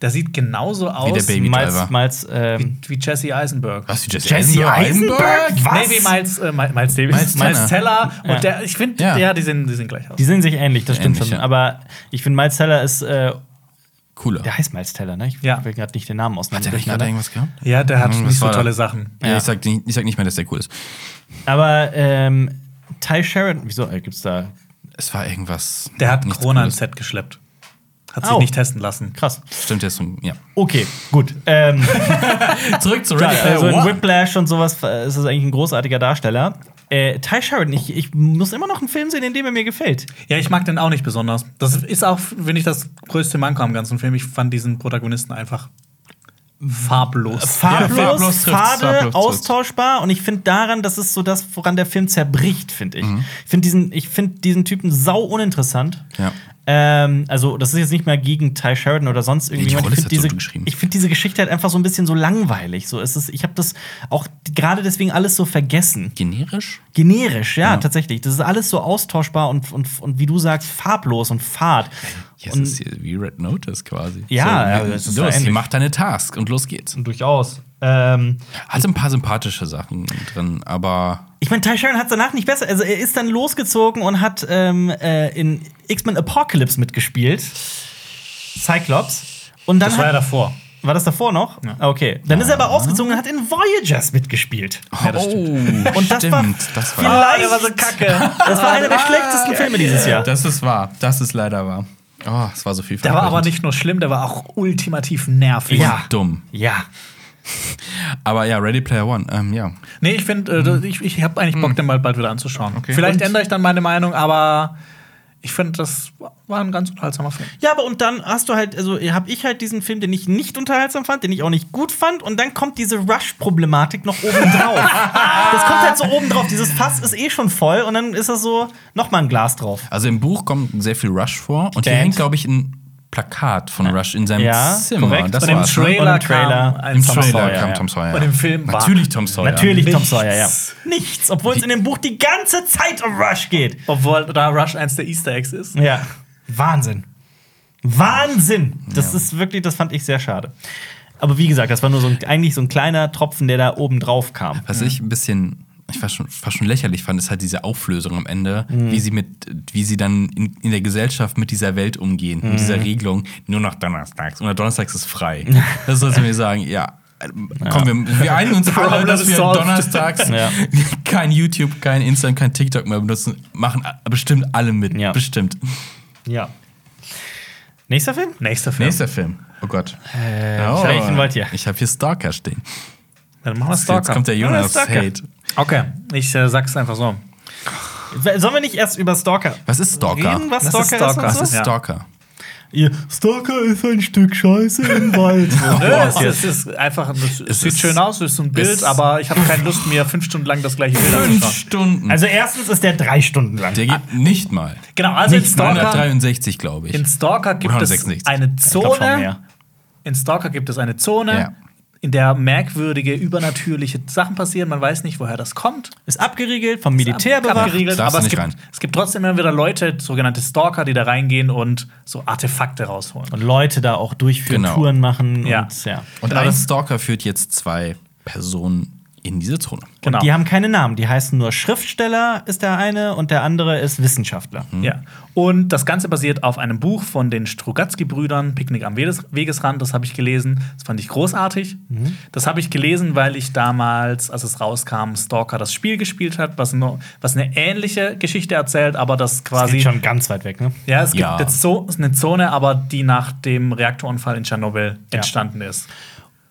[SPEAKER 2] der sieht genauso aus
[SPEAKER 3] der Baby. Wie
[SPEAKER 1] Miles,
[SPEAKER 3] Driver.
[SPEAKER 1] Miles, ähm,
[SPEAKER 2] wie Jesse Eisenberg.
[SPEAKER 3] Was, wie Jesse,
[SPEAKER 1] Jesse
[SPEAKER 3] Eisenberg?
[SPEAKER 1] Eisenberg? Was?
[SPEAKER 2] Nee, wie Miles, äh, Mi- Miles Davis.
[SPEAKER 3] Miles
[SPEAKER 2] Miles Teller. Und
[SPEAKER 1] Ja.
[SPEAKER 2] der, ich finde,
[SPEAKER 3] Ja.
[SPEAKER 2] ja, die, sehen, die sehen gleich aus.
[SPEAKER 1] Die sehen sich ähnlich, das stimmt
[SPEAKER 3] Ähnlich,
[SPEAKER 1] schon.
[SPEAKER 3] ja.
[SPEAKER 1] Aber ich finde, Miles Teller ist, äh,
[SPEAKER 3] Cooler.
[SPEAKER 1] der heißt Miles Teller, ne? Ich
[SPEAKER 2] Ja.
[SPEAKER 1] will gerade nicht den Namen
[SPEAKER 3] Hat der nicht gerade
[SPEAKER 1] ausnehmen.
[SPEAKER 3] irgendwas gehabt?
[SPEAKER 2] Ja, der hat
[SPEAKER 3] Hm, was
[SPEAKER 2] nicht so
[SPEAKER 3] war da?
[SPEAKER 2] tolle Sachen.
[SPEAKER 3] Ja, ich, sag, nicht- ich sag nicht mehr, dass der cool ist.
[SPEAKER 1] Aber ähm, Ty Sheridan, wieso äh, gibt's da
[SPEAKER 3] Es war irgendwas.
[SPEAKER 2] Der hat
[SPEAKER 3] nichts
[SPEAKER 2] Corona ins
[SPEAKER 3] Cooles.
[SPEAKER 2] Set geschleppt. Hat
[SPEAKER 1] Au.
[SPEAKER 2] sich nicht testen lassen.
[SPEAKER 1] krass?
[SPEAKER 3] Stimmt, der ist so ein, ja.
[SPEAKER 1] Okay, gut. Ähm,
[SPEAKER 3] Zurück zu
[SPEAKER 1] klar,
[SPEAKER 3] Ready Player
[SPEAKER 1] also in
[SPEAKER 3] One.
[SPEAKER 1] äh, Whiplash und sowas äh, ist es eigentlich ein großartiger Darsteller. Äh, Ty Sheridan, ich, ich muss immer noch einen Film sehen, in dem er mir gefällt.
[SPEAKER 2] Ja, ich mag den auch nicht besonders. Das ist auch, finde ich, das größte Manko am ganzen Film. Ich fand diesen Protagonisten einfach farblos.
[SPEAKER 1] Farblos,
[SPEAKER 3] Ja, farblos trifft's,
[SPEAKER 1] fade,
[SPEAKER 3] farblos trifft's.
[SPEAKER 1] austauschbar. Und ich finde daran, das ist so das, woran der Film zerbricht, finde ich.
[SPEAKER 3] Mhm.
[SPEAKER 1] Ich finde diesen, ich find diesen Typen sau uninteressant.
[SPEAKER 3] Ja.
[SPEAKER 1] Ähm, also, das ist jetzt nicht mal gegen Ty Sheridan oder sonst irgendwie. ich
[SPEAKER 3] Rolle ist
[SPEAKER 1] finde
[SPEAKER 3] ja
[SPEAKER 1] diese,
[SPEAKER 3] totgeschrieben.
[SPEAKER 1] ich find diese Geschichte halt einfach so ein bisschen so langweilig. So, es ist, ich habe das auch gerade deswegen alles so vergessen.
[SPEAKER 3] Generisch?
[SPEAKER 1] Generisch, ja,
[SPEAKER 3] Ja.
[SPEAKER 1] tatsächlich. Das ist alles so austauschbar und, und, und wie du sagst, farblos und fad.
[SPEAKER 3] Ja, es
[SPEAKER 1] und
[SPEAKER 3] ist hier wie Red Notice quasi.
[SPEAKER 1] Ja, ja,
[SPEAKER 3] so,
[SPEAKER 1] es ist
[SPEAKER 3] los,
[SPEAKER 1] ähnlich.
[SPEAKER 3] mach deine Task und los geht's.
[SPEAKER 1] durchaus. Ähm,
[SPEAKER 3] Hat ein paar sympathische Sachen drin, aber
[SPEAKER 1] Ich meine, Ty Sheridan hat danach nicht besser. Also er ist dann losgezogen und hat ähm, äh, in X-Men Apocalypse mitgespielt. Cyclops. Und dann
[SPEAKER 2] Das war ja
[SPEAKER 1] hat,
[SPEAKER 2] davor.
[SPEAKER 1] war das davor noch? Ah, Okay. Dann ist er aber ausgezogen und hat in Voyagers mitgespielt.
[SPEAKER 2] Ja, das stimmt.
[SPEAKER 1] Oh. Und das war
[SPEAKER 3] das
[SPEAKER 1] viel-
[SPEAKER 3] war
[SPEAKER 1] Ah, der war so
[SPEAKER 2] kacke.
[SPEAKER 1] Das war einer der schlechtesten Filme dieses Jahr.
[SPEAKER 3] Das ist wahr. Das ist leider wahr. Oh, es war so viel
[SPEAKER 2] Der war aber
[SPEAKER 3] verbrechend.
[SPEAKER 2] nicht nur schlimm, der war auch ultimativ nervig.
[SPEAKER 1] Ja.
[SPEAKER 3] dumm.
[SPEAKER 1] Ja.
[SPEAKER 3] Aber ja, Ready Player One, ähm, ja.
[SPEAKER 2] Nee, ich finde, äh, ich, ich habe eigentlich Bock, den bald, bald wieder anzuschauen. Vielleicht
[SPEAKER 3] Und-
[SPEAKER 2] ändere ich dann meine Meinung, aber ich finde, das war ein ganz unterhaltsamer Film.
[SPEAKER 1] Ja, aber und dann hast du halt, also habe ich halt diesen Film, den ich nicht unterhaltsam fand, den ich auch nicht gut fand, und dann kommt diese Rush-Problematik noch obendrauf. das kommt halt so obendrauf. Dieses Fass ist eh schon voll und dann ist das so nochmal ein Glas drauf.
[SPEAKER 3] Also im Buch kommt sehr viel Rush vor und hier
[SPEAKER 1] Band.
[SPEAKER 3] hängt, glaube ich, ein Plakat von Rush in seinem
[SPEAKER 1] Ja,
[SPEAKER 3] Zimmer.
[SPEAKER 1] korrekt.
[SPEAKER 3] Das
[SPEAKER 2] Bei dem
[SPEAKER 3] war's, ne?
[SPEAKER 2] Trailer,
[SPEAKER 1] Und im Trailer-
[SPEAKER 2] kam ein
[SPEAKER 3] Im
[SPEAKER 2] Tom
[SPEAKER 3] Trailer
[SPEAKER 2] Sawyer.
[SPEAKER 3] kam
[SPEAKER 1] ja.
[SPEAKER 3] Tom Sawyer.
[SPEAKER 2] Bei dem Film war-
[SPEAKER 3] Natürlich Tom Sawyer.
[SPEAKER 1] Natürlich Tom
[SPEAKER 2] Nichts.
[SPEAKER 1] Sawyer, ja. Nichts, obwohl es in dem Buch die ganze Zeit um Rush geht.
[SPEAKER 2] Obwohl da Rush eins der Easter Eggs ist.
[SPEAKER 1] Ja. Wahnsinn. Wahnsinn! Das ist wirklich, das fand ich sehr schade. Aber wie gesagt, das war nur so ein, eigentlich so ein kleiner Tropfen, der da oben drauf kam.
[SPEAKER 3] Was ich ein bisschen, ich war schon, fast schon lächerlich fand, ist halt diese Auflösung am Ende,
[SPEAKER 1] Mhm.
[SPEAKER 3] wie sie mit, wie sie dann in, in der Gesellschaft mit dieser Welt umgehen, mit
[SPEAKER 1] Mhm.
[SPEAKER 3] dieser Regelung, nur noch donnerstags. Und donnerstags ist frei. Das sollst du mir sagen, ja. Komm, wir, wir einigen uns alle,
[SPEAKER 2] Problem
[SPEAKER 3] dass wir
[SPEAKER 2] solved.
[SPEAKER 3] donnerstags
[SPEAKER 1] Ja.
[SPEAKER 3] kein YouTube, kein Instagram, kein TikTok mehr benutzen. Machen a- bestimmt alle mit.
[SPEAKER 1] Ja.
[SPEAKER 3] Bestimmt.
[SPEAKER 1] Ja. Nächster Film?
[SPEAKER 2] Nächster Film.
[SPEAKER 3] Nächster Film. Oh Gott. oh.
[SPEAKER 1] Äh, welchen wollt ihr?
[SPEAKER 3] Ich habe hier Stalker stehen.
[SPEAKER 2] Dann machen wir
[SPEAKER 3] Jetzt
[SPEAKER 2] Stalker.
[SPEAKER 3] kommt der
[SPEAKER 1] Jonas
[SPEAKER 3] Jonas
[SPEAKER 1] Stalker.
[SPEAKER 3] Hate.
[SPEAKER 2] Okay, ich äh, sag's einfach so.
[SPEAKER 1] Sollen wir nicht erst über Stalker
[SPEAKER 3] Was ist Stalker?
[SPEAKER 1] reden, was
[SPEAKER 2] Das
[SPEAKER 1] Stalker
[SPEAKER 2] ist
[SPEAKER 1] ist?
[SPEAKER 2] Stalker.
[SPEAKER 1] und so?
[SPEAKER 3] Was ist
[SPEAKER 2] Ja.
[SPEAKER 3] Stalker?
[SPEAKER 1] Ihr Stalker ist ein Stück Scheiße im Wald. Oh,
[SPEAKER 2] Nö, es,
[SPEAKER 1] jetzt.
[SPEAKER 2] ist, es ist einfach, es,
[SPEAKER 3] Es
[SPEAKER 2] sieht
[SPEAKER 3] ist-
[SPEAKER 2] schön aus, es ist ein Bild,
[SPEAKER 3] es-
[SPEAKER 2] aber ich habe keine Lust, mir fünf Stunden lang das gleiche Bild
[SPEAKER 3] Fünf
[SPEAKER 2] anzuschauen.
[SPEAKER 3] Stunden.
[SPEAKER 1] Also, erstens ist der drei Stunden lang.
[SPEAKER 3] der geht nicht mal.
[SPEAKER 2] Genau, also in Ah, Stalker,
[SPEAKER 3] 163, glaube ich.
[SPEAKER 2] in Stalker gibt
[SPEAKER 3] Oder
[SPEAKER 2] es
[SPEAKER 3] 66.
[SPEAKER 2] eine
[SPEAKER 1] Ich glaub schon
[SPEAKER 2] Zone.
[SPEAKER 1] mehr.
[SPEAKER 2] In Stalker gibt es eine Zone,
[SPEAKER 3] Ja.
[SPEAKER 2] in der merkwürdige, übernatürliche Sachen passieren. Man weiß nicht, woher das kommt.
[SPEAKER 1] Ist abgeriegelt, vom Militär bewacht.
[SPEAKER 2] abgeriegelt,
[SPEAKER 3] Darfst
[SPEAKER 2] aber
[SPEAKER 3] du
[SPEAKER 2] es
[SPEAKER 3] nicht
[SPEAKER 2] gibt,
[SPEAKER 3] rein.
[SPEAKER 2] es gibt trotzdem immer wieder Leute, sogenannte Stalker, die da reingehen und so Artefakte rausholen.
[SPEAKER 1] Und Leute da auch durchführen,
[SPEAKER 3] Genau.
[SPEAKER 1] Touren machen.
[SPEAKER 2] Ja.
[SPEAKER 1] Und, ja.
[SPEAKER 3] und
[SPEAKER 2] Genau,
[SPEAKER 3] ein
[SPEAKER 2] das-
[SPEAKER 3] Stalker führt jetzt zwei Personen in diese Zone.
[SPEAKER 2] Genau.
[SPEAKER 1] Die haben keine Namen. Die heißen nur Schriftsteller ist der eine und der andere ist Wissenschaftler.
[SPEAKER 2] Ja. Und das Ganze basiert auf einem Buch von den Strugatsky-Brüdern, Picknick am Weges- Wegesrand. Das habe ich gelesen. Das fand ich großartig.
[SPEAKER 1] Mhm.
[SPEAKER 2] Das habe ich gelesen, weil ich damals, als es rauskam, Stalker das Spiel gespielt hat, was, nur, was eine ähnliche Geschichte erzählt, aber das
[SPEAKER 1] Das
[SPEAKER 2] quasi.
[SPEAKER 1] geht schon ganz weit weg, ne?
[SPEAKER 2] ja, es gibt
[SPEAKER 3] Ja.
[SPEAKER 2] Jetzt so, eine Zone, aber die nach dem Reaktorunfall in Tschernobyl entstanden ist.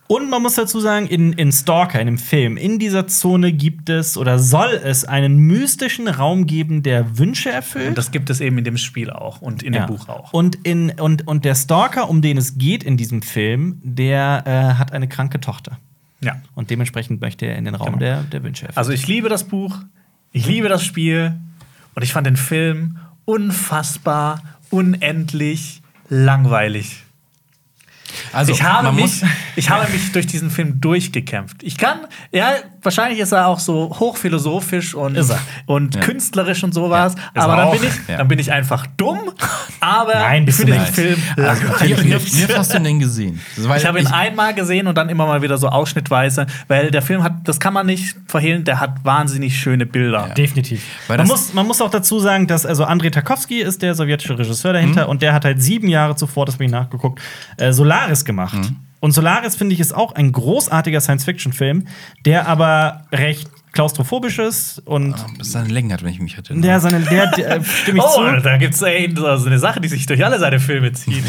[SPEAKER 1] Und man muss dazu sagen, in, in Stalker, in dem Film, in dieser Zone gibt es oder soll es einen mystischen Raum geben, der Wünsche
[SPEAKER 2] Und
[SPEAKER 1] erfüllt.
[SPEAKER 2] das gibt es eben in dem Spiel auch und in
[SPEAKER 1] Ja.
[SPEAKER 2] dem Buch auch.
[SPEAKER 1] Und, in, und, und der Stalker, um den es geht in diesem Film, der äh, hat eine kranke Tochter.
[SPEAKER 2] Ja.
[SPEAKER 1] Und dementsprechend möchte er in den Raum
[SPEAKER 2] Genau.
[SPEAKER 1] der, der Wünsche erfüllen.
[SPEAKER 2] Also ich liebe das Buch, ich liebe das Spiel und ich fand den Film unfassbar, unendlich langweilig.
[SPEAKER 3] Also,
[SPEAKER 2] ich habe
[SPEAKER 3] man
[SPEAKER 2] mich,
[SPEAKER 3] muss-
[SPEAKER 2] ich habe mich durch diesen Film durchgekämpft. Ich kann, ja, wahrscheinlich ist er auch so hochphilosophisch und,
[SPEAKER 1] Ist er.
[SPEAKER 2] und
[SPEAKER 3] Ja.
[SPEAKER 2] künstlerisch und sowas,
[SPEAKER 1] er
[SPEAKER 2] aber dann
[SPEAKER 1] auch.
[SPEAKER 2] bin, ich,
[SPEAKER 3] Ja.
[SPEAKER 2] dann bin ich einfach dumm, aber
[SPEAKER 1] Nein,
[SPEAKER 2] ich
[SPEAKER 1] bist
[SPEAKER 2] finde
[SPEAKER 1] du Also,
[SPEAKER 2] den
[SPEAKER 1] nicht.
[SPEAKER 2] Film
[SPEAKER 3] Wie, wie,
[SPEAKER 2] langweilig.
[SPEAKER 3] wie oft hast du ihn denn gesehen? Weil
[SPEAKER 2] Ich habe ihn
[SPEAKER 3] ich-
[SPEAKER 2] einmal gesehen und dann immer mal wieder so ausschnittweise, weil der Film hat, das kann man nicht verhehlen, der hat wahnsinnig schöne Bilder.
[SPEAKER 1] Definitiv.
[SPEAKER 3] Weil
[SPEAKER 1] man,
[SPEAKER 3] das-
[SPEAKER 1] muss, man muss auch dazu sagen, dass also Andrei Tarkovsky ist der sowjetische Regisseur dahinter
[SPEAKER 3] Mhm.
[SPEAKER 1] und der hat halt sieben Jahre zuvor, das habe ich nachgeguckt, äh, Solaris gemacht.
[SPEAKER 3] Mhm.
[SPEAKER 1] Und Solaris, finde ich, ist auch ein großartiger Science-Fiction-Film, der aber recht klaustrophobisch ist und
[SPEAKER 3] Das ist eine Länge hat, wenn ich mich hatte.
[SPEAKER 1] der seine, der, der äh, stimme ich
[SPEAKER 2] oh,
[SPEAKER 1] zu,
[SPEAKER 2] da gibt es also eine Sache, die sich durch alle seine Filme zieht.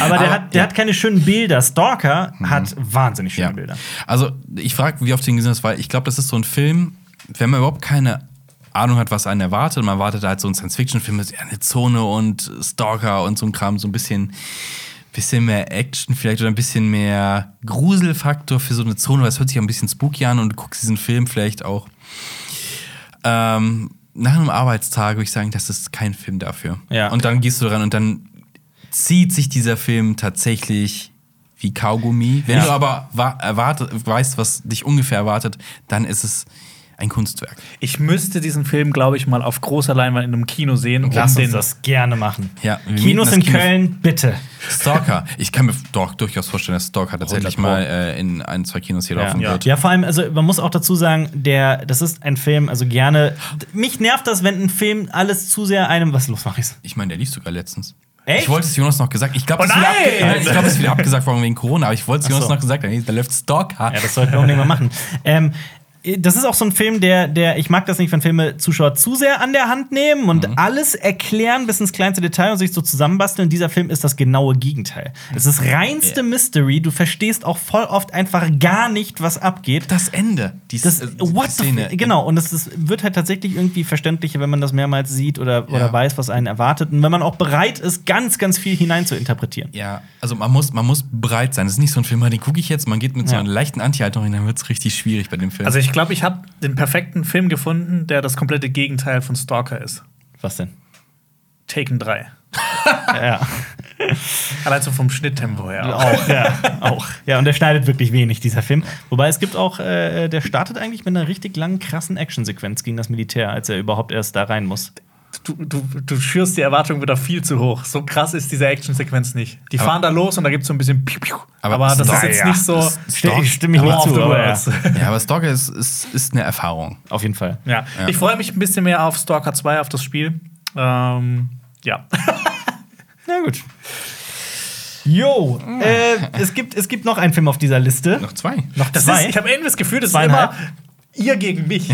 [SPEAKER 1] aber der, hat, der hat keine schönen Bilder. Stalker hat wahnsinnig schöne
[SPEAKER 3] Mhm. ja.
[SPEAKER 1] Bilder.
[SPEAKER 3] Also, ich frage, wie oft du ihn gesehen hast, weil ich glaube, das ist so ein Film, wenn man überhaupt keine Ahnung hat, was einen erwartet, man erwartet halt so einen Science-Fiction-Film mit eher eine Zone und Stalker und so ein Kram, so ein bisschen, bisschen mehr Action vielleicht oder ein bisschen mehr Gruselfaktor für so eine Zone, weil es hört sich ja ein bisschen spooky an und du guckst diesen Film vielleicht auch. Ähm, nach einem Arbeitstag würde ich sagen, das ist kein Film dafür.
[SPEAKER 1] Ja.
[SPEAKER 3] Und dann gehst du dran und dann zieht sich dieser Film tatsächlich wie Kaugummi. Wenn
[SPEAKER 1] Ja.
[SPEAKER 3] du aber wa- erwartet, weißt, was dich ungefähr erwartet, dann ist es ein Kunstwerk.
[SPEAKER 2] Ich müsste diesen Film, glaube ich, mal auf großer Leinwand in einem Kino sehen. um
[SPEAKER 1] Lass uns
[SPEAKER 2] den-
[SPEAKER 1] das gerne machen.
[SPEAKER 3] Ja, wir
[SPEAKER 1] Kinos
[SPEAKER 3] mieten das
[SPEAKER 1] in
[SPEAKER 3] Kino-
[SPEAKER 1] Köln, bitte.
[SPEAKER 3] Stalker. Ich kann mir doch durchaus vorstellen, dass Stalker
[SPEAKER 1] 100
[SPEAKER 3] tatsächlich
[SPEAKER 1] Pro.
[SPEAKER 3] mal äh, in ein, zwei Kinos hier laufen
[SPEAKER 2] Ja.
[SPEAKER 3] wird.
[SPEAKER 1] Ja, vor allem, also man muss auch dazu sagen, der, das ist ein Film, also gerne. Mich nervt das, wenn ein Film alles zu sehr einem. Was ist los, Maris?
[SPEAKER 3] Ich meine, der lief sogar letztens.
[SPEAKER 1] Echt?
[SPEAKER 3] Ich wollte es Jonas noch gesagt. Ich glaube,
[SPEAKER 2] Oh
[SPEAKER 3] es ist, wieder
[SPEAKER 2] nein!
[SPEAKER 3] abge- Nein, ich glaub, es ist wieder abgesagt worden wegen Corona, aber ich wollte es Jonas
[SPEAKER 1] so.
[SPEAKER 3] noch gesagt haben. Nee, Da läuft Stalker.
[SPEAKER 1] Ja, das sollten wir unbedingt mal machen. Ähm, das ist auch so ein Film, der, der, ich mag das nicht, wenn Filme Zuschauer zu sehr an der Hand nehmen und
[SPEAKER 3] Mhm.
[SPEAKER 1] alles erklären bis ins kleinste Detail und sich so zusammenbasteln. Dieser Film ist das genaue Gegenteil. Es ist reinste
[SPEAKER 3] Ja.
[SPEAKER 1] Mystery. Du verstehst auch voll oft einfach gar nicht, was abgeht.
[SPEAKER 3] das Ende. Die
[SPEAKER 1] Das,
[SPEAKER 3] S- äh, die
[SPEAKER 1] what the
[SPEAKER 3] Szene.
[SPEAKER 1] f- genau, und es ist- wird halt tatsächlich irgendwie verständlicher, wenn man das mehrmals sieht oder, oder
[SPEAKER 3] Ja.
[SPEAKER 1] weiß, was einen erwartet. Und wenn man auch bereit ist, ganz, ganz viel hinein zu interpretieren.
[SPEAKER 3] Ja, also man muss, man muss bereit sein. Das ist nicht so ein Film, den gucke ich jetzt, man geht mit so
[SPEAKER 1] Ja.
[SPEAKER 3] einer leichten Anti-Haltung hin, dann wird es richtig schwierig bei dem Film.
[SPEAKER 2] Also ich glaube, ich habe den perfekten Film gefunden, der das komplette Gegenteil von Stalker ist.
[SPEAKER 1] Was denn?
[SPEAKER 2] Taken 3.
[SPEAKER 1] ja,
[SPEAKER 2] Allein so vom Schnitttempo her. Auch.
[SPEAKER 1] auch, ja, auch. Ja, und der schneidet wirklich wenig, dieser Film. Wobei es gibt auch, äh, der startet eigentlich mit einer richtig langen, krassen Actionsequenz gegen das Militär, als er überhaupt erst da rein muss.
[SPEAKER 2] Du, du, du schürst die Erwartung wieder viel zu hoch. So krass ist diese Actionsequenz nicht. Die fahren da los und da gibt es so ein bisschen Piu -Piu. Aber,
[SPEAKER 3] Aber
[SPEAKER 2] das ist
[SPEAKER 3] Stalker-
[SPEAKER 2] jetzt nicht so.
[SPEAKER 1] Ste- Stimme ich
[SPEAKER 2] War
[SPEAKER 1] nicht
[SPEAKER 2] of the
[SPEAKER 1] zu, aber ja.
[SPEAKER 2] Worlds.
[SPEAKER 3] ja, aber Stalker ist, ist, ist eine Erfahrung.
[SPEAKER 1] Auf jeden Fall.
[SPEAKER 2] Ja.
[SPEAKER 3] Ja.
[SPEAKER 2] Ich freue mich ein bisschen mehr auf Stalker 2, auf das Spiel. Ähm, ja.
[SPEAKER 1] Na gut. Jo, äh, es, gibt, es gibt noch einen Film auf dieser Liste.
[SPEAKER 3] Noch zwei.
[SPEAKER 1] Noch
[SPEAKER 2] Das ist, ich habe irgendwie das Gefühl, das ist
[SPEAKER 1] Zweieinhalb.
[SPEAKER 2] immer ihr gegen mich.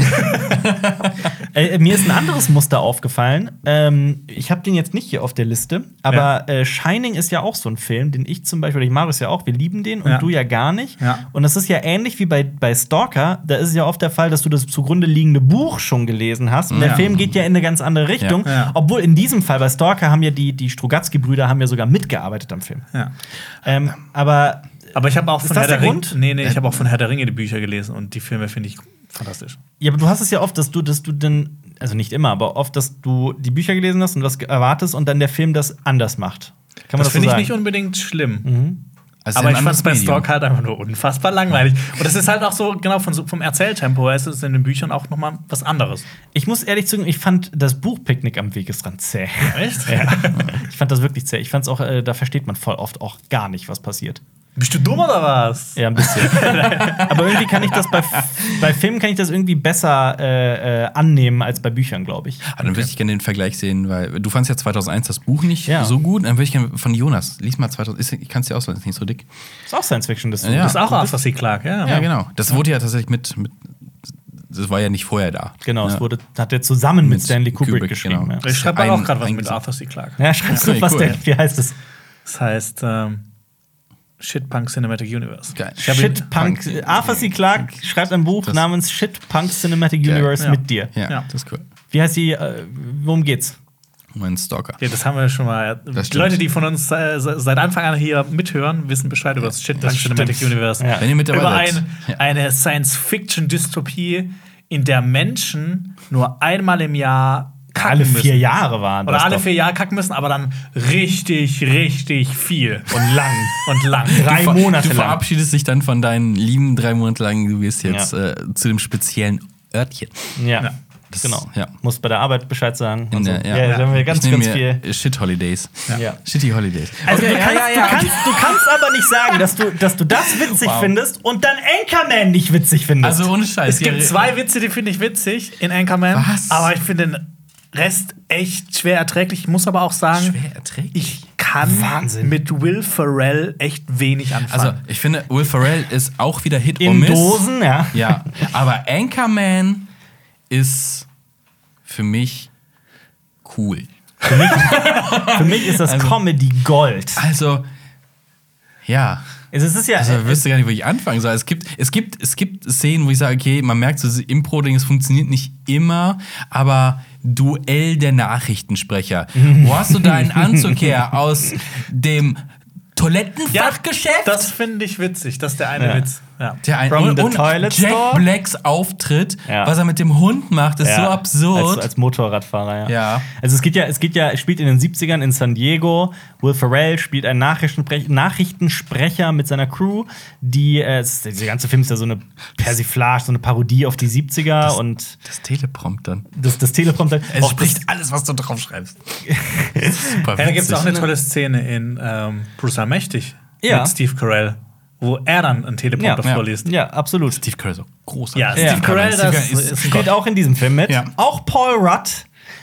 [SPEAKER 1] Äh, mir ist ein anderes Muster aufgefallen. Ähm, ich habe den jetzt nicht hier auf der Liste, aber äh, Shining ist ja auch so ein Film, den ich zum Beispiel, oder ich mag es ja auch, wir lieben den und
[SPEAKER 2] Ja.
[SPEAKER 1] du ja gar nicht.
[SPEAKER 2] Ja.
[SPEAKER 1] Und das ist ja ähnlich wie bei, bei Stalker, da ist es ja oft der Fall, dass du das zugrunde liegende Buch schon gelesen hast und der
[SPEAKER 3] Ja.
[SPEAKER 1] Film geht ja in eine ganz andere Richtung.
[SPEAKER 2] Ja. Ja.
[SPEAKER 1] Obwohl in diesem Fall bei Stalker haben ja die, die Strugatsky-Brüder haben ja sogar mitgearbeitet am Film.
[SPEAKER 2] ja.
[SPEAKER 1] Ähm, aber
[SPEAKER 2] Aber ich habe auch von
[SPEAKER 1] das
[SPEAKER 2] Herr der,
[SPEAKER 1] der
[SPEAKER 2] Ringe.
[SPEAKER 1] Grund?
[SPEAKER 2] Nee, nee, ich habe auch von Herr der Ringe die Bücher gelesen und die Filme finde ich fantastisch.
[SPEAKER 1] Ja, aber du hast es ja oft, dass du, dass du dann, also nicht immer, aber oft, dass du die Bücher gelesen hast und was ge- erwartest und dann der Film das anders macht. Kann man
[SPEAKER 2] Das
[SPEAKER 1] das, so
[SPEAKER 2] finde ich
[SPEAKER 1] sagen?
[SPEAKER 2] nicht unbedingt schlimm.
[SPEAKER 3] Also
[SPEAKER 2] Aber
[SPEAKER 3] ein
[SPEAKER 2] ich fand es
[SPEAKER 3] anderes
[SPEAKER 2] bei
[SPEAKER 3] Medium.
[SPEAKER 2] Stalker halt einfach nur unfassbar langweilig. Und das ist halt auch so, genau, von, so- vom Erzähltempo her ist es in den Büchern auch nochmal was anderes.
[SPEAKER 1] ich muss ehrlich zugeben, ich fand das Buch Picknick am Wegesrand zäh.
[SPEAKER 2] Echt?
[SPEAKER 1] Ja. ich fand das wirklich zäh. Ich fand es auch, äh, da versteht man voll oft auch gar nicht, was passiert.
[SPEAKER 2] Bist du dumm oder was?
[SPEAKER 1] Ja, ein bisschen. aber irgendwie kann ich das bei, bei Filmen kann ich das irgendwie besser äh, äh, annehmen als bei Büchern, glaube ich.
[SPEAKER 3] Ah, dann würde ich gerne den Vergleich sehen, weil du fandst ja 2001 das Buch nicht
[SPEAKER 1] Ja.
[SPEAKER 3] so gut. Dann würde ich gerne von Jonas, lies mal 2000, ist- ich kann es dir auslesen, ist nicht so dick.
[SPEAKER 1] Ist auch Science Fiction, das
[SPEAKER 3] Ja.
[SPEAKER 2] Das ist auch Arthur C. Clarke, ja.
[SPEAKER 3] Ja, genau. Das wurde ja tatsächlich mit, mit das war ja nicht vorher da.
[SPEAKER 1] Genau,
[SPEAKER 3] ja.
[SPEAKER 1] es wurde, hat er zusammen mit,
[SPEAKER 3] Mit
[SPEAKER 1] Stanley Kubrick,
[SPEAKER 3] Kubrick,
[SPEAKER 1] geschrieben.
[SPEAKER 3] genau.
[SPEAKER 1] Ja.
[SPEAKER 2] Ich schreibe
[SPEAKER 3] Ein-
[SPEAKER 2] auch gerade was
[SPEAKER 3] ein-
[SPEAKER 2] mit Arthur C. Clarke.
[SPEAKER 1] ja, schreibst du
[SPEAKER 3] Okay,
[SPEAKER 1] was
[SPEAKER 3] cool.
[SPEAKER 1] denn? Wie heißt es?
[SPEAKER 2] Das heißt ähm, Shitpunk Cinematic Universe.
[SPEAKER 3] Geil.
[SPEAKER 2] Ich hab ihn-
[SPEAKER 1] Shitpunk.
[SPEAKER 3] Punk-
[SPEAKER 1] äh, Arthur C. Clarke schreibt ein Buch
[SPEAKER 3] Das-
[SPEAKER 1] namens Shitpunk Cinematic
[SPEAKER 3] Geil.
[SPEAKER 1] Universe
[SPEAKER 2] Ja.
[SPEAKER 1] mit dir.
[SPEAKER 3] Ja,
[SPEAKER 2] Ja.
[SPEAKER 3] das ist cool.
[SPEAKER 1] Wie heißt die? Äh, worum geht's?
[SPEAKER 3] Mein Stalker.
[SPEAKER 2] Ja, das haben wir schon mal.
[SPEAKER 3] Das
[SPEAKER 2] die
[SPEAKER 3] stimmt.
[SPEAKER 2] Leute, die von uns äh, se- seit Anfang an hier mithören, wissen Bescheid über das Shitpunk Cinematic Universe.
[SPEAKER 1] Ja.
[SPEAKER 3] Wenn ihr mit dabei
[SPEAKER 2] über
[SPEAKER 3] seid.
[SPEAKER 2] ein,
[SPEAKER 3] Ja.
[SPEAKER 2] eine Science-Fiction-Dystopie, in der Menschen nur einmal im Jahr kacken
[SPEAKER 1] Alle vier
[SPEAKER 2] müssen.
[SPEAKER 1] Jahre waren
[SPEAKER 2] Oder
[SPEAKER 1] das
[SPEAKER 2] alle
[SPEAKER 1] doch.
[SPEAKER 2] vier Jahre kacken müssen, aber dann richtig, richtig viel. Und lang. Und lang.
[SPEAKER 1] Drei
[SPEAKER 3] ver-
[SPEAKER 1] Monate
[SPEAKER 3] Du
[SPEAKER 1] lang.
[SPEAKER 3] verabschiedest dich dann von deinen Lieben drei Monate lang. Du gehst jetzt äh, zu dem speziellen Örtchen.
[SPEAKER 1] Ja.
[SPEAKER 2] Ja.
[SPEAKER 1] Das, genau.
[SPEAKER 3] ja.
[SPEAKER 1] Muss bei der Arbeit Bescheid sagen.
[SPEAKER 3] In
[SPEAKER 1] und so.
[SPEAKER 3] der-
[SPEAKER 1] ja,
[SPEAKER 3] ja.
[SPEAKER 1] da haben wir ganz,
[SPEAKER 3] ich nehme
[SPEAKER 1] ganz
[SPEAKER 3] mir
[SPEAKER 1] viel.
[SPEAKER 3] viel. Shit Holidays.
[SPEAKER 1] Ja.
[SPEAKER 3] Shitty Holidays.
[SPEAKER 1] Also,
[SPEAKER 2] Okay,
[SPEAKER 1] du,
[SPEAKER 2] ja,
[SPEAKER 1] kannst,
[SPEAKER 2] ja, ja.
[SPEAKER 1] Du, kannst, du kannst aber nicht sagen, dass du, dass du das witzig
[SPEAKER 3] Wow.
[SPEAKER 1] findest und dann Anchorman nicht witzig findest.
[SPEAKER 3] Also ohne Scheiß.
[SPEAKER 2] Es gibt zwei Witze, die finde ich witzig in Anchorman.
[SPEAKER 3] Was?
[SPEAKER 2] Aber ich finde den Rest echt schwer erträglich. Ich muss aber auch sagen,
[SPEAKER 3] Schwer erträglich.
[SPEAKER 2] ich kann
[SPEAKER 1] Wahnsinn.
[SPEAKER 2] mit Will Ferrell echt wenig
[SPEAKER 3] Also
[SPEAKER 2] anfangen.
[SPEAKER 3] ich finde, Will Ferrell ist auch wieder Hit or
[SPEAKER 1] in
[SPEAKER 3] Miss.
[SPEAKER 1] Dosen, ja.
[SPEAKER 3] Oh, Ja, aber Anchorman ist für mich cool.
[SPEAKER 1] Für mich ist das Comedy Gold.
[SPEAKER 3] Also, ja.
[SPEAKER 1] Es ist ja.
[SPEAKER 3] Also, ich wüsste gar nicht, wo ich anfangen soll. Es gibt, es gibt, es gibt Szenen, wo ich sage, okay, man merkt, so das Impro-Ding, es funktioniert nicht immer, aber Duell der Nachrichtensprecher.
[SPEAKER 1] Mhm.
[SPEAKER 3] Wo hast du deinen Anzug her? Aus dem Toilettenfachgeschäft?
[SPEAKER 2] Das finde ich witzig. Das ist der eine
[SPEAKER 1] Ja.
[SPEAKER 2] Witz. Ja.
[SPEAKER 3] Der ein
[SPEAKER 1] From
[SPEAKER 3] und,
[SPEAKER 1] the
[SPEAKER 3] und
[SPEAKER 1] toilet
[SPEAKER 3] Jack
[SPEAKER 1] store?
[SPEAKER 3] Blacks Auftritt,
[SPEAKER 1] Ja.
[SPEAKER 3] was er mit dem Hund macht, ist
[SPEAKER 1] Ja,
[SPEAKER 3] so absurd.
[SPEAKER 1] Als, als Motorradfahrer, ja.
[SPEAKER 3] Ja.
[SPEAKER 1] Also es geht ja, es geht ja, es spielt in den 70ern in San Diego. Will Ferrell spielt einen Nachrichtensprecher, Nachrichtensprecher mit seiner Crew, die, äh, es- dieser ganze Film ist ja so eine Persiflage, so eine Parodie auf die 70er und
[SPEAKER 3] das Teleprompter.
[SPEAKER 1] das, das Teleprompter.
[SPEAKER 3] Es
[SPEAKER 1] auch das-
[SPEAKER 3] spricht alles, was du drauf schreibst. Super
[SPEAKER 2] Ja, da gibt es auch
[SPEAKER 3] witzig.
[SPEAKER 2] eine tolle Szene in ähm, Bruce Allmächtig
[SPEAKER 1] Ja.
[SPEAKER 2] mit Steve Carell, wo er dann einen Teleprompter
[SPEAKER 1] Ja.
[SPEAKER 2] vorliest.
[SPEAKER 1] Ja, absolut.
[SPEAKER 3] Steve Carell ist auch großartig.
[SPEAKER 2] Ja,
[SPEAKER 1] Ja.
[SPEAKER 2] Steve Carell,
[SPEAKER 3] Steve
[SPEAKER 2] das
[SPEAKER 3] Carell ist-
[SPEAKER 2] ist ein Gott.
[SPEAKER 1] Spielt auch in diesem Film mit.
[SPEAKER 3] Ja.
[SPEAKER 1] Auch Paul Rudd.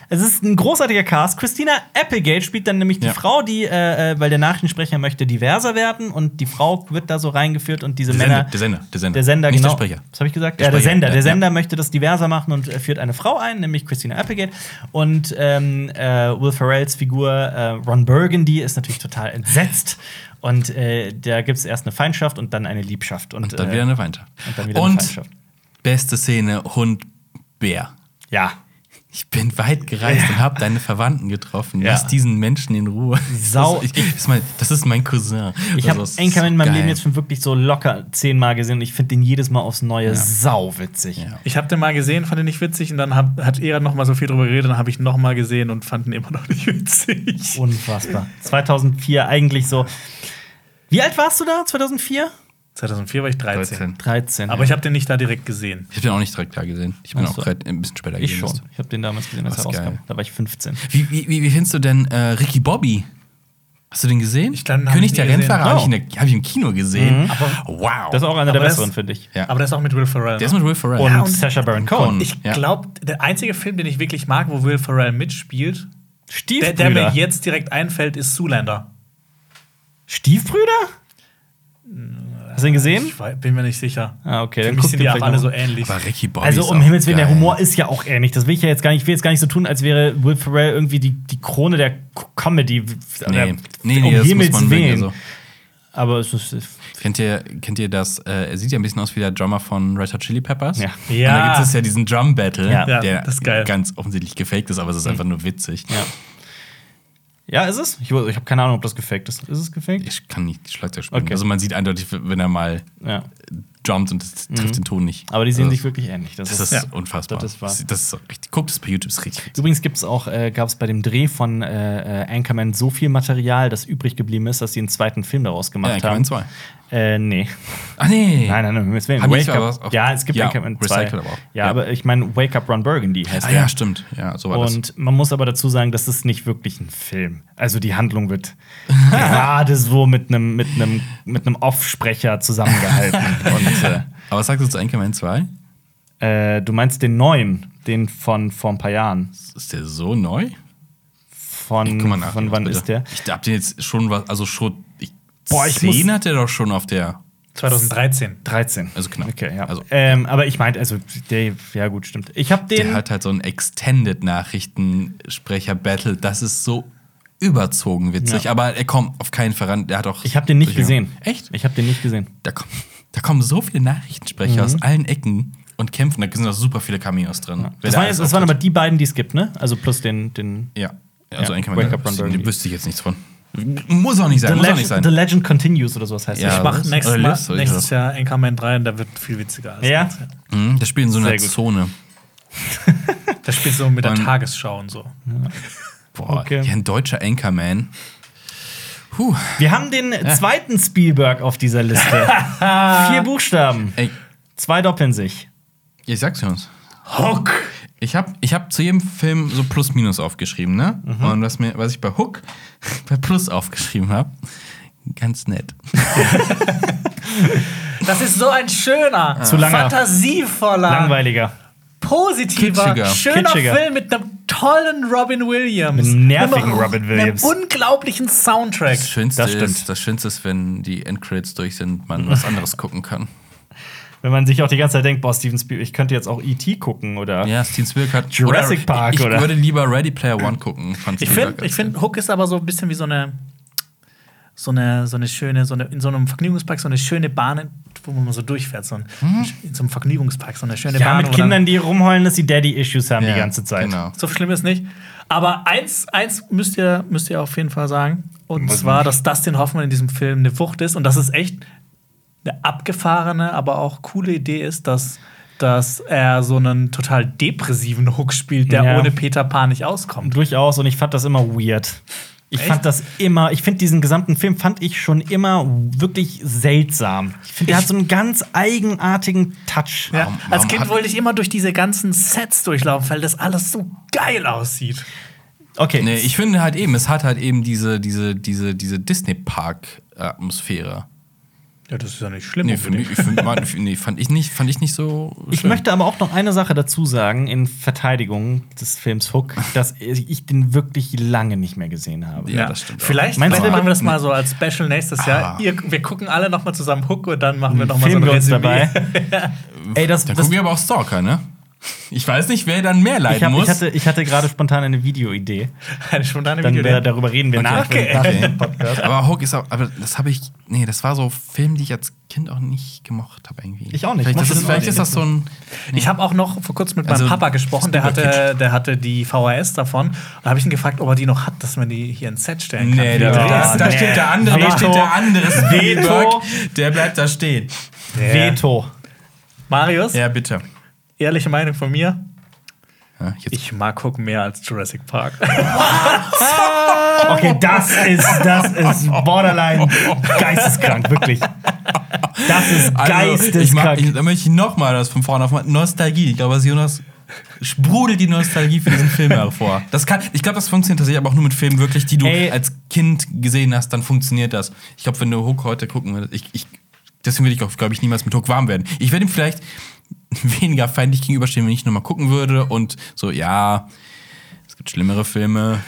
[SPEAKER 1] Es ist ein großartiger Cast. Christina Applegate spielt dann nämlich die
[SPEAKER 3] Ja.
[SPEAKER 1] Frau, die, äh, äh, weil der Nachrichtensprecher möchte diverser werden und die Frau wird da so reingeführt und diese
[SPEAKER 3] Der
[SPEAKER 1] Männer.
[SPEAKER 3] Sender, der Sender, der Sender.
[SPEAKER 1] Der Sender,
[SPEAKER 3] Nicht
[SPEAKER 1] genau.
[SPEAKER 3] der Sprecher.
[SPEAKER 1] Was habe ich gesagt?
[SPEAKER 3] Der
[SPEAKER 1] ja, der
[SPEAKER 3] Sprecher,
[SPEAKER 1] Sender.
[SPEAKER 3] ja,
[SPEAKER 1] Der
[SPEAKER 3] ja.
[SPEAKER 1] Sender möchte das diverser machen und äh, führt eine Frau ein, nämlich Christina Applegate. Und ähm, äh, Will Ferrells Figur äh, Ron Burgundy ist natürlich total entsetzt. Und äh, da gibt es erst eine Feindschaft und dann eine Liebschaft. Und,
[SPEAKER 3] Dann wieder
[SPEAKER 1] äh,
[SPEAKER 3] eine Feindschaft.
[SPEAKER 1] und dann wieder eine Feindschaft.
[SPEAKER 3] beste Szene: Hund, Bär.
[SPEAKER 1] ja,
[SPEAKER 3] Ich bin weit gereist und habe deine Verwandten getroffen.
[SPEAKER 1] Ja.
[SPEAKER 3] Lass diesen Menschen in Ruhe.
[SPEAKER 1] Sau-
[SPEAKER 3] Das, ich, das, ist mein, das ist mein Cousin.
[SPEAKER 1] ich habe
[SPEAKER 3] Also, das
[SPEAKER 1] Anchorman
[SPEAKER 3] ist
[SPEAKER 1] in meinem
[SPEAKER 3] geil.
[SPEAKER 1] Leben jetzt schon wirklich so locker zehnmal gesehen und ich finde den jedes Mal aufs Neue sauwitzig.
[SPEAKER 3] Ja.
[SPEAKER 2] Ich habe den mal gesehen, fand ihn nicht witzig und dann hab, hat er noch mal so viel drüber geredet, dann habe ich noch mal gesehen und fand ihn immer noch nicht witzig.
[SPEAKER 1] Unfassbar. 2004 eigentlich so. Wie alt warst du da? 2004?
[SPEAKER 2] 2004 war ich 13.
[SPEAKER 3] 13.
[SPEAKER 1] 13.
[SPEAKER 2] Aber ich habe den nicht da direkt gesehen.
[SPEAKER 3] Ich bin auch nicht direkt da gesehen. Ich bin
[SPEAKER 1] Ach
[SPEAKER 3] auch
[SPEAKER 1] so.
[SPEAKER 3] grad ein bisschen später
[SPEAKER 1] Ich
[SPEAKER 3] gesehen.
[SPEAKER 1] schon. Ich habe den damals gesehen, als
[SPEAKER 3] Was
[SPEAKER 1] er rauskam.
[SPEAKER 3] geil.
[SPEAKER 1] Da war ich 15.
[SPEAKER 3] Wie, wie, wie wie findest du denn äh, Ricky Bobby? Hast du den gesehen?
[SPEAKER 2] Ich glaub, den hab
[SPEAKER 3] König
[SPEAKER 2] ich
[SPEAKER 3] der
[SPEAKER 2] nie gesehen. Mhm.
[SPEAKER 3] Rennfahrer
[SPEAKER 1] Oh.
[SPEAKER 3] habe ich, in der- hab ich im Kino gesehen. wow.
[SPEAKER 1] Das ist auch einer der
[SPEAKER 2] Aber das-
[SPEAKER 1] besseren, finde ich.
[SPEAKER 3] Ja.
[SPEAKER 2] Aber das ist auch mit Will Ferrell.
[SPEAKER 3] der ist
[SPEAKER 2] ne?
[SPEAKER 3] mit Will Ferrell.
[SPEAKER 1] Und,
[SPEAKER 2] Ja, und-
[SPEAKER 1] Sacha Baron
[SPEAKER 3] Cohen.
[SPEAKER 1] Cohen.
[SPEAKER 2] ich
[SPEAKER 3] ja.
[SPEAKER 2] glaube, der einzige Film, den ich wirklich mag, wo Will Ferrell mitspielt, der,
[SPEAKER 1] Stiefbrüder.
[SPEAKER 2] der mir jetzt direkt einfällt, ist Zoolander.
[SPEAKER 1] Stiefbrüder? Hast du ihn gesehen?
[SPEAKER 2] Ich wei- bin mir nicht sicher.
[SPEAKER 1] Ah, okay,
[SPEAKER 2] Für
[SPEAKER 1] dann
[SPEAKER 2] mich
[SPEAKER 1] guck
[SPEAKER 2] sind
[SPEAKER 1] dir
[SPEAKER 2] die auch
[SPEAKER 1] vielleicht
[SPEAKER 2] alle
[SPEAKER 1] noch-
[SPEAKER 2] so ähnlich.
[SPEAKER 3] aber Ricky Bobby
[SPEAKER 1] Also
[SPEAKER 3] ist
[SPEAKER 1] um
[SPEAKER 3] auch
[SPEAKER 1] Himmels Willen, der
[SPEAKER 3] geil.
[SPEAKER 1] Humor ist ja auch ähnlich. Das will ich ja jetzt gar nicht, ich will jetzt gar nicht so tun, als wäre Will Ferrell irgendwie die, die Krone der K- Comedy.
[SPEAKER 3] Nee,
[SPEAKER 1] Oder-
[SPEAKER 2] um
[SPEAKER 3] nee, nee das muss man also- wirklich so.
[SPEAKER 1] um Aber es ist.
[SPEAKER 3] Kennt ihr, kennt ihr das? Äh, er sieht ja ein bisschen aus wie der Drummer von Red Hot Chili Peppers.
[SPEAKER 1] Ja.
[SPEAKER 3] Und da
[SPEAKER 2] Ja.
[SPEAKER 3] gibt es ja diesen Drum Battle,
[SPEAKER 1] Ja.
[SPEAKER 2] Ja,
[SPEAKER 3] der
[SPEAKER 2] das ist geil. Mhm.
[SPEAKER 3] ganz offensichtlich gefaked ist, aber es ist einfach nur witzig.
[SPEAKER 1] Ja. Ja, ist es? Ich, ich habe keine Ahnung, ob das gefaked ist. Ist es gefaked?
[SPEAKER 3] Ich kann nicht Schlagzeug spielen.
[SPEAKER 1] Okay.
[SPEAKER 3] Also man sieht eindeutig, wenn er mal
[SPEAKER 1] Ja.
[SPEAKER 3] drummt und es trifft den Ton nicht.
[SPEAKER 1] Mhm. Aber die sehen
[SPEAKER 3] also,
[SPEAKER 1] sich wirklich ähnlich.
[SPEAKER 3] Das ist
[SPEAKER 2] Ja.
[SPEAKER 3] unfassbar.
[SPEAKER 1] Das ist wahr.
[SPEAKER 3] das ist so richtig. Guckt es bei YouTube, ist richtig.
[SPEAKER 1] Übrigens gibt's auch, äh, gab es bei dem Dreh von äh, äh, Anchorman so viel Material, das übrig geblieben ist, dass sie einen zweiten Film daraus gemacht
[SPEAKER 3] Ja,
[SPEAKER 1] haben.
[SPEAKER 3] Anchorman 2.
[SPEAKER 1] Äh, nee.
[SPEAKER 3] Ach Ah, nee.
[SPEAKER 1] Nein, nein, nein. wir müssen-
[SPEAKER 3] Haben die
[SPEAKER 1] Wake
[SPEAKER 3] nicht aber was
[SPEAKER 1] Up.
[SPEAKER 3] auf-
[SPEAKER 1] Ja, es gibt
[SPEAKER 3] Ja,
[SPEAKER 1] Anchorman 2.
[SPEAKER 3] Recycle aber auch.
[SPEAKER 1] Ja,
[SPEAKER 3] Ja.
[SPEAKER 1] aber ich meine, Wake Up Ron Burgundy heißt
[SPEAKER 3] Ah
[SPEAKER 1] der.
[SPEAKER 3] ja, stimmt. Ja, so war das.
[SPEAKER 1] Und man muss aber dazu sagen, das ist nicht wirklich ein Film. Also die Handlung wird gerade so mit einem mit einem mit einem Off-Sprecher zusammengehalten. Und
[SPEAKER 3] Aber was sagst du zu Anchorman 2?
[SPEAKER 1] äh, äh, du meinst den neuen, den von vor ein paar Jahren.
[SPEAKER 3] Ist der so neu?
[SPEAKER 1] Von,
[SPEAKER 3] Guck mal nach.
[SPEAKER 1] Hm, von wann
[SPEAKER 3] bitte.
[SPEAKER 1] ist der?
[SPEAKER 3] Ich hab den jetzt schon was, also schon. Ich,
[SPEAKER 1] Boah, ich muss-
[SPEAKER 3] Szenen hat er doch schon auf der.
[SPEAKER 2] 2013.
[SPEAKER 1] 13.
[SPEAKER 3] Also knapp.
[SPEAKER 1] Okay, ja.
[SPEAKER 3] Also-
[SPEAKER 1] ähm, aber ich meinte, also, der, ja, gut, stimmt. Ich habe den.
[SPEAKER 3] Der hat halt so einen Extended-Nachrichtensprecher-Battle. Das ist so überzogen witzig.
[SPEAKER 1] Ja.
[SPEAKER 3] Aber er kommt auf keinen Fall ran. Der hat auch.
[SPEAKER 1] ich habe den nicht
[SPEAKER 3] Ja.
[SPEAKER 1] gesehen.
[SPEAKER 3] Echt?
[SPEAKER 1] Ich habe den nicht gesehen.
[SPEAKER 3] Da, kommen- da kommen so viele
[SPEAKER 1] Mhm.
[SPEAKER 3] Nachrichtensprecher aus allen Ecken und kämpfen. Da sind auch super viele Cameos drin. Wer
[SPEAKER 1] Das
[SPEAKER 3] da
[SPEAKER 1] waren,
[SPEAKER 3] alles
[SPEAKER 1] jetzt, das waren aber
[SPEAKER 3] auftritt.
[SPEAKER 1] die beiden, die es gibt, ne? Also plus den. den
[SPEAKER 3] Ja. Also
[SPEAKER 1] Ja.
[SPEAKER 3] Anchorman.
[SPEAKER 1] Wake Up Run
[SPEAKER 3] Den
[SPEAKER 1] Burgundy. Mhm.
[SPEAKER 3] wüsste ich jetzt nichts von. Muss auch nicht sein.
[SPEAKER 1] the,
[SPEAKER 3] Muss auch
[SPEAKER 1] Legend,
[SPEAKER 3] nicht sein.
[SPEAKER 1] the Legend Continues oder sowas heißt
[SPEAKER 3] Ja.
[SPEAKER 2] ich
[SPEAKER 1] das.
[SPEAKER 2] mache
[SPEAKER 3] das-
[SPEAKER 2] nächstes,
[SPEAKER 3] oder
[SPEAKER 2] Mal-
[SPEAKER 3] Liz, oder
[SPEAKER 2] nächstes
[SPEAKER 3] sowas.
[SPEAKER 2] Jahr Anchorman 3 und da wird viel witziger. als
[SPEAKER 1] Ja?
[SPEAKER 2] das,
[SPEAKER 3] Mhm, das spielt in so einer
[SPEAKER 1] Sehr gut.
[SPEAKER 3] Zone.
[SPEAKER 2] Da spielst du mit der
[SPEAKER 3] Und-
[SPEAKER 2] Tagesschau und so.
[SPEAKER 3] Boah,
[SPEAKER 1] Okay.
[SPEAKER 3] ja, ein deutscher Anchorman. Puh,
[SPEAKER 1] Wir haben den zweiten Spielberg auf dieser Liste. Vier Buchstaben.
[SPEAKER 3] ey,
[SPEAKER 1] Zwei doppeln sich.
[SPEAKER 3] ich sag's uns.
[SPEAKER 2] Hock!
[SPEAKER 3] Ich hab, ich hab zu jedem Film so Plus-Minus aufgeschrieben, ne?
[SPEAKER 1] Mhm.
[SPEAKER 3] Und was, mir, was ich bei Hook bei Plus aufgeschrieben habe, ganz nett.
[SPEAKER 2] Das ist so ein schöner,
[SPEAKER 1] Ah. Zu langer.
[SPEAKER 2] fantasievoller,
[SPEAKER 1] Langweiliger.
[SPEAKER 2] positiver,
[SPEAKER 3] Kitschiger.
[SPEAKER 2] schöner
[SPEAKER 1] Kitschiger.
[SPEAKER 2] Film mit einem tollen Robin Williams.
[SPEAKER 1] Mit einem nervigen
[SPEAKER 2] Einem-
[SPEAKER 1] Robin Williams.
[SPEAKER 2] Einem unglaublichen Soundtrack.
[SPEAKER 3] Das Schönste,
[SPEAKER 1] Das stimmt.
[SPEAKER 3] ist, das Schönste ist, wenn die Endcredits durch sind, man was anderes gucken kann.
[SPEAKER 1] Wenn man sich auch die ganze Zeit denkt, boah, Steven Spielberg, ich könnte jetzt auch E.T. gucken oder.
[SPEAKER 3] Ja, Steven Spielberg hat
[SPEAKER 1] Jurassic
[SPEAKER 3] oder,
[SPEAKER 1] Park,
[SPEAKER 3] ich, ich
[SPEAKER 1] oder?
[SPEAKER 3] würde lieber Ready Player One gucken. von
[SPEAKER 2] Ich
[SPEAKER 3] Spielberg
[SPEAKER 2] finde,
[SPEAKER 3] als
[SPEAKER 2] ich find, Hook ist aber so ein bisschen wie so eine so eine, so eine schöne, so eine, in so einem Vergnügungspark so eine schöne Bahn, wo man so durchfährt, so ein, in so einem Vergnügungspark, so eine schöne
[SPEAKER 1] Hm? Ja,
[SPEAKER 2] Bahn.
[SPEAKER 1] mit
[SPEAKER 2] wo dann-
[SPEAKER 1] Kindern, die rumheulen, dass sie Daddy-Issues haben
[SPEAKER 3] Ja,
[SPEAKER 1] die ganze Zeit.
[SPEAKER 3] Genau.
[SPEAKER 2] So schlimm ist nicht. Aber eins, eins müsst ihr, müsst ihr auf jeden Fall sagen. Und zwar, dass Dustin Hoffmann in diesem Film eine Wucht ist und dass es echt eine abgefahrene, aber auch coole Idee ist, dass, dass er so einen total depressiven Hook spielt, der
[SPEAKER 1] Ja.
[SPEAKER 2] ohne Peter Pan nicht auskommt.
[SPEAKER 1] Durchaus und ich fand das immer weird. Ich
[SPEAKER 2] Echt?
[SPEAKER 1] fand das immer, ich finde diesen gesamten Film fand ich schon immer wirklich seltsam. Ich finde, der hat so einen ganz eigenartigen Touch.
[SPEAKER 2] Ja.
[SPEAKER 3] Warum-
[SPEAKER 2] Als
[SPEAKER 3] warum
[SPEAKER 2] Kind
[SPEAKER 3] hat-
[SPEAKER 2] wollte ich immer durch diese ganzen Sets durchlaufen, weil das alles so geil aussieht.
[SPEAKER 1] Okay.
[SPEAKER 3] Nee, ich finde halt eben, es hat halt eben diese, diese, diese, diese Disney-Park-Atmosphäre.
[SPEAKER 2] Ja, das ist ja nicht schlimm.
[SPEAKER 3] Nee, für mich, für, mein- für- nee, fand ich nicht, fand ich nicht so.
[SPEAKER 1] Ich
[SPEAKER 3] schön.
[SPEAKER 1] möchte aber auch noch eine Sache dazu sagen in Verteidigung des Films Hook, dass ich den wirklich lange nicht mehr gesehen habe.
[SPEAKER 3] Ja, das stimmt. auch.
[SPEAKER 2] Vielleicht,
[SPEAKER 1] Meinst du,
[SPEAKER 2] vielleicht
[SPEAKER 1] wir
[SPEAKER 2] machen wir das mal so als Special nächstes Jahr.
[SPEAKER 3] Ah.
[SPEAKER 2] Ihr, wir gucken alle noch mal zusammen Hook und dann machen wir noch mal so ein
[SPEAKER 1] Filmgirls
[SPEAKER 2] Resümee.
[SPEAKER 1] dabei. Ey, das,
[SPEAKER 3] Dann
[SPEAKER 1] das
[SPEAKER 3] gucken wir aber auch Stalker, ne? Ich weiß nicht, wer dann mehr leiden
[SPEAKER 1] ich, hab,
[SPEAKER 3] muss.
[SPEAKER 1] ich hatte, ich hatte gerade spontan eine Videoidee.
[SPEAKER 2] Eine spontane
[SPEAKER 1] Dann
[SPEAKER 2] Videoidee.
[SPEAKER 1] äh, darüber reden wir nach,
[SPEAKER 2] Okay.
[SPEAKER 1] nach
[SPEAKER 3] Okay.
[SPEAKER 1] dem Podcast.
[SPEAKER 3] Aber Hook ist auch, aber das habe ich, nee, das war so ein Film, die ich als Kind auch nicht gemocht habe irgendwie.
[SPEAKER 1] Ich auch nicht.
[SPEAKER 3] Vielleicht,
[SPEAKER 1] Mochte
[SPEAKER 3] das ist,
[SPEAKER 1] den
[SPEAKER 3] vielleicht
[SPEAKER 1] auch
[SPEAKER 3] ist das so ein,
[SPEAKER 2] Ich habe auch noch vor kurzem mit meinem
[SPEAKER 3] Also,
[SPEAKER 2] Papa gesprochen, der hatte, der hatte die VHS davon. Und habe ich ihn gefragt, ob er die noch hat, dass man die hier ins Set stellen kann.
[SPEAKER 3] nee,
[SPEAKER 2] Für
[SPEAKER 3] da,
[SPEAKER 2] die
[SPEAKER 3] da,
[SPEAKER 2] VHS.
[SPEAKER 3] da steht der andere, da
[SPEAKER 1] Veto.
[SPEAKER 3] steht der andere
[SPEAKER 1] Veto.
[SPEAKER 3] Spielberg, der bleibt da stehen.
[SPEAKER 1] Veto.
[SPEAKER 2] Marius,
[SPEAKER 3] Ja, bitte.
[SPEAKER 2] ehrliche Meinung von mir,
[SPEAKER 3] Ja, jetzt
[SPEAKER 2] ich mag Hook mehr als Jurassic Park.
[SPEAKER 1] Okay, das ist, das ist borderline geisteskrank, wirklich. Das ist
[SPEAKER 3] Also, ich mag,
[SPEAKER 1] geisteskrank.
[SPEAKER 3] ich, da möchte ich nochmal das von vorne aufmachen. Nostalgie. Ich glaube, dass Jonas sprudelt die Nostalgie für diesen Film hervor. Das kann, ich glaube, das funktioniert tatsächlich aber auch nur mit Filmen wirklich, die du
[SPEAKER 1] Ey.
[SPEAKER 3] als Kind gesehen hast, dann funktioniert das. Ich glaube, wenn du Hook heute gucken würdest, ich, ich, deswegen würde ich auch, glaube ich, niemals mit Hook warm werden. Ich werde ihm vielleicht weniger feindlich gegenüberstehen, wenn ich nochmal gucken würde und so, ja, es gibt schlimmere Filme.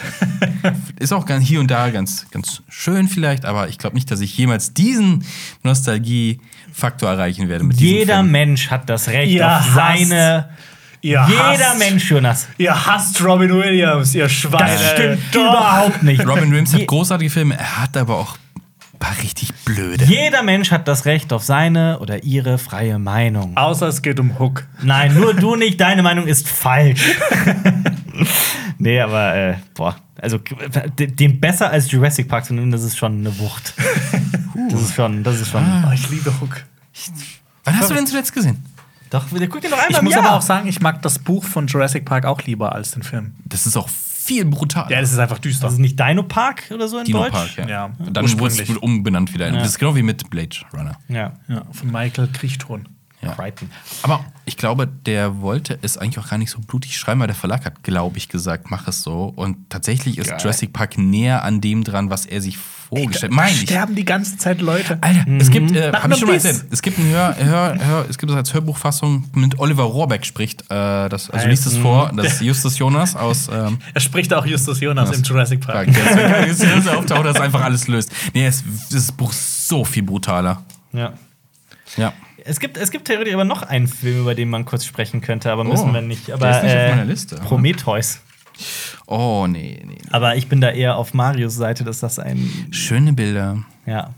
[SPEAKER 3] Ist auch ganz- hier und da ganz, ganz schön vielleicht, aber ich glaube nicht, dass ich jemals diesen Nostalgie-Faktor erreichen werde mit diesem
[SPEAKER 1] Jeder
[SPEAKER 3] Film.
[SPEAKER 1] Mensch hat das Recht
[SPEAKER 2] Ihr
[SPEAKER 1] auf
[SPEAKER 2] hasst-
[SPEAKER 1] seine.
[SPEAKER 2] Ihr
[SPEAKER 1] Jeder
[SPEAKER 2] hasst-
[SPEAKER 1] Mensch, Jonas.
[SPEAKER 2] Ihr hasst Robin Williams, ihr Schweine.
[SPEAKER 1] Das stimmt überhaupt nicht.
[SPEAKER 3] Robin Williams
[SPEAKER 1] Je-
[SPEAKER 3] hat großartige Filme, er hat aber auch ein paar richtig blöde.
[SPEAKER 1] Jeder Mensch hat das Recht auf seine oder ihre freie Meinung.
[SPEAKER 2] Außer es geht um Hook.
[SPEAKER 1] Nein, nur du nicht. Deine Meinung ist falsch. nee, aber, äh, boah. Also, de- den besser als Jurassic Park zu nehmen, das ist schon eine Wucht. Das ist schon, das ist schon.
[SPEAKER 2] Oh, ich liebe Hook.
[SPEAKER 3] Wann hast du den zuletzt gesehen?
[SPEAKER 1] Doch, guck dir doch einmal
[SPEAKER 3] Also,
[SPEAKER 2] Ich muss aber auch sagen, ich mag das Buch von Jurassic Park auch lieber als den Film.
[SPEAKER 3] Das ist auch viel brutal.
[SPEAKER 2] Ja, das ist einfach düster.
[SPEAKER 1] Das ist nicht Dino Park oder so in
[SPEAKER 3] Dino
[SPEAKER 1] Deutsch?
[SPEAKER 3] Park, ja.
[SPEAKER 2] Ja,
[SPEAKER 3] Und Dann wurde es
[SPEAKER 2] ursprünglich.
[SPEAKER 3] umbenannt wieder. Das ist genau wie mit Blade Runner.
[SPEAKER 1] Ja.
[SPEAKER 2] Ja, von Michael Kriechton.
[SPEAKER 3] Ja.
[SPEAKER 1] Crichton.
[SPEAKER 3] Aber ich glaube, der wollte es eigentlich auch gar nicht so blutig schreiben, weil der Verlag hat, glaube ich, gesagt, mach es so. Und tatsächlich ist Jurassic Park näher an dem dran, was er sich vorgestellt hat. Oh, Meine ich.
[SPEAKER 2] Sterben die ganze Zeit Leute.
[SPEAKER 3] Alter, es gibt, äh,
[SPEAKER 2] Nach
[SPEAKER 3] hab ich schon mal
[SPEAKER 2] einem Biss.
[SPEAKER 3] erzählt, es gibt ein Hör, Hör, Hör, es gibt das als Hörbuchfassung mit Oliver Rohrbeck spricht, äh, das, also liest es vor, das ist Justus Jonas aus, ähm,
[SPEAKER 2] Er spricht auch Justus Jonas im Jurassic Park.
[SPEAKER 3] Park. Der ist der ist auftaucht, das einfach alles löst. Nee, es, das Buch ist so viel brutaler.
[SPEAKER 1] ja.
[SPEAKER 3] Ja.
[SPEAKER 1] Es gibt, es gibt theoretisch aber noch einen Film, über den man kurz sprechen könnte, aber müssen wir nicht.
[SPEAKER 3] Oh, der
[SPEAKER 1] Aber,
[SPEAKER 3] ist nicht auf
[SPEAKER 1] äh,
[SPEAKER 3] meiner Liste.
[SPEAKER 1] Prometheus.
[SPEAKER 3] Oh, nee, nee. nee.
[SPEAKER 1] Aber ich bin da eher auf Marios Seite, dass das ein.
[SPEAKER 3] Schöne Bilder.
[SPEAKER 1] Ja.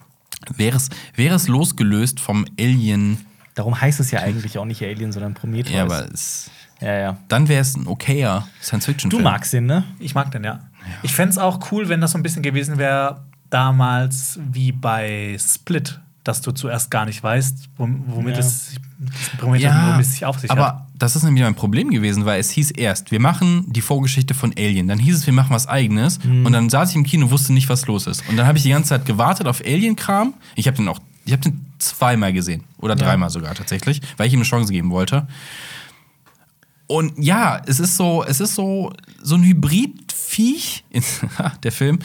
[SPEAKER 3] Wäre es, wäre es losgelöst vom Alien,
[SPEAKER 1] Darum heißt es ja eigentlich auch nicht Alien, sondern Prometheus.
[SPEAKER 3] ja, aber es,
[SPEAKER 1] ja, ja.
[SPEAKER 3] dann wäre es ein okayer Science-Fiction-Film.
[SPEAKER 1] Du magst ihn, ne?
[SPEAKER 2] Ich mag den, ja. Ich fände es auch cool, wenn das so ein bisschen gewesen wäre, damals wie bei Split, dass du zuerst gar nicht weißt, wom- womit
[SPEAKER 1] Ja.
[SPEAKER 2] es das Prometheus
[SPEAKER 3] Ja,
[SPEAKER 2] womit es sich auf sich
[SPEAKER 3] aber
[SPEAKER 2] hat.
[SPEAKER 3] das ist nämlich mein Problem gewesen, weil es hieß erst, wir machen die Vorgeschichte von Alien. Dann hieß es, wir machen was Eigenes.
[SPEAKER 1] Mhm.
[SPEAKER 3] Und dann saß ich im Kino und wusste nicht, was los ist. Und dann habe ich die ganze Zeit gewartet auf Alien-Kram. Ich habe den auch, ich habe den zweimal gesehen. Oder dreimal sogar tatsächlich, weil ich ihm eine Chance geben wollte. Und ja, es ist so, es ist so, so ein Hybrid-Viech, der Film.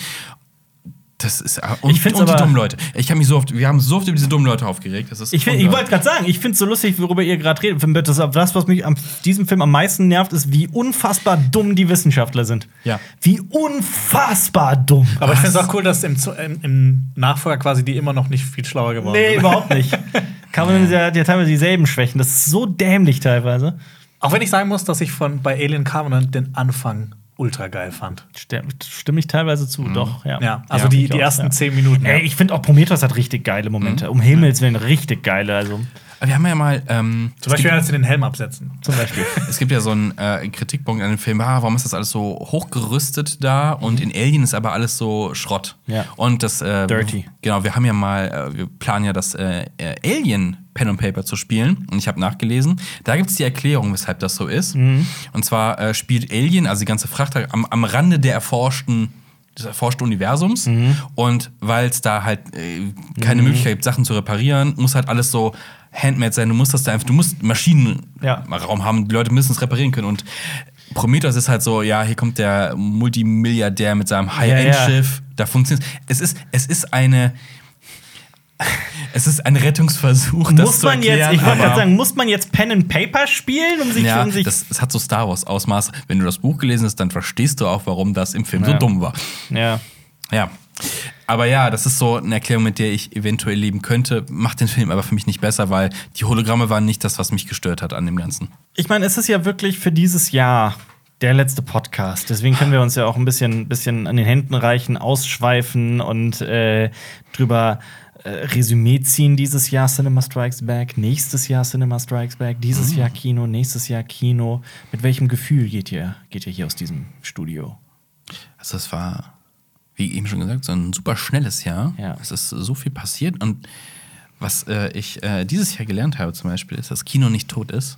[SPEAKER 3] Das ist und,
[SPEAKER 1] Ich find's
[SPEAKER 3] und die
[SPEAKER 1] aber-
[SPEAKER 3] dummen Leute. Ich habe mich so oft, wir haben so oft über diese dummen Leute aufgeregt. Das ist
[SPEAKER 1] Ich, find- ich wollte gerade sagen, ich finde es so lustig, worüber ihr gerade redet. Das, das, was mich an diesem Film am meisten nervt, ist, wie unfassbar dumm die Wissenschaftler sind.
[SPEAKER 3] Ja.
[SPEAKER 1] Wie unfassbar dumm.
[SPEAKER 2] Aber ich fände es auch cool, dass im, Zu- im, im Nachfolger quasi die immer noch nicht viel schlauer geworden
[SPEAKER 1] Nee,
[SPEAKER 2] sind.
[SPEAKER 1] überhaupt nicht. Cameron ja. hat ja teilweise dieselben Schwächen. Das ist so dämlich teilweise.
[SPEAKER 2] Auch wenn ich sagen muss, dass ich von bei Alien Covenant den Anfang ultra geil fand.
[SPEAKER 1] Stimme, stimme ich teilweise zu, doch, ja.
[SPEAKER 2] Ja, also
[SPEAKER 1] Ja,
[SPEAKER 2] die,
[SPEAKER 1] ich
[SPEAKER 2] die
[SPEAKER 1] auch,
[SPEAKER 2] ersten
[SPEAKER 1] ja.
[SPEAKER 2] zehn Minuten.
[SPEAKER 1] Ey, ich finde auch Prometheus hat richtig geile Momente. Um Himmels Willen, richtig geile. Also,
[SPEAKER 3] Aber Wir haben ja mal, ähm,
[SPEAKER 2] Zum Beispiel, als sie den Helm absetzen.
[SPEAKER 1] zum Beispiel.
[SPEAKER 3] es gibt ja so einen äh, Kritikpunkt an dem Film, ah, warum ist das alles so hochgerüstet da und in Alien ist aber alles so Schrott.
[SPEAKER 1] Ja.
[SPEAKER 3] Und das äh,
[SPEAKER 1] Dirty.
[SPEAKER 3] Genau, wir haben ja mal, äh, wir planen ja das äh, äh, Alien Pen and Paper zu spielen und ich habe nachgelesen, da gibt es die Erklärung, weshalb das so ist. Und zwar äh, spielt Alien, also die ganze Fracht am, am Rande der erforschten des erforschten Universums und weil es da halt äh, keine Möglichkeit gibt, Sachen zu reparieren, muss halt alles so handmade sein. Du musst das da einfach, du musst Maschinen
[SPEAKER 1] Ja.
[SPEAKER 3] mal Raum haben. Die Leute müssen es reparieren können. Und Prometheus ist halt so, ja, hier kommt der Multimilliardär mit seinem High-End-Schiff. Da funktioniert es. Ist, es ist eine. Es ist ein Rettungsversuch, das
[SPEAKER 1] muss
[SPEAKER 3] zu
[SPEAKER 1] man
[SPEAKER 3] erklären.
[SPEAKER 1] jetzt, ich wollte gerade
[SPEAKER 3] aber-
[SPEAKER 1] sagen, muss man jetzt Pen and Paper spielen, um sich,
[SPEAKER 3] ja,
[SPEAKER 1] um sich
[SPEAKER 3] das, es hat so Star Wars Ausmaß. Wenn du das Buch gelesen hast, dann verstehst du auch, warum das im Film so
[SPEAKER 1] Ja.
[SPEAKER 3] dumm war.
[SPEAKER 1] ja.
[SPEAKER 3] Ja. Aber ja, das ist so eine Erklärung, mit der ich eventuell leben könnte. Macht den Film aber für mich nicht besser, weil die Hologramme waren nicht das, was mich gestört hat an dem Ganzen.
[SPEAKER 1] Ich meine, es ist ja wirklich für dieses Jahr der letzte Podcast. Deswegen können wir uns ja auch ein bisschen, bisschen an den Händen reichen, ausschweifen und äh, drüber äh, Resümee ziehen. Dieses Jahr Cinema Strikes Back, nächstes Jahr Cinema Strikes Back, dieses Jahr Kino, nächstes Jahr Kino. Mit welchem Gefühl geht ihr, geht ihr hier aus diesem Studio?
[SPEAKER 3] Also es war, wie eben schon gesagt, so ein super schnelles Jahr.
[SPEAKER 1] Ja.
[SPEAKER 3] Es ist so viel passiert und was äh, ich äh, dieses Jahr gelernt habe zum Beispiel, ist, dass Kino nicht tot ist.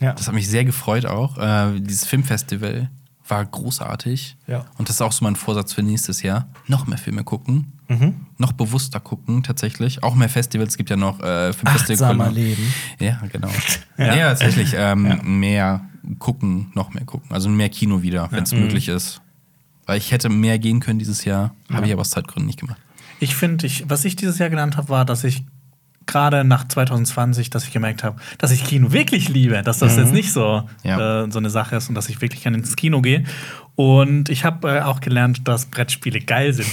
[SPEAKER 1] Ja.
[SPEAKER 3] Das hat mich sehr gefreut auch. Äh, dieses Filmfestival war großartig.
[SPEAKER 1] Ja.
[SPEAKER 3] Und das ist auch so mein Vorsatz für nächstes Jahr. Noch mehr Filme gucken.
[SPEAKER 1] Mhm.
[SPEAKER 3] Noch bewusster gucken, tatsächlich. Auch mehr Festivals. Es gibt ja noch äh,
[SPEAKER 1] Achtsamer
[SPEAKER 3] Filmfestival.
[SPEAKER 1] Leben.
[SPEAKER 3] Ja, genau. ja. ja, tatsächlich. Ähm, Mehr gucken, noch mehr gucken. Also mehr Kino wieder, wenn es
[SPEAKER 1] Mhm.
[SPEAKER 3] möglich ist. Weil ich hätte mehr gehen können dieses Jahr, habe ich aber aus Zeitgründen nicht gemacht.
[SPEAKER 2] Ich finde, ich, was ich dieses Jahr gelernt habe, war, dass ich gerade nach 2020, dass ich gemerkt habe, dass ich Kino wirklich liebe, dass
[SPEAKER 1] Mhm.
[SPEAKER 2] das jetzt nicht so,
[SPEAKER 3] Ja.
[SPEAKER 2] äh, so eine Sache ist und dass ich wirklich gerne ins Kino gehe. Und ich habe äh, auch gelernt, dass Brettspiele geil sind.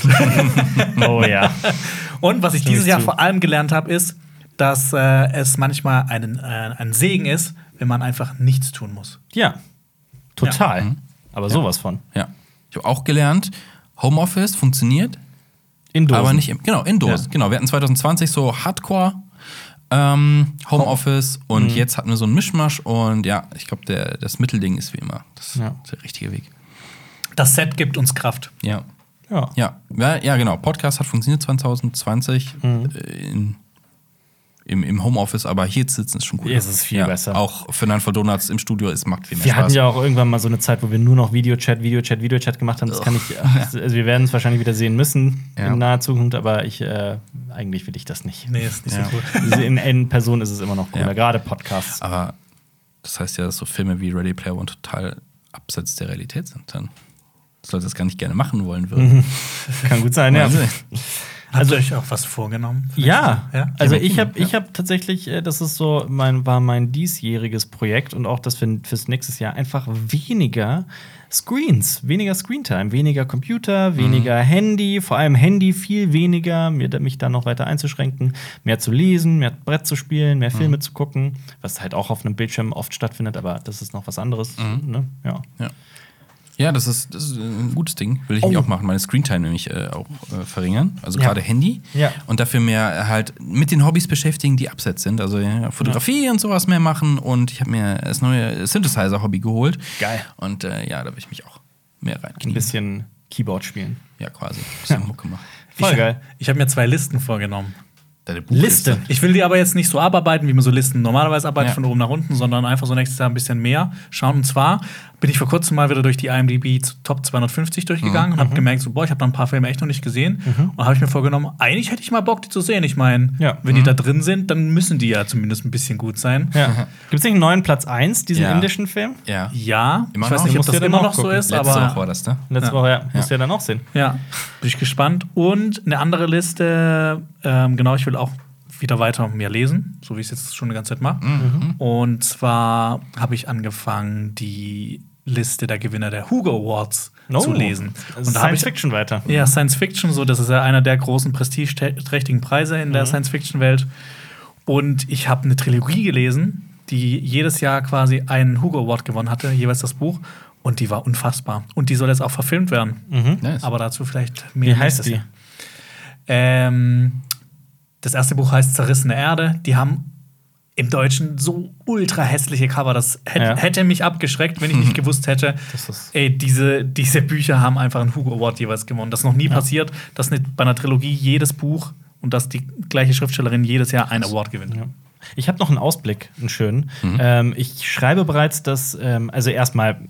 [SPEAKER 1] Oh ja.
[SPEAKER 2] Und was ich
[SPEAKER 1] Stimme
[SPEAKER 2] dieses
[SPEAKER 1] ich
[SPEAKER 2] Jahr
[SPEAKER 1] zu.
[SPEAKER 2] vor allem gelernt habe, ist, dass äh, es manchmal einen, äh, ein Segen ist, wenn man einfach nichts tun muss.
[SPEAKER 1] ja. Total. Aber sowas von.
[SPEAKER 3] Ja. Ich habe auch gelernt, Homeoffice funktioniert,
[SPEAKER 1] In Dosen.
[SPEAKER 3] aber nicht im, genau, indoors.
[SPEAKER 1] Ja.
[SPEAKER 3] Genau, wir hatten 2020 so Hardcore ähm, Homeoffice und
[SPEAKER 1] Mhm.
[SPEAKER 3] jetzt hatten wir so einen Mischmasch und ja, ich glaube, der, das Mittelding ist wie immer. Das
[SPEAKER 1] Ja.
[SPEAKER 3] ist der richtige Weg.
[SPEAKER 2] Das Set gibt uns Kraft.
[SPEAKER 3] Ja.
[SPEAKER 1] Ja.
[SPEAKER 3] Ja, ja, ja genau. Podcast hat funktioniert 2020
[SPEAKER 1] Mhm.
[SPEAKER 3] äh, in, im, im Homeoffice, aber hier zu sitzen ist schon gut.
[SPEAKER 1] Hier ist es viel besser.
[SPEAKER 3] Auch für Nan for Donuts im Studio, es macht viel mehr
[SPEAKER 1] Wir
[SPEAKER 3] Spaß.
[SPEAKER 1] hatten ja auch irgendwann mal so eine Zeit, wo wir nur noch Videochat, Videochat, Videochat gemacht haben. Das kann ich, also wir werden es wahrscheinlich wieder sehen müssen
[SPEAKER 3] Oh. Ja.
[SPEAKER 1] in naher Zukunft, aber ich, äh, eigentlich will ich das nicht.
[SPEAKER 2] Nee, ist nicht
[SPEAKER 3] Ja.
[SPEAKER 2] so cool.
[SPEAKER 1] In, in Person ist es immer noch cooler,
[SPEAKER 3] Ja. Ah,
[SPEAKER 1] gerade Podcasts.
[SPEAKER 3] aber das heißt ja, dass so Filme wie Ready Player One total abseits der Realität sind dann. Das Leute das gar nicht gerne machen wollen würden.
[SPEAKER 1] Kann gut sein, ja.
[SPEAKER 3] Mal sehen.
[SPEAKER 2] Also, Habt ihr euch auch was vorgenommen?
[SPEAKER 1] Ja,
[SPEAKER 2] Ja?
[SPEAKER 1] also ich habe ich hab tatsächlich, äh, das ist so, mein, war mein diesjähriges Projekt und auch das für, fürs nächstes Jahr einfach weniger Screens, weniger Screentime, weniger Computer, weniger Handy, vor allem Handy viel weniger, mir, da- mich da noch weiter einzuschränken, mehr zu lesen, mehr Brett zu spielen, mehr Filme zu gucken, was halt auch auf einem Bildschirm oft stattfindet, aber das ist noch was anderes. Ne? Ja.
[SPEAKER 3] Ja. Ja, das ist, das ist äh, ein gutes Ding. Will ich mich auch machen. Meine Screentime nämlich äh, auch äh, verringern. Also
[SPEAKER 1] Ja.
[SPEAKER 3] gerade Handy.
[SPEAKER 1] Ja.
[SPEAKER 3] Und dafür mehr halt mit den Hobbys beschäftigen, die abseits sind. Also ja, Fotografie und sowas mehr machen. Und ich habe mir das neue Synthesizer-Hobby geholt.
[SPEAKER 1] Geil.
[SPEAKER 3] Und äh, ja, da will ich mich auch mehr
[SPEAKER 1] Ein
[SPEAKER 3] reinknien.
[SPEAKER 1] bisschen Keyboard spielen.
[SPEAKER 3] Ja, quasi. Ein bisschen Mucke machen.
[SPEAKER 1] Voll
[SPEAKER 2] ich,
[SPEAKER 1] geil.
[SPEAKER 2] Ich habe mir zwei Listen vorgenommen.
[SPEAKER 3] Deine
[SPEAKER 1] Liste.
[SPEAKER 2] Ich will die aber jetzt nicht so abarbeiten, wie man so Listen normalerweise arbeitet,
[SPEAKER 3] Ja.
[SPEAKER 2] von oben nach unten, sondern einfach so nächstes Jahr ein bisschen mehr schauen. Und zwar bin ich vor kurzem mal wieder durch die IMDb zu- Top 250 durchgegangen und habe gemerkt, so, boah, ich habe da ein paar Filme echt noch nicht gesehen. Und habe ich mir vorgenommen, eigentlich hätte ich mal Bock, die zu sehen. Ich meine,
[SPEAKER 1] Ja.
[SPEAKER 2] wenn die da drin sind, dann müssen die ja zumindest ein bisschen gut sein.
[SPEAKER 1] Ja. Gibt es nicht einen neuen Platz 1, diesen
[SPEAKER 3] Ja.
[SPEAKER 1] indischen Film?
[SPEAKER 3] Ja.
[SPEAKER 2] Ja,
[SPEAKER 3] Immer
[SPEAKER 2] ich weiß
[SPEAKER 3] noch?
[SPEAKER 2] nicht, ob
[SPEAKER 1] Musst
[SPEAKER 2] das
[SPEAKER 1] du ja
[SPEAKER 2] immer
[SPEAKER 1] dann
[SPEAKER 2] noch
[SPEAKER 1] auch
[SPEAKER 2] so
[SPEAKER 1] gucken.
[SPEAKER 2] ist,
[SPEAKER 3] Letzte
[SPEAKER 2] aber
[SPEAKER 3] Woche war das, ne?
[SPEAKER 1] Letzte
[SPEAKER 2] Ja.
[SPEAKER 1] Woche, ja. Musst du ja dann auch sehen.
[SPEAKER 2] Ja, bin ich gespannt. Und eine andere Liste, ähm, genau, ich will auch wieder weiter mehr lesen, so wie ich es jetzt schon eine ganze Zeit mache. Und zwar habe ich angefangen, die Liste der Gewinner der Hugo Awards
[SPEAKER 1] Oh.
[SPEAKER 2] zu lesen. Und da habe
[SPEAKER 1] Science
[SPEAKER 2] ich
[SPEAKER 1] Fiction weiter.
[SPEAKER 2] ja, Science Fiction, so das ist ja einer der großen prestigeträchtigen Preise in
[SPEAKER 1] Mhm.
[SPEAKER 2] der Science Fiction Welt. Und ich habe eine Trilogie gelesen, die jedes Jahr quasi einen Hugo Award gewonnen hatte, jeweils das Buch. Und die war unfassbar. Und die soll jetzt auch verfilmt werden.
[SPEAKER 3] Nice.
[SPEAKER 2] Aber dazu vielleicht
[SPEAKER 1] Mhm. Wie
[SPEAKER 2] mehr.
[SPEAKER 1] heißt
[SPEAKER 2] nächstes
[SPEAKER 1] die?
[SPEAKER 2] Jahr. Ähm, das erste Buch heißt Zerrissene Erde. Die haben im Deutschen so ultra hässliche Cover. Das hätt,
[SPEAKER 1] Ja.
[SPEAKER 2] hätte mich abgeschreckt, wenn ich nicht gewusst hätte.
[SPEAKER 1] Das ist-
[SPEAKER 2] Ey, diese, diese Bücher haben einfach einen Hugo Award jeweils gewonnen. Das ist noch nie passiert, dass eine, bei einer Trilogie jedes Buch und dass die gleiche Schriftstellerin jedes Jahr einen Award gewinnt.
[SPEAKER 1] Ja. Ich habe noch einen Ausblick, einen schönen. Ähm, ich schreibe bereits, dass, ähm, also erstmal, äh,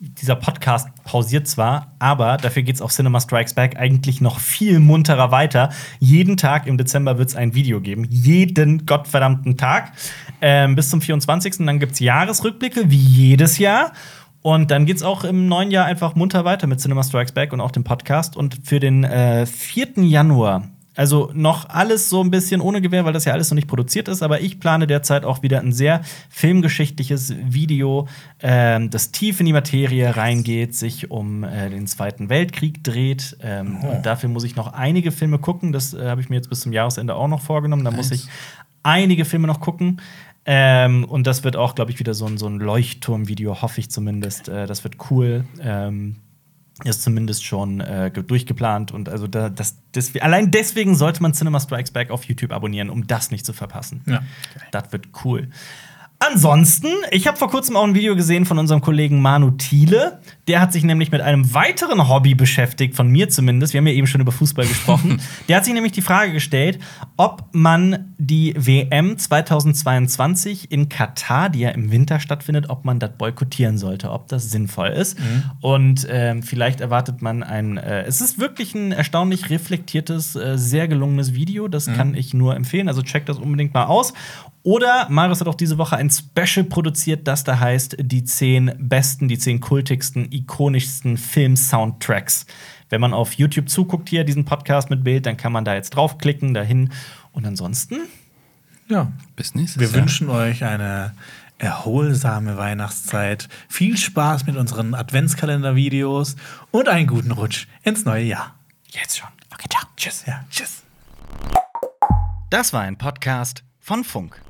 [SPEAKER 1] dieser Podcast pausiert zwar, aber dafür geht es auf Cinema Strikes Back eigentlich noch viel munterer weiter. Jeden Tag im Dezember wird es ein Video geben. Jeden gottverdammten Tag. Ähm, bis zum 24. Dann gibt es Jahresrückblicke, wie jedes Jahr. Und dann geht's auch im neuen Jahr einfach munter weiter mit Cinema Strikes Back und auch dem Podcast. Und für den äh, 4. Januar, also noch alles so ein bisschen ohne Gewehr, weil das ja alles noch nicht produziert ist, aber ich plane derzeit auch wieder ein sehr filmgeschichtliches Video, ähm, das tief in die Materie reingeht, sich um äh, den Zweiten Weltkrieg dreht. Ähm, Und dafür muss ich noch einige Filme gucken. Das äh, habe ich mir jetzt bis zum Jahresende auch noch vorgenommen. Da muss ich einige Filme noch gucken. Ähm, und das wird auch, glaube ich, wieder so ein, so ein Leuchtturm-Video, hoffe ich zumindest. Äh, das wird cool. Ähm, ist zumindest schon äh, ge- durchgeplant und also da, das, des- allein deswegen sollte man Cinema Strikes Back auf YouTube abonnieren, um das nicht zu verpassen.
[SPEAKER 2] Ja.
[SPEAKER 1] Das wird cool. Ansonsten, ich habe vor kurzem auch ein Video gesehen von unserem Kollegen Manu Thiele. Der hat sich nämlich mit einem weiteren Hobby beschäftigt, von mir zumindest. Wir haben ja eben schon über Fußball gesprochen. Der hat sich nämlich die Frage gestellt, ob man die WM 2022 in Katar, die ja im Winter stattfindet, ob man das boykottieren sollte, ob das sinnvoll ist. Und ähm, vielleicht erwartet man ein. Äh, es ist wirklich ein erstaunlich reflektiertes, äh, sehr gelungenes Video. Das kann ich nur empfehlen. Also checkt das unbedingt mal aus. Oder Marius hat auch diese Woche ein Special produziert, das da heißt die zehn besten, die zehn kultigsten, ikonischsten Film-Soundtracks. Wenn man auf YouTube zuguckt hier, diesen Podcast mit Bild, dann kann man da jetzt draufklicken, dahin. Und ansonsten,
[SPEAKER 2] ja.
[SPEAKER 3] Bis nächstes
[SPEAKER 2] Wir
[SPEAKER 3] Jahr.
[SPEAKER 2] wünschen euch eine erholsame Weihnachtszeit. Viel Spaß mit unseren Adventskalender-Videos und einen guten Rutsch ins neue Jahr.
[SPEAKER 1] jetzt schon. Okay, ciao. Tschüss.
[SPEAKER 2] Ja, tschüss.
[SPEAKER 5] Das war ein Podcast von Funk.